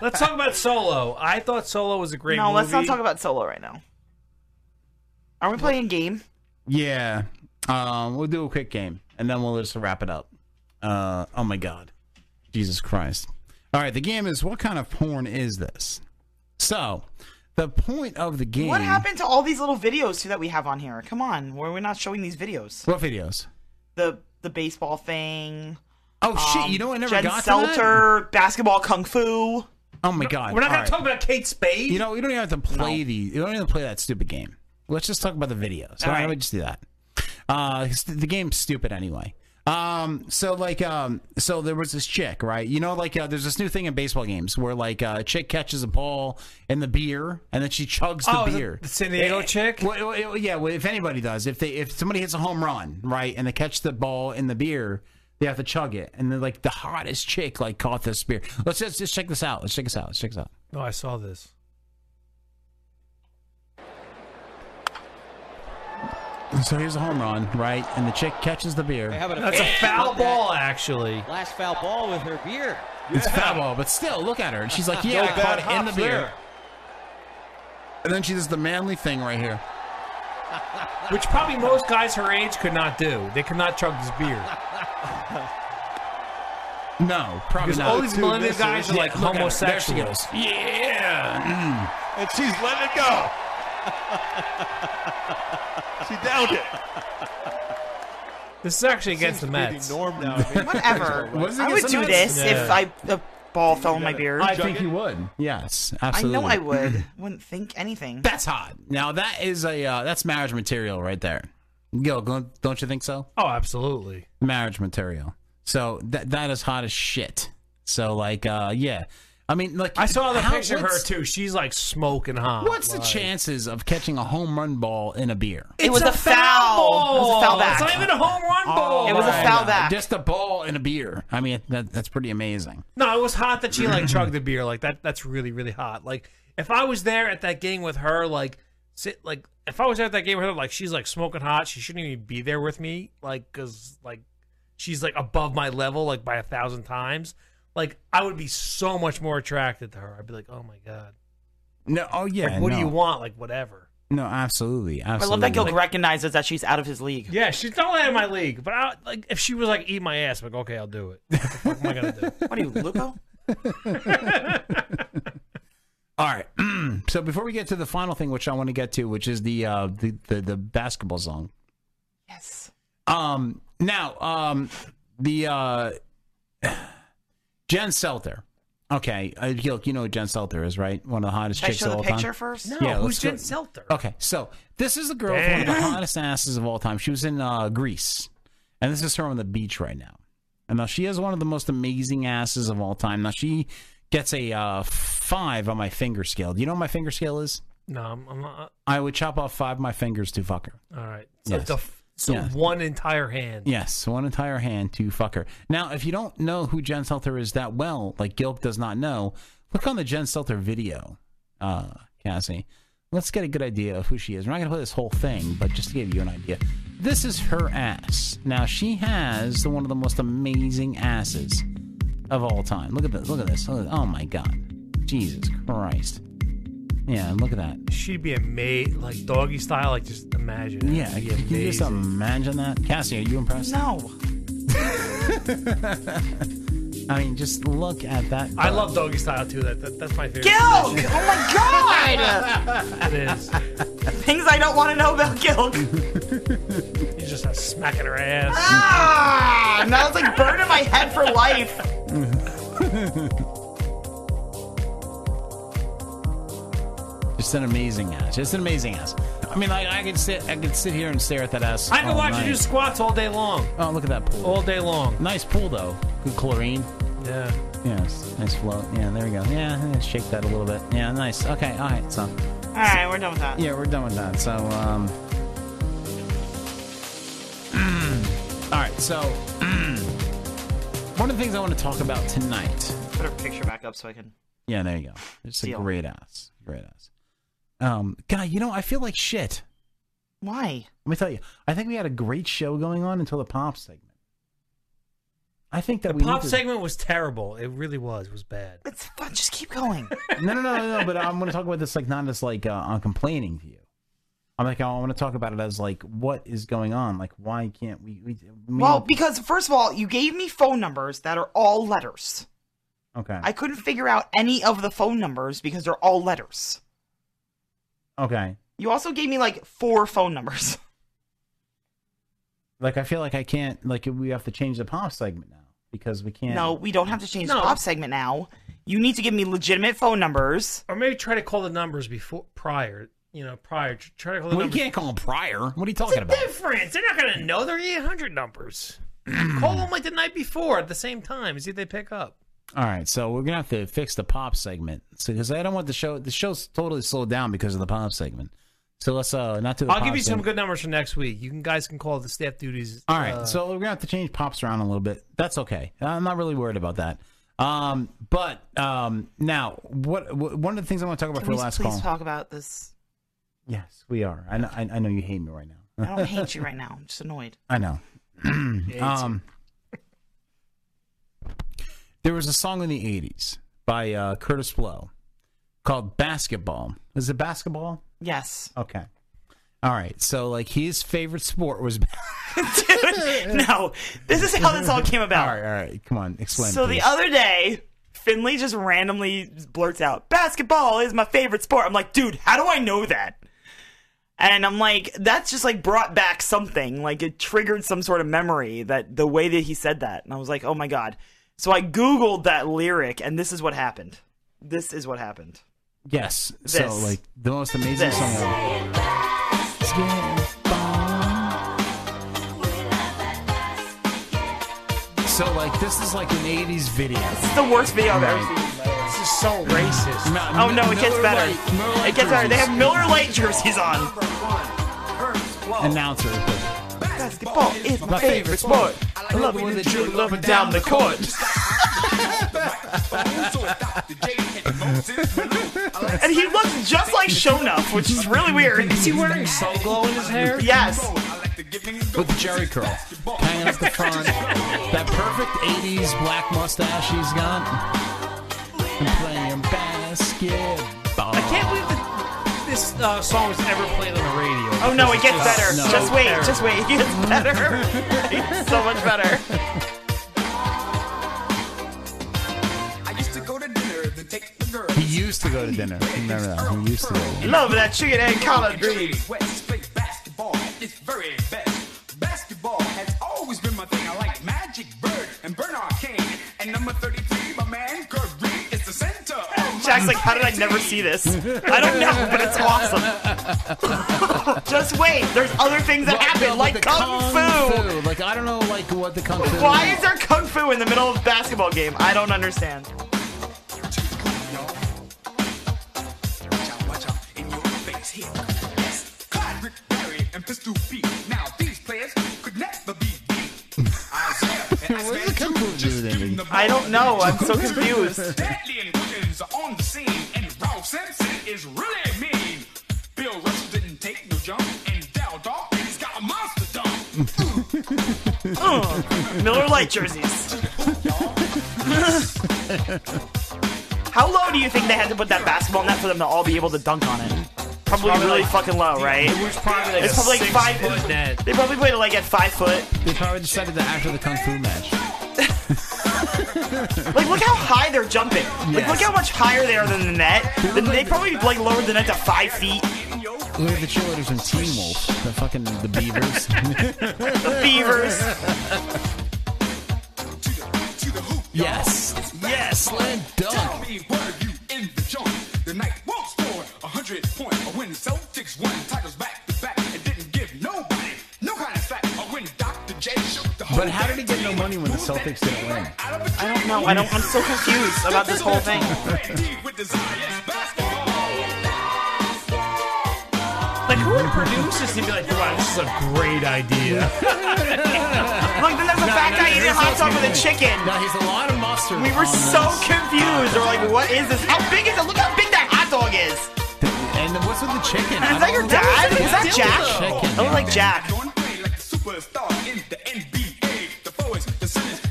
Speaker 13: Let's talk about Solo. I thought Solo was a great
Speaker 12: no,
Speaker 13: movie.
Speaker 12: let's not talk about solo right now. Are we playing a game?
Speaker 11: Yeah. Um, we'll do a quick game and then we'll just wrap it up. Uh, oh my God. Jesus Christ. All right. The game is what kind of porn is this? So, the point of the game.
Speaker 12: What happened to all these little videos too that we have on here? Come on, why are we not showing these videos?
Speaker 11: What videos?
Speaker 12: The the baseball thing.
Speaker 11: Oh shit! You know what? I never
Speaker 12: Jen
Speaker 11: got to that?
Speaker 12: Selter, basketball kung fu.
Speaker 11: Oh my God.
Speaker 13: We're not gonna
Speaker 11: All right.
Speaker 13: talk about Kate Spade.
Speaker 11: You know, we don't even have to play the. You don't even have to play that stupid game. Let's just talk about the videos. So
Speaker 13: All
Speaker 11: why
Speaker 13: right.
Speaker 11: don't we just do that? Uh, 'cause the the game's stupid anyway. Um, so like, um, so there was this chick, right? You know, like, uh, there's this new thing in baseball games where like uh, a chick catches a ball in the beer and then she chugs the
Speaker 13: Oh, is it
Speaker 11: beer.
Speaker 13: the San Diego
Speaker 11: Eh,
Speaker 13: chick?
Speaker 11: well, well, well, yeah, well, if anybody does, if they if somebody hits a home run, right, and they catch the ball in the beer, they have to chug it. And then like the hottest chick like caught this beer. Let's just just check this out. Let's check this out. Let's check this out.
Speaker 13: No, Oh, I saw this.
Speaker 11: So here's a home run, right? And the chick catches the beer.
Speaker 13: That's a foul ball, actually.
Speaker 20: Last foul ball with her beer.
Speaker 11: It's a foul ball, but still, look at her. She's like, yeah,
Speaker 20: No
Speaker 11: I
Speaker 20: bad
Speaker 11: caught it in the
Speaker 20: hops
Speaker 11: beer.
Speaker 20: there.
Speaker 11: And then she does the manly thing right here.
Speaker 13: Which probably most guys her age could not do. They could not chug this beer.
Speaker 11: No, probably
Speaker 13: Because
Speaker 11: not.
Speaker 13: all these
Speaker 11: Dude,
Speaker 13: millennial
Speaker 11: this
Speaker 13: guys
Speaker 11: is-
Speaker 13: are like
Speaker 11: yeah, look at her. There she
Speaker 13: homosexuals.
Speaker 11: goes. Yeah. Mm.
Speaker 20: And she's letting it go.
Speaker 13: She downed it. This is actually against the
Speaker 20: pretty
Speaker 13: Mets.
Speaker 20: norm
Speaker 12: Whatever.
Speaker 13: Was it
Speaker 12: I would
Speaker 13: against the
Speaker 12: do
Speaker 13: Mets?
Speaker 12: this
Speaker 13: Yeah.
Speaker 12: if I a ball fell in my beer.
Speaker 11: I think you would. Yes,
Speaker 12: I
Speaker 11: absolutely.
Speaker 12: know I would. Wouldn't think anything.
Speaker 11: That's hot. Now that is a uh, that's marriage material right there. Yo, go- don't you think so?
Speaker 13: Oh, absolutely.
Speaker 11: marriage material. So that that is hot as shit. So like, uh, yeah. I mean, like
Speaker 13: I saw the
Speaker 11: how-
Speaker 13: picture of her
Speaker 11: what's-
Speaker 13: too. She's like smoking hot.
Speaker 11: What's the
Speaker 13: like-
Speaker 11: chances of catching a home run ball in a beer?
Speaker 13: It was a a foul foul.
Speaker 12: It was a foul
Speaker 13: It's not
Speaker 12: back.
Speaker 13: even a home run ball.
Speaker 12: It was a
Speaker 11: Oh my
Speaker 12: foul
Speaker 11: God.
Speaker 12: back.
Speaker 11: Just a ball in a beer. I mean, that, that's pretty amazing.
Speaker 13: No, it was hot that she like chugged the beer. Like that. That's really really hot. Like if I was there at that game with her, like sit like if I was there at that game with her, like she's like smoking hot. She shouldn't even be there with me. Like because like she's like above my level like by a thousand times. Like I would be so much more attracted to her. I'd be like, oh my god.
Speaker 11: No, oh yeah.
Speaker 13: Like, what do
Speaker 11: no.
Speaker 13: you want? Like whatever.
Speaker 11: No, absolutely,
Speaker 12: I
Speaker 11: absolutely.
Speaker 12: love that Gil recognizes that she's out of his league.
Speaker 13: Yeah, she's not out of my league. But I, like, if she was like, eat my ass, like, okay, I'll do it. What am I gonna do?
Speaker 12: What are you, Lupo?
Speaker 11: All right. so before we get to the final thing, which I want to get to, which is the uh, the, the the basketball song.
Speaker 12: Yes.
Speaker 11: Um. Now, um, the uh, Jen Selter. Okay, uh, look, you know who Jen Selter is, right? One of the hottest
Speaker 12: Should I
Speaker 11: chicks
Speaker 12: show
Speaker 11: of
Speaker 12: the
Speaker 11: all
Speaker 12: picture
Speaker 11: time.
Speaker 12: first? No,
Speaker 11: yeah,
Speaker 12: who's
Speaker 11: let's go-
Speaker 12: Jen Selter?
Speaker 11: Okay, so this is the girl with one of the hottest asses of all time. She was in uh, Greece, and this is her on the beach right now. And now she has one of the most amazing asses of all time. Now she gets a uh, five on my finger scale. Do you know what my finger scale is?
Speaker 13: No, I'm, I'm not.
Speaker 11: I would chop off five of my fingers to fuck her.
Speaker 13: All right. So,
Speaker 11: Yes.
Speaker 13: the f so
Speaker 11: Yes.
Speaker 13: one entire hand.
Speaker 11: Yes, one entire hand to fuck her. Now, if you don't know who Jen Selter is that well, like Gilk does not know, look on the Jen Selter video, uh, Cassie. Let's get a good idea of who she is. We're not going to play this whole thing, but just to give you an idea. This is her ass. Now, she has the, one of the most amazing asses of all time. Look at this. Look at this. Look at, oh, my God. Jesus Christ. Yeah, and look at that.
Speaker 13: She'd be amazing, like doggy style. Like just imagine. it.
Speaker 11: Yeah,
Speaker 13: It'd be
Speaker 11: can you just
Speaker 13: amazing.
Speaker 11: imagine that? Cassie, are you impressed?
Speaker 12: No.
Speaker 11: I mean, just look at that.
Speaker 13: I
Speaker 11: butt.
Speaker 13: love doggy style too. That, that that's my favorite.
Speaker 12: Gilk! Oh
Speaker 13: position.
Speaker 12: my God!
Speaker 13: it is.
Speaker 12: Things I don't want to know about Gilk.
Speaker 13: He's just uh, smacking her ass.
Speaker 12: Ah! Now it's like burning my head for life.
Speaker 11: Just an amazing ass. Just an amazing ass. I mean, like I could sit, I could sit here and stare at that ass.
Speaker 13: I can
Speaker 11: all
Speaker 13: watch
Speaker 11: night.
Speaker 13: you do squats all day long.
Speaker 11: Oh, look at that pool.
Speaker 13: All day long.
Speaker 11: Nice pool though. Good chlorine.
Speaker 13: Yeah.
Speaker 11: Yes. Nice float. Yeah. There we go. Yeah. yeah, Shake that a little bit. Yeah. Nice. Okay. All right. So.
Speaker 12: All right, we're done with that.
Speaker 11: Yeah, we're done with that. So. um... All right. So. One of the things I want to talk about tonight.
Speaker 12: Put her picture back up so I can.
Speaker 11: Yeah, there you go. It's a
Speaker 12: Deal.
Speaker 11: great ass. Great ass. Um, God, you know, I feel like shit.
Speaker 12: Why?
Speaker 11: Let me tell you, I think we had a great show going on until the pop segment. I think that
Speaker 13: The
Speaker 11: we need
Speaker 13: pop
Speaker 11: to-
Speaker 13: segment was terrible. It really was. It was bad.
Speaker 12: It's fun. Just keep going.
Speaker 11: No, no, no, no, no. But I'm going to talk about this like not as like uh, on complaining view. I'm like I want to talk about it as like what is going on. Like why can't we? we we-
Speaker 12: Well, because first of all, you gave me phone numbers that are all letters.
Speaker 11: okay,
Speaker 12: I couldn't figure out any of the phone numbers because they're all letters.
Speaker 11: okay.
Speaker 12: You also gave me like four phone numbers.
Speaker 11: Like I feel like I can't. Like we have to change the pop segment now because we can't.
Speaker 12: No, we don't have to change the pop segment now. You need to give me legitimate phone numbers.
Speaker 13: Or maybe try to call the numbers before prior. You know, prior. Tr- Try to call the
Speaker 11: Well, you
Speaker 13: numbers.
Speaker 11: can't call them prior. What are you talking about?
Speaker 13: Difference. They're not gonna know their 800 numbers. call them like the night before at the same time. See if they pick up.
Speaker 11: All right, so we're gonna have to fix the pop segment because I don't want the show. The show's totally slowed down because of the pop segment. So let's uh not do. The
Speaker 13: I'll
Speaker 11: pop
Speaker 13: give you some
Speaker 11: segment.
Speaker 13: good numbers for next week. You can, guys can call the staff duties.
Speaker 11: All right,
Speaker 13: uh,
Speaker 11: so we're gonna have to change pops around a little bit. That's okay. I'm not really worried about that. Um, but um, now what, wh- One of the things I want to talk about
Speaker 12: Can
Speaker 11: for
Speaker 12: we
Speaker 11: the last
Speaker 12: please
Speaker 11: call.
Speaker 12: talk about this?
Speaker 11: yes, we are. I know, I, I know you hate me right now.
Speaker 12: I don't hate you right now. I'm just annoyed.
Speaker 11: I know. um, there was a song in the '80s by uh, Curtis Blow called "Basketball." Is it basketball?
Speaker 12: Yes.
Speaker 11: Okay. All right. So, like, his favorite sport was.
Speaker 12: no, this is how this all came about.
Speaker 11: All right. All right. Come on. Explain.
Speaker 12: So the
Speaker 11: please.
Speaker 12: other day, Finley just randomly blurts out, "Basketball is my favorite sport." I'm like, "Dude, how do I know that?" And I'm like, "That's just like brought back something. Like it triggered some sort of memory that the way that he said that." And I was like, "Oh my god." So I googled that lyric and this is what happened. This is what happened.
Speaker 11: Yes. So,
Speaker 12: This.
Speaker 11: like, the most amazing
Speaker 12: This.
Speaker 11: song. ever. So like this is like an '80s video. This
Speaker 12: is the worst video I've ever seen.
Speaker 11: This is so racist.
Speaker 12: Oh no, it gets better. It gets better. They have Miller Lite jerseys on.
Speaker 11: Announcer.
Speaker 12: Basketball is
Speaker 11: My favorite sport.
Speaker 12: I love it when the Jew up and down the court. and he looks just like Shonuff, which is really weird. Is he wearing so glow in his hair? Yes.
Speaker 11: With the jerry curl hanging up the front. that perfect 80s black mustache he's got. And playing basketball.
Speaker 13: I can't believe that this uh, song was ever played on the radio.
Speaker 12: Oh no,
Speaker 13: This
Speaker 12: it gets
Speaker 13: is
Speaker 12: better.
Speaker 13: so
Speaker 12: Just wait,
Speaker 13: terrible.
Speaker 12: just wait. It gets better. It's so much better.
Speaker 15: I used to go to dinner, then take the girl.
Speaker 11: He used to go to dinner. Remember that? He used to go to dinner.
Speaker 12: Love that chicken and collard greens.
Speaker 15: West play basketball at its very best. Basketball has always been my thing. I like Magic Bird and Bernard King. And number 33, my man, Kareem is the center. of
Speaker 12: Jack's
Speaker 15: my
Speaker 12: like, how did I never see this? I don't know, but it's awesome. Just wait, there's other things that happen, like
Speaker 11: the
Speaker 12: kung, fu.
Speaker 11: Like I don't know, like what the kung fu.
Speaker 12: Why is there kung fu in the middle of a basketball game? I don't understand.
Speaker 15: face here. Yes, Clyde, Rick Barry, and Pistol Pete. Now, these players could never be beat. Isaiah and
Speaker 11: Where's the kung fu do then?
Speaker 12: I don't know. Oh, I'm so confused.
Speaker 15: Stanley and Wilkins are on the scene, and Ralph Simpson is really mean. Bill Russell didn't take no jump, and Dow Dog, he's got a monster dump.
Speaker 12: Ugh. Mm. Miller Lite jerseys. How low do you think they had to put that basketball net for them to all be able to dunk on it? Probably,
Speaker 13: Probably
Speaker 12: really
Speaker 13: like-
Speaker 12: fucking low, right?
Speaker 13: It was probably like
Speaker 12: it's
Speaker 13: a
Speaker 12: probably like
Speaker 13: six
Speaker 12: five.
Speaker 13: foot net.
Speaker 12: They probably played it like at five foot.
Speaker 11: They probably decided that after the kung fu match.
Speaker 12: Like, look how high they're jumping. Like,
Speaker 11: Yes.
Speaker 12: look how much higher they are than the net. They, they probably like lowered the net to five feet.
Speaker 11: Look at the cheerleaders in Teen Wolf. The fucking the beavers.
Speaker 12: The beavers.
Speaker 11: Yes. Yes, slam dunk.
Speaker 15: Tell me, were you in the jump? The night won't score a hundred points. I win Celtics won titles back to back and didn't give nobody no kind of fact. I win Dr. J shook the whole
Speaker 11: But how did he get no money when the Celtics didn't win?
Speaker 12: I don't know. I don't. I'm so confused about this whole thing.
Speaker 13: Like who would produce this and be like, wow, this is a great idea.
Speaker 12: Look, then there's a fat guy eating a hot dog with a chicken.
Speaker 11: No, he's a lot of mustard.
Speaker 12: We were
Speaker 11: on
Speaker 12: so
Speaker 11: this.
Speaker 12: confused. We're like, what is this? How big is it? Look how big that hot dog is.
Speaker 11: And then what's with the chicken?
Speaker 12: Is that your dad? Is that Jack?
Speaker 11: Chicken.
Speaker 12: I look like Jack.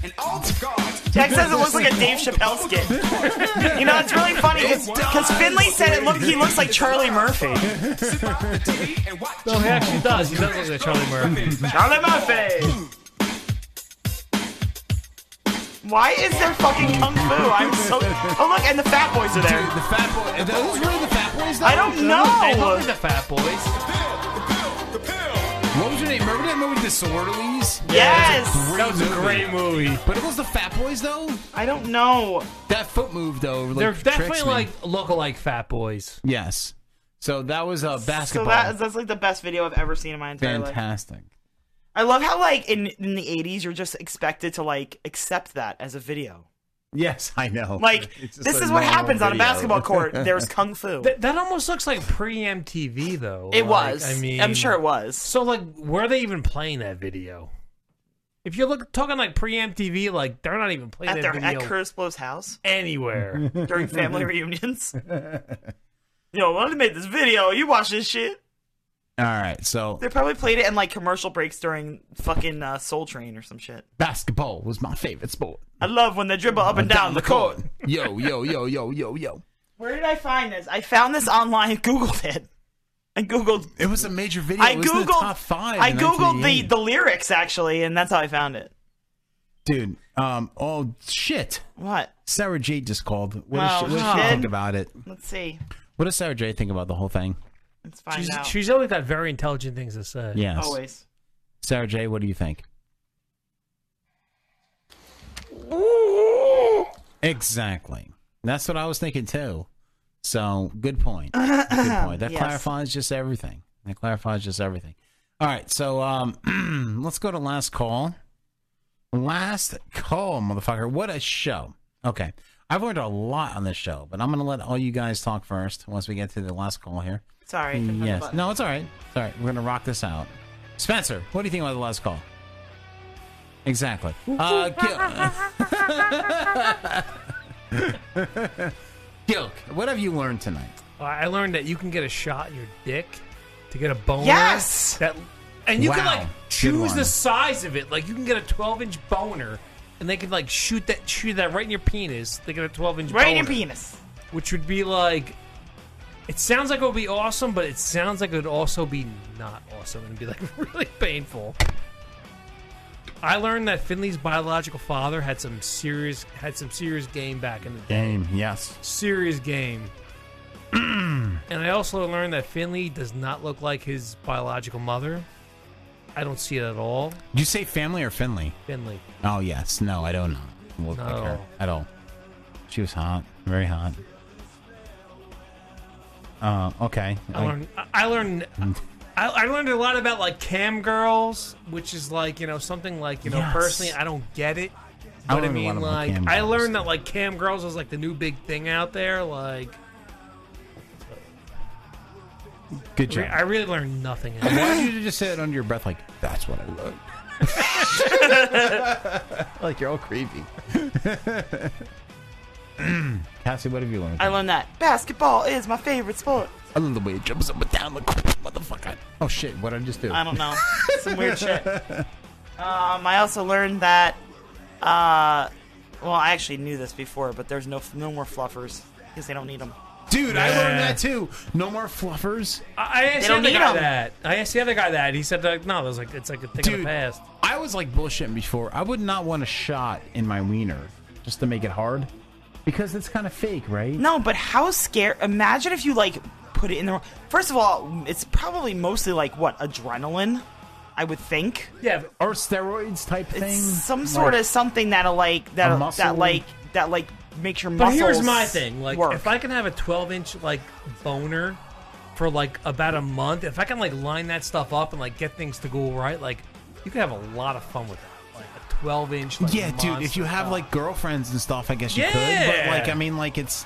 Speaker 12: Jack says it looks like a Dave Chappelle skit. You know, it's really funny because Finley said it looked he looks like Charlie Murphy.
Speaker 13: no, he actually does. He does look like Charlie Murphy.
Speaker 12: Charlie Murphy. Why is there fucking kung fu? I'm so. Oh look, and the Fat Boys are there.
Speaker 11: the Fat Boys. Are those really the Fat Boys? though?
Speaker 12: I don't know.
Speaker 11: They look like
Speaker 13: the Fat Boys.
Speaker 11: What was your name? Remember that movie, Disorderlies?
Speaker 12: Yes!
Speaker 11: that was a great,
Speaker 13: movie.
Speaker 11: But it was the Fat Boys, though.
Speaker 12: I don't know.
Speaker 11: That foot move, though. Like,
Speaker 13: They're definitely
Speaker 11: tricks me.
Speaker 13: like look-alike Fat Boys.
Speaker 11: Yes. So that was a
Speaker 12: So
Speaker 11: basketball.
Speaker 12: that, that's like the best video I've ever seen in my entire life.
Speaker 11: fantastic.
Speaker 12: I love how like in in the '80s you're just expected to like accept that as a video.
Speaker 11: Yes, I know.
Speaker 12: Like
Speaker 11: It's just
Speaker 12: this
Speaker 11: a
Speaker 12: is what
Speaker 11: normal
Speaker 12: happens on a
Speaker 11: video.
Speaker 12: basketball court. There's kung fu.
Speaker 13: That, that almost looks like pre-MTV though.
Speaker 12: It
Speaker 13: Like,
Speaker 12: was.
Speaker 13: I mean,
Speaker 12: I'm sure it was.
Speaker 13: So like, were they even playing that video? If you look talking like pre-MTV, like they're not even playing
Speaker 12: At
Speaker 13: that
Speaker 12: their
Speaker 13: video
Speaker 12: at Crisplo's house
Speaker 13: anywhere.
Speaker 12: during family reunions. Yo, I made this video. You watch this shit.
Speaker 11: All right, so
Speaker 12: They probably played it in like commercial breaks during fucking uh, Soul Train or some shit.
Speaker 11: basketball was my favorite sport.
Speaker 12: I love when they dribble up and down the court.
Speaker 11: yo, yo, yo, yo, yo, yo.
Speaker 12: Where did I find this? I found this online. Googled it. I googled.
Speaker 11: It was a major video.
Speaker 12: I
Speaker 11: It was in
Speaker 12: googled.
Speaker 11: the top five.
Speaker 12: I
Speaker 11: in
Speaker 12: googled
Speaker 11: 1988.
Speaker 12: the the lyrics actually, and that's how I found it.
Speaker 11: dude. Um. Oh shit.
Speaker 12: What?
Speaker 11: Sarah J just called. What
Speaker 12: Oh,
Speaker 11: does she, what does she
Speaker 12: shit.
Speaker 11: think about it?
Speaker 12: Let's see.
Speaker 11: What does Sarah J think about the whole thing?
Speaker 12: Let's find
Speaker 13: She's,
Speaker 12: out.
Speaker 13: she's always got very intelligent things to say.
Speaker 11: Yes.
Speaker 12: Always.
Speaker 11: Sarah J, what do you think? Exactly. That's what I was thinking too. So good point. Good point. That
Speaker 12: Yes.
Speaker 11: clarifies just everything. That clarifies just everything. All right. So um, let's go to last call. Last call, motherfucker. What a show. Okay. I've learned a lot on this show, but I'm going to let all you guys talk first once we get to the last call here.
Speaker 12: Sorry. couldn't find the
Speaker 11: Yes.
Speaker 12: button.
Speaker 11: No, it's all right. It's all right. We're going to rock this out. Spencer, what do you think about the last call? Exactly. Uh, Gil- Gilk, what have you learned tonight?
Speaker 13: Uh, I learned that you can get a shot in your dick to get a boner.
Speaker 11: Yes!
Speaker 13: That, and you can
Speaker 11: Wow.
Speaker 13: like
Speaker 11: Good
Speaker 13: choose
Speaker 11: one.
Speaker 13: the size of it. Like you can get a 12 inch boner, and they can like shoot that shoot that right in your penis. They get a 12 inch
Speaker 12: Right in
Speaker 13: boner,
Speaker 12: your penis.
Speaker 13: which would be like. It sounds like it would be awesome, but it sounds like it would also be not awesome and be like really painful. I learned that Finley's biological father had some serious had some serious game back in the day
Speaker 11: Game, yes.
Speaker 13: serious game. and I also learned that Finley does not look like his biological mother. I don't see it at all.
Speaker 11: Did you say family or Finley?
Speaker 13: Finley.
Speaker 11: Oh, yes. No, I don't know. Look
Speaker 13: Not
Speaker 11: like
Speaker 13: at
Speaker 11: her
Speaker 13: all.
Speaker 11: at all. She was hot. Very hot. Uh, okay.
Speaker 13: I learned. I learned. I, I learned a lot about like cam girls, which is like you know something like you know
Speaker 11: Yes.
Speaker 13: personally I don't get it.
Speaker 11: I
Speaker 13: But I,
Speaker 11: learned a lot
Speaker 13: mean,
Speaker 11: about
Speaker 13: like
Speaker 11: cam
Speaker 13: I
Speaker 11: girls,
Speaker 13: learned that like cam girls is like the new big thing out there. Like
Speaker 11: Good job.
Speaker 13: re- I really learned nothing.
Speaker 11: Why did you just say it under your breath like, that's what I learned? like you're all creepy. Cassie, what have you learned?
Speaker 12: I learned that basketball is my favorite sport.
Speaker 11: I love the way it jumps up and down like motherfucker. Oh shit, what did I just do?
Speaker 12: I don't know. Some weird shit. Um, I also learned that. Uh, well, I actually knew this before, but there's no no more fluffers because they don't need them.
Speaker 11: Dude, I
Speaker 13: Yeah.
Speaker 11: learned that too. No more fluffers.
Speaker 13: I asked
Speaker 12: They
Speaker 13: the
Speaker 12: don't
Speaker 13: other
Speaker 12: need
Speaker 13: guy
Speaker 12: 'em.
Speaker 13: that. I asked the other guy that. He said like, no, it was like it's like a thing of the
Speaker 11: Dude,
Speaker 13: past.
Speaker 11: I was like bullshitting before. I would not want a shot in my wiener just to make it hard because it's kind of fake, right?
Speaker 12: No, but how scare? Imagine if you like put it in the. First of all, it's probably mostly like what adrenaline, I would think.
Speaker 13: Yeah,
Speaker 11: or steroids type
Speaker 12: thing. Some sort of something that'll like
Speaker 13: A
Speaker 12: that
Speaker 13: muscle?
Speaker 12: that like that like makes your
Speaker 13: But
Speaker 12: muscles.
Speaker 13: here's my thing: like,
Speaker 12: work.
Speaker 13: if I can have a 12 inch like boner for like about a month, if I can like line that stuff up and like get things to go right, like you can have a lot of fun with that. Like a 12 inch. Like,
Speaker 11: yeah, dude. If you have
Speaker 13: monster.
Speaker 11: like girlfriends and stuff, I guess you could. But
Speaker 13: Yeah.
Speaker 11: like, I mean, like it's,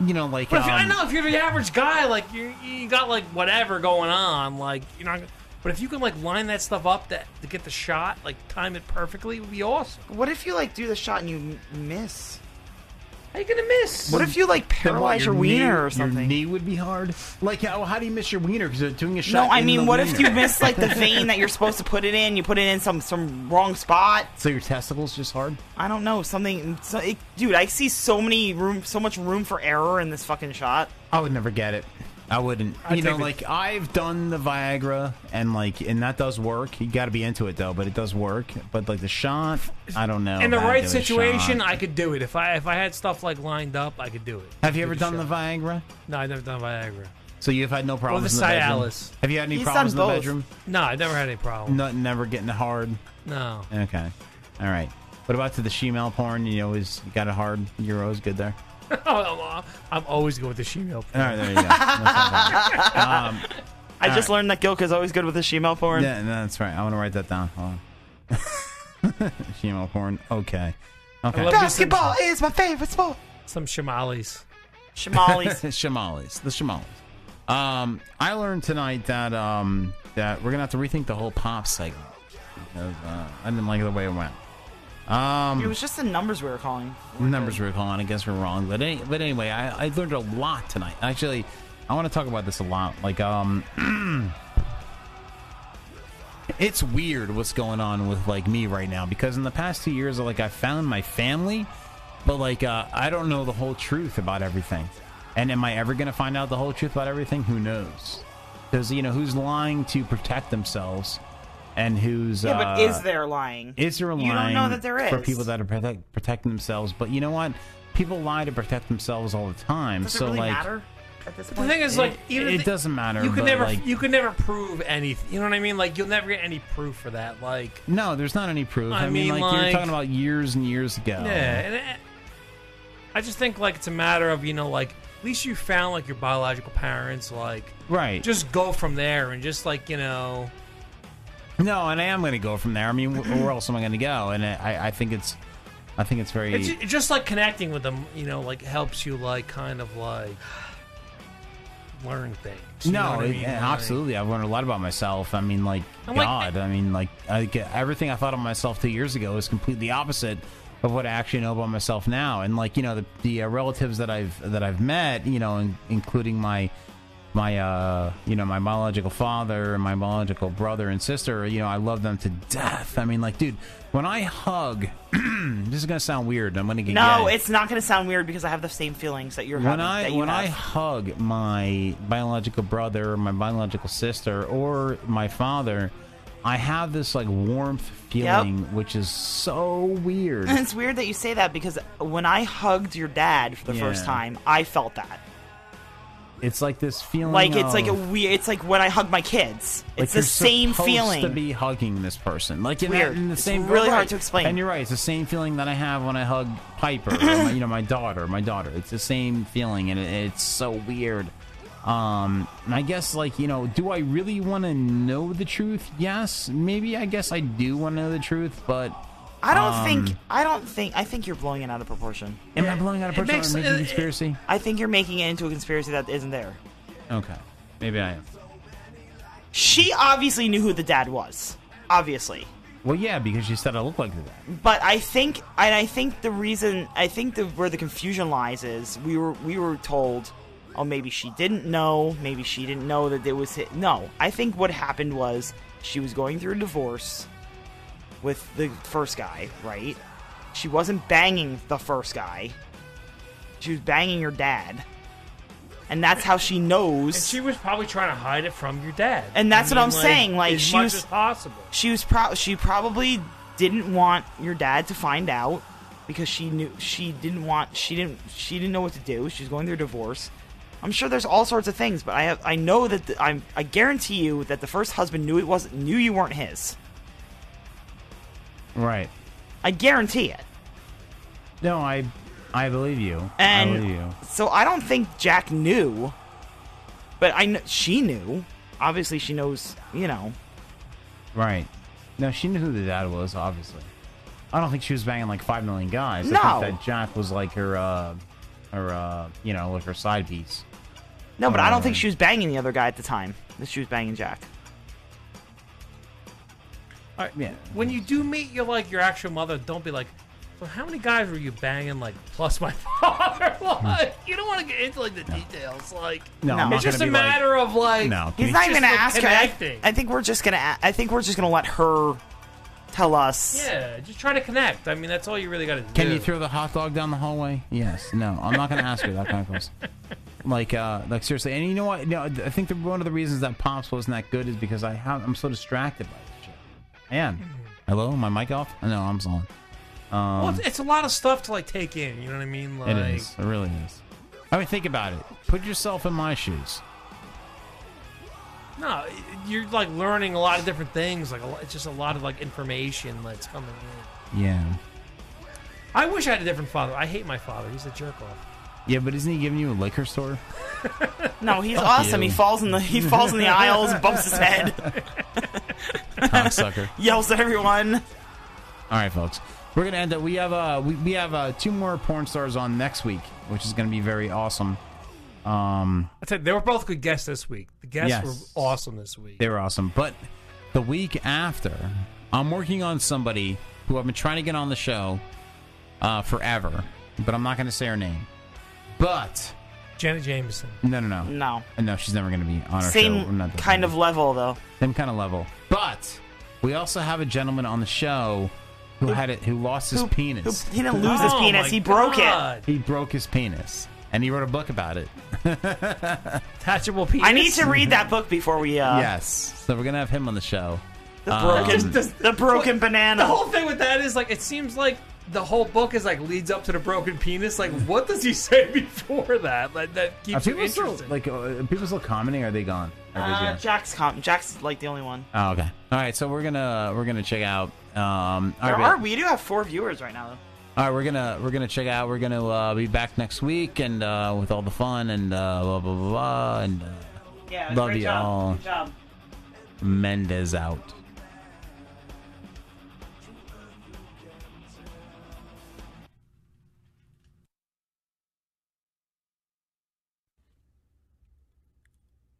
Speaker 11: you know, like.
Speaker 13: But if you, I
Speaker 11: um,
Speaker 13: know if you're the average guy, like you you got like whatever going on, like you're not. But if you can like line that stuff up to, to get the shot, like time it perfectly, it would be awesome.
Speaker 12: What if you like do the shot and you m- miss?
Speaker 13: How you gonna miss?
Speaker 12: What if you like
Speaker 11: Then what,
Speaker 12: paralyze your, wiener
Speaker 11: knee,
Speaker 12: or
Speaker 11: Your
Speaker 12: something?
Speaker 11: knee would be hard. Like, how, how do you miss your wiener because they're doing a shot?
Speaker 12: No, I
Speaker 11: in
Speaker 12: mean,
Speaker 11: the
Speaker 12: what if
Speaker 11: wiener?
Speaker 12: you miss like the vein that you're supposed to put it in? You put it in some some wrong spot.
Speaker 11: So your testicles just hard?
Speaker 12: I don't know something. So, it, dude, I see so many room, so much room for error in this fucking shot.
Speaker 11: I would never get it. I wouldn't.
Speaker 12: I'd
Speaker 11: you know,
Speaker 12: take the-
Speaker 11: like I've done the Viagra and like, and that does work. You got to be into it though, but it does work. But like the shot, I don't know.
Speaker 13: In the
Speaker 11: man,
Speaker 13: right
Speaker 11: give it a
Speaker 13: situation,
Speaker 11: shot.
Speaker 13: I could do it. If I if I had stuff like lined up, I could do it.
Speaker 11: Have you
Speaker 13: Give
Speaker 11: ever
Speaker 13: it a
Speaker 11: done the
Speaker 13: shot.
Speaker 11: Viagra?
Speaker 13: No, I've never done Viagra.
Speaker 11: So you've had no
Speaker 13: Or the
Speaker 11: problems in the bedroom?
Speaker 13: Cialis.
Speaker 11: Have you had any problems in the bedroom?
Speaker 13: No, I never had any problem.
Speaker 11: Not never getting hard.
Speaker 13: No.
Speaker 11: Okay. All right. What about to the female porn? You always you got a hard. You're always good there.
Speaker 13: I'm, I'm always going with the shemale.
Speaker 11: All right, there you go. That's not bad. um,
Speaker 12: I
Speaker 11: all
Speaker 12: just
Speaker 11: right.
Speaker 12: learned that Gilk is always good with his shemale porn.
Speaker 11: Yeah, no, that's right. I want to write that down. Hold on. female porn. Okay. Okay.
Speaker 13: love these things. Basketball
Speaker 12: is my favorite sport.
Speaker 13: Some shamalis.
Speaker 11: Shamalis. The Shamalis. Um, I learned tonight that um that we're gonna have to rethink the whole pop segment because uh, I didn't like the way it went. Um,
Speaker 12: It was just the numbers we were calling.
Speaker 11: numbers were calling. I guess we're wrong, but any, but anyway, I, I learned a lot tonight. Actually, I want to talk about this a lot. Like, um, it's weird what's going on with like me right now because in the past two years, like I found my family, but like uh, I don't know the whole truth about everything. And am I ever gonna find out the whole truth about everything? Who knows? Because you know who's lying to protect themselves, and who's
Speaker 12: yeah, but
Speaker 11: uh,
Speaker 12: is there lying?
Speaker 11: is there a line
Speaker 12: You don't know that there is.
Speaker 11: for people that are protect, protecting themselves? But you know what? People lie to protect themselves all the time.
Speaker 12: Does it
Speaker 11: so
Speaker 12: really
Speaker 11: like,
Speaker 12: matter at this
Speaker 13: The
Speaker 12: point?
Speaker 13: thing is, like,
Speaker 11: it,
Speaker 13: even
Speaker 11: it
Speaker 13: if-
Speaker 11: doesn't matter.
Speaker 13: You can
Speaker 11: but,
Speaker 13: never
Speaker 11: like,
Speaker 13: you can never prove anything. You know what I mean? Like you'll never get any proof for that. Like
Speaker 11: no, there's not any proof.
Speaker 13: I
Speaker 11: I, mean,
Speaker 13: mean,
Speaker 11: like, you're
Speaker 13: like-
Speaker 11: talking about years and years ago.
Speaker 13: yeah, and I- I just think like it's a matter of you know like at least you found like your biological parents. Like
Speaker 11: Right.
Speaker 13: just go from there and just like you know.
Speaker 11: No, and I am going to go from there. I mean, wh- where else am I going to go? And I, I think it's, I think it's very.
Speaker 13: It's ju- just like connecting with them, you know, like helps you like kind of like learn things. you know
Speaker 11: no,
Speaker 13: what I
Speaker 11: it-
Speaker 13: mean?
Speaker 11: yeah,
Speaker 13: Like-
Speaker 11: absolutely. I've learned a lot about myself. I mean, like
Speaker 13: I'm like-
Speaker 11: God. I mean, like I, get- everything I thought of myself two years ago is completely opposite of what I actually know about myself now. And like you know, the, the uh, relatives that I've that I've met, you know, in, including my my uh you know my biological father and my biological brother and sister you know i love them to death i mean like dude when i hug this is gonna sound weird i'm gonna get
Speaker 12: No,
Speaker 11: yelled
Speaker 12: it's not going to sound weird because I have the same feelings that you're
Speaker 11: when
Speaker 12: having.
Speaker 11: I
Speaker 12: that you
Speaker 11: when I
Speaker 12: have.
Speaker 11: hug my biological brother, my biological sister, or my father, I have this like warmth feeling, which is so weird.
Speaker 12: And it's weird that you say that because when I hugged your dad for the first
Speaker 11: Yeah.
Speaker 12: time, I felt that.
Speaker 11: it's like this feeling.
Speaker 12: Like it's like a
Speaker 11: of-
Speaker 12: weird. It's like when I hug my kids.
Speaker 11: like
Speaker 12: It's the
Speaker 11: you're
Speaker 12: same
Speaker 11: supposed
Speaker 12: feeling.
Speaker 11: to be hugging this person. Like in,
Speaker 12: Weird.
Speaker 11: That, in the
Speaker 12: It's
Speaker 11: same.
Speaker 12: really
Speaker 11: right.
Speaker 12: hard to explain.
Speaker 11: And you're right. It's the same feeling that I have when I hug Piper, or my, you know, my daughter, my daughter. It's the same feeling, and it, it's so weird. Um, and I guess like you know, do I really want to know the truth? Yes, maybe. I guess I do want to know the truth, but
Speaker 12: I don't
Speaker 11: um,
Speaker 12: think. I don't think. I think you're blowing it out of proportion.
Speaker 11: Am I blowing out of proportion? or making conspiracy?
Speaker 12: I think you're making it into a conspiracy that isn't there.
Speaker 11: Okay, maybe I am.
Speaker 12: She obviously knew who the dad was. Obviously.
Speaker 11: Well, yeah, because she said I look like that.
Speaker 12: But I think, and I think the reason, I think the where the confusion lies is we were we were told, oh maybe she didn't know, maybe she didn't know that it was hit. No, I think what happened was she was going through a divorce with the first guy, right? She wasn't banging the first guy. She was banging your dad, and that's how she knows.
Speaker 13: And she was probably trying to hide it from your dad.
Speaker 12: And that's
Speaker 13: I
Speaker 12: what I'm
Speaker 13: mean,
Speaker 12: saying. Like
Speaker 13: as
Speaker 12: she
Speaker 13: much
Speaker 12: was
Speaker 13: as possible.
Speaker 12: She was pro- she probably didn't want your dad to find out because she knew she didn't want she didn't she didn't know what to do. She's going through a divorce. I'm sure there's all sorts of things, but I have I know that the, I'm I guarantee you that the first husband knew it wasn't knew you weren't his.
Speaker 11: Right.
Speaker 12: I guarantee it.
Speaker 11: No, I I believe you. I believe you.
Speaker 12: And so I don't think Jack knew, but I kn- she knew. Obviously, she knows. You know,
Speaker 11: Right. No, she knew who the dad was, obviously. I don't think she was banging like five million guys. I
Speaker 12: No.
Speaker 11: think that Jack was like her uh her uh you know, like her side piece.
Speaker 12: no, but I don't think
Speaker 11: Um,
Speaker 12: she was banging the other guy at the time. That she was banging Jack.
Speaker 11: All right, yeah.
Speaker 13: When you do meet your like your actual mother, don't be like, "So how many guys were you banging?" Like plus my father. Like, you don't want to get into like the details. Like
Speaker 11: No, I'm not
Speaker 13: it's just a
Speaker 11: gonna be like-
Speaker 13: matter of like
Speaker 11: No,
Speaker 12: He's
Speaker 13: it's
Speaker 12: not
Speaker 13: just,
Speaker 12: even gonna
Speaker 13: like,
Speaker 12: ask
Speaker 13: connecting.
Speaker 12: her. I, I think we're just gonna. a- I think we're just gonna let her tell us.
Speaker 13: Yeah, just try to connect. I mean, that's all you really got to do.
Speaker 11: Can you throw the hot dog down the hallway? Yes. No. I'm not gonna ask her that kind of question. Like, uh, like seriously. And you know what? No, I think the, one of the reasons that Pops wasn't that good is because I have I'm so distracted by this shit. I
Speaker 12: Mm-hmm.
Speaker 11: am. Hello, my mic off? No, I'm on. Um,
Speaker 13: well, it's, it's a lot of stuff to like take in. You know what I mean? Like,
Speaker 11: It is. It really is. I mean, think about it. Put yourself in my shoes.
Speaker 13: No, you're like learning a lot of different things. Like a lot, it's just a lot of like information that's coming in.
Speaker 11: Yeah.
Speaker 13: I wish I had a different father. I hate my father. He's a jerk off.
Speaker 11: Yeah, but isn't he giving you a liquor store?
Speaker 12: No, he's
Speaker 11: Fuck
Speaker 12: awesome.
Speaker 11: you.
Speaker 12: He falls in the he falls in the aisles and bumps his head.
Speaker 11: Cocksucker.
Speaker 12: Yells at everyone.
Speaker 11: All right, folks. We're gonna end up. We have uh, we, we have uh, two more porn stars on next week, which is gonna be very awesome. Um,
Speaker 13: I said they were both good guests this week. The guests
Speaker 11: Yes.
Speaker 13: were awesome this week.
Speaker 11: they were awesome. But the week after, I'm working on somebody who I've been trying to get on the show uh, forever, but I'm not gonna say her name. But
Speaker 13: Janet Jameson.
Speaker 11: No, no, no,
Speaker 12: No.
Speaker 11: no. She's never gonna be on our show. We're
Speaker 12: Same
Speaker 11: not-
Speaker 12: kind of level though.
Speaker 11: same kind of level. But we also have a gentleman on the show who had it, who lost his penis.
Speaker 12: who- he didn't lose his Oh penis, my he broke it. God.
Speaker 11: He broke his penis, and he wrote a book about it.
Speaker 13: Touchable penis.
Speaker 12: I need to read that book before we. Uh,
Speaker 11: yes, so we're gonna have him on the show.
Speaker 12: The
Speaker 11: Um,
Speaker 12: broken the broken banana.
Speaker 13: The whole thing with that is like it seems like the whole book is like leads up to the broken penis. Like what does he say before that? Like, that
Speaker 11: are
Speaker 13: keeps you
Speaker 11: people still
Speaker 13: interested.
Speaker 11: like uh, are people still commenting? Or are they gone? Or are they
Speaker 12: Uh,
Speaker 11: gone?
Speaker 12: Jack's com- Jack's like the only one.
Speaker 11: oh, okay. All right, so we're gonna we're gonna check out. Um, all
Speaker 12: There
Speaker 11: right,
Speaker 12: are we do have four viewers right now.
Speaker 11: All right, we're gonna we're gonna check out. We're gonna uh, be back next week and uh, with all the fun and uh, blah blah blah, blah and uh,
Speaker 12: Yeah,
Speaker 11: love
Speaker 12: great
Speaker 11: you
Speaker 12: job.
Speaker 11: all.
Speaker 12: Good job.
Speaker 11: Mendez out.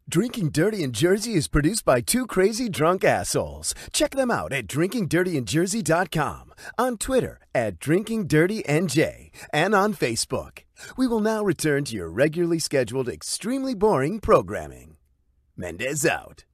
Speaker 21: Drinking Dirty in Jersey is produced by two crazy drunk assholes. Check them out at drinkingdirtyinjersey.com, on Twitter at drinkingdirtynj, and on Facebook. We will now return to your regularly scheduled, extremely boring programming. Mendez out.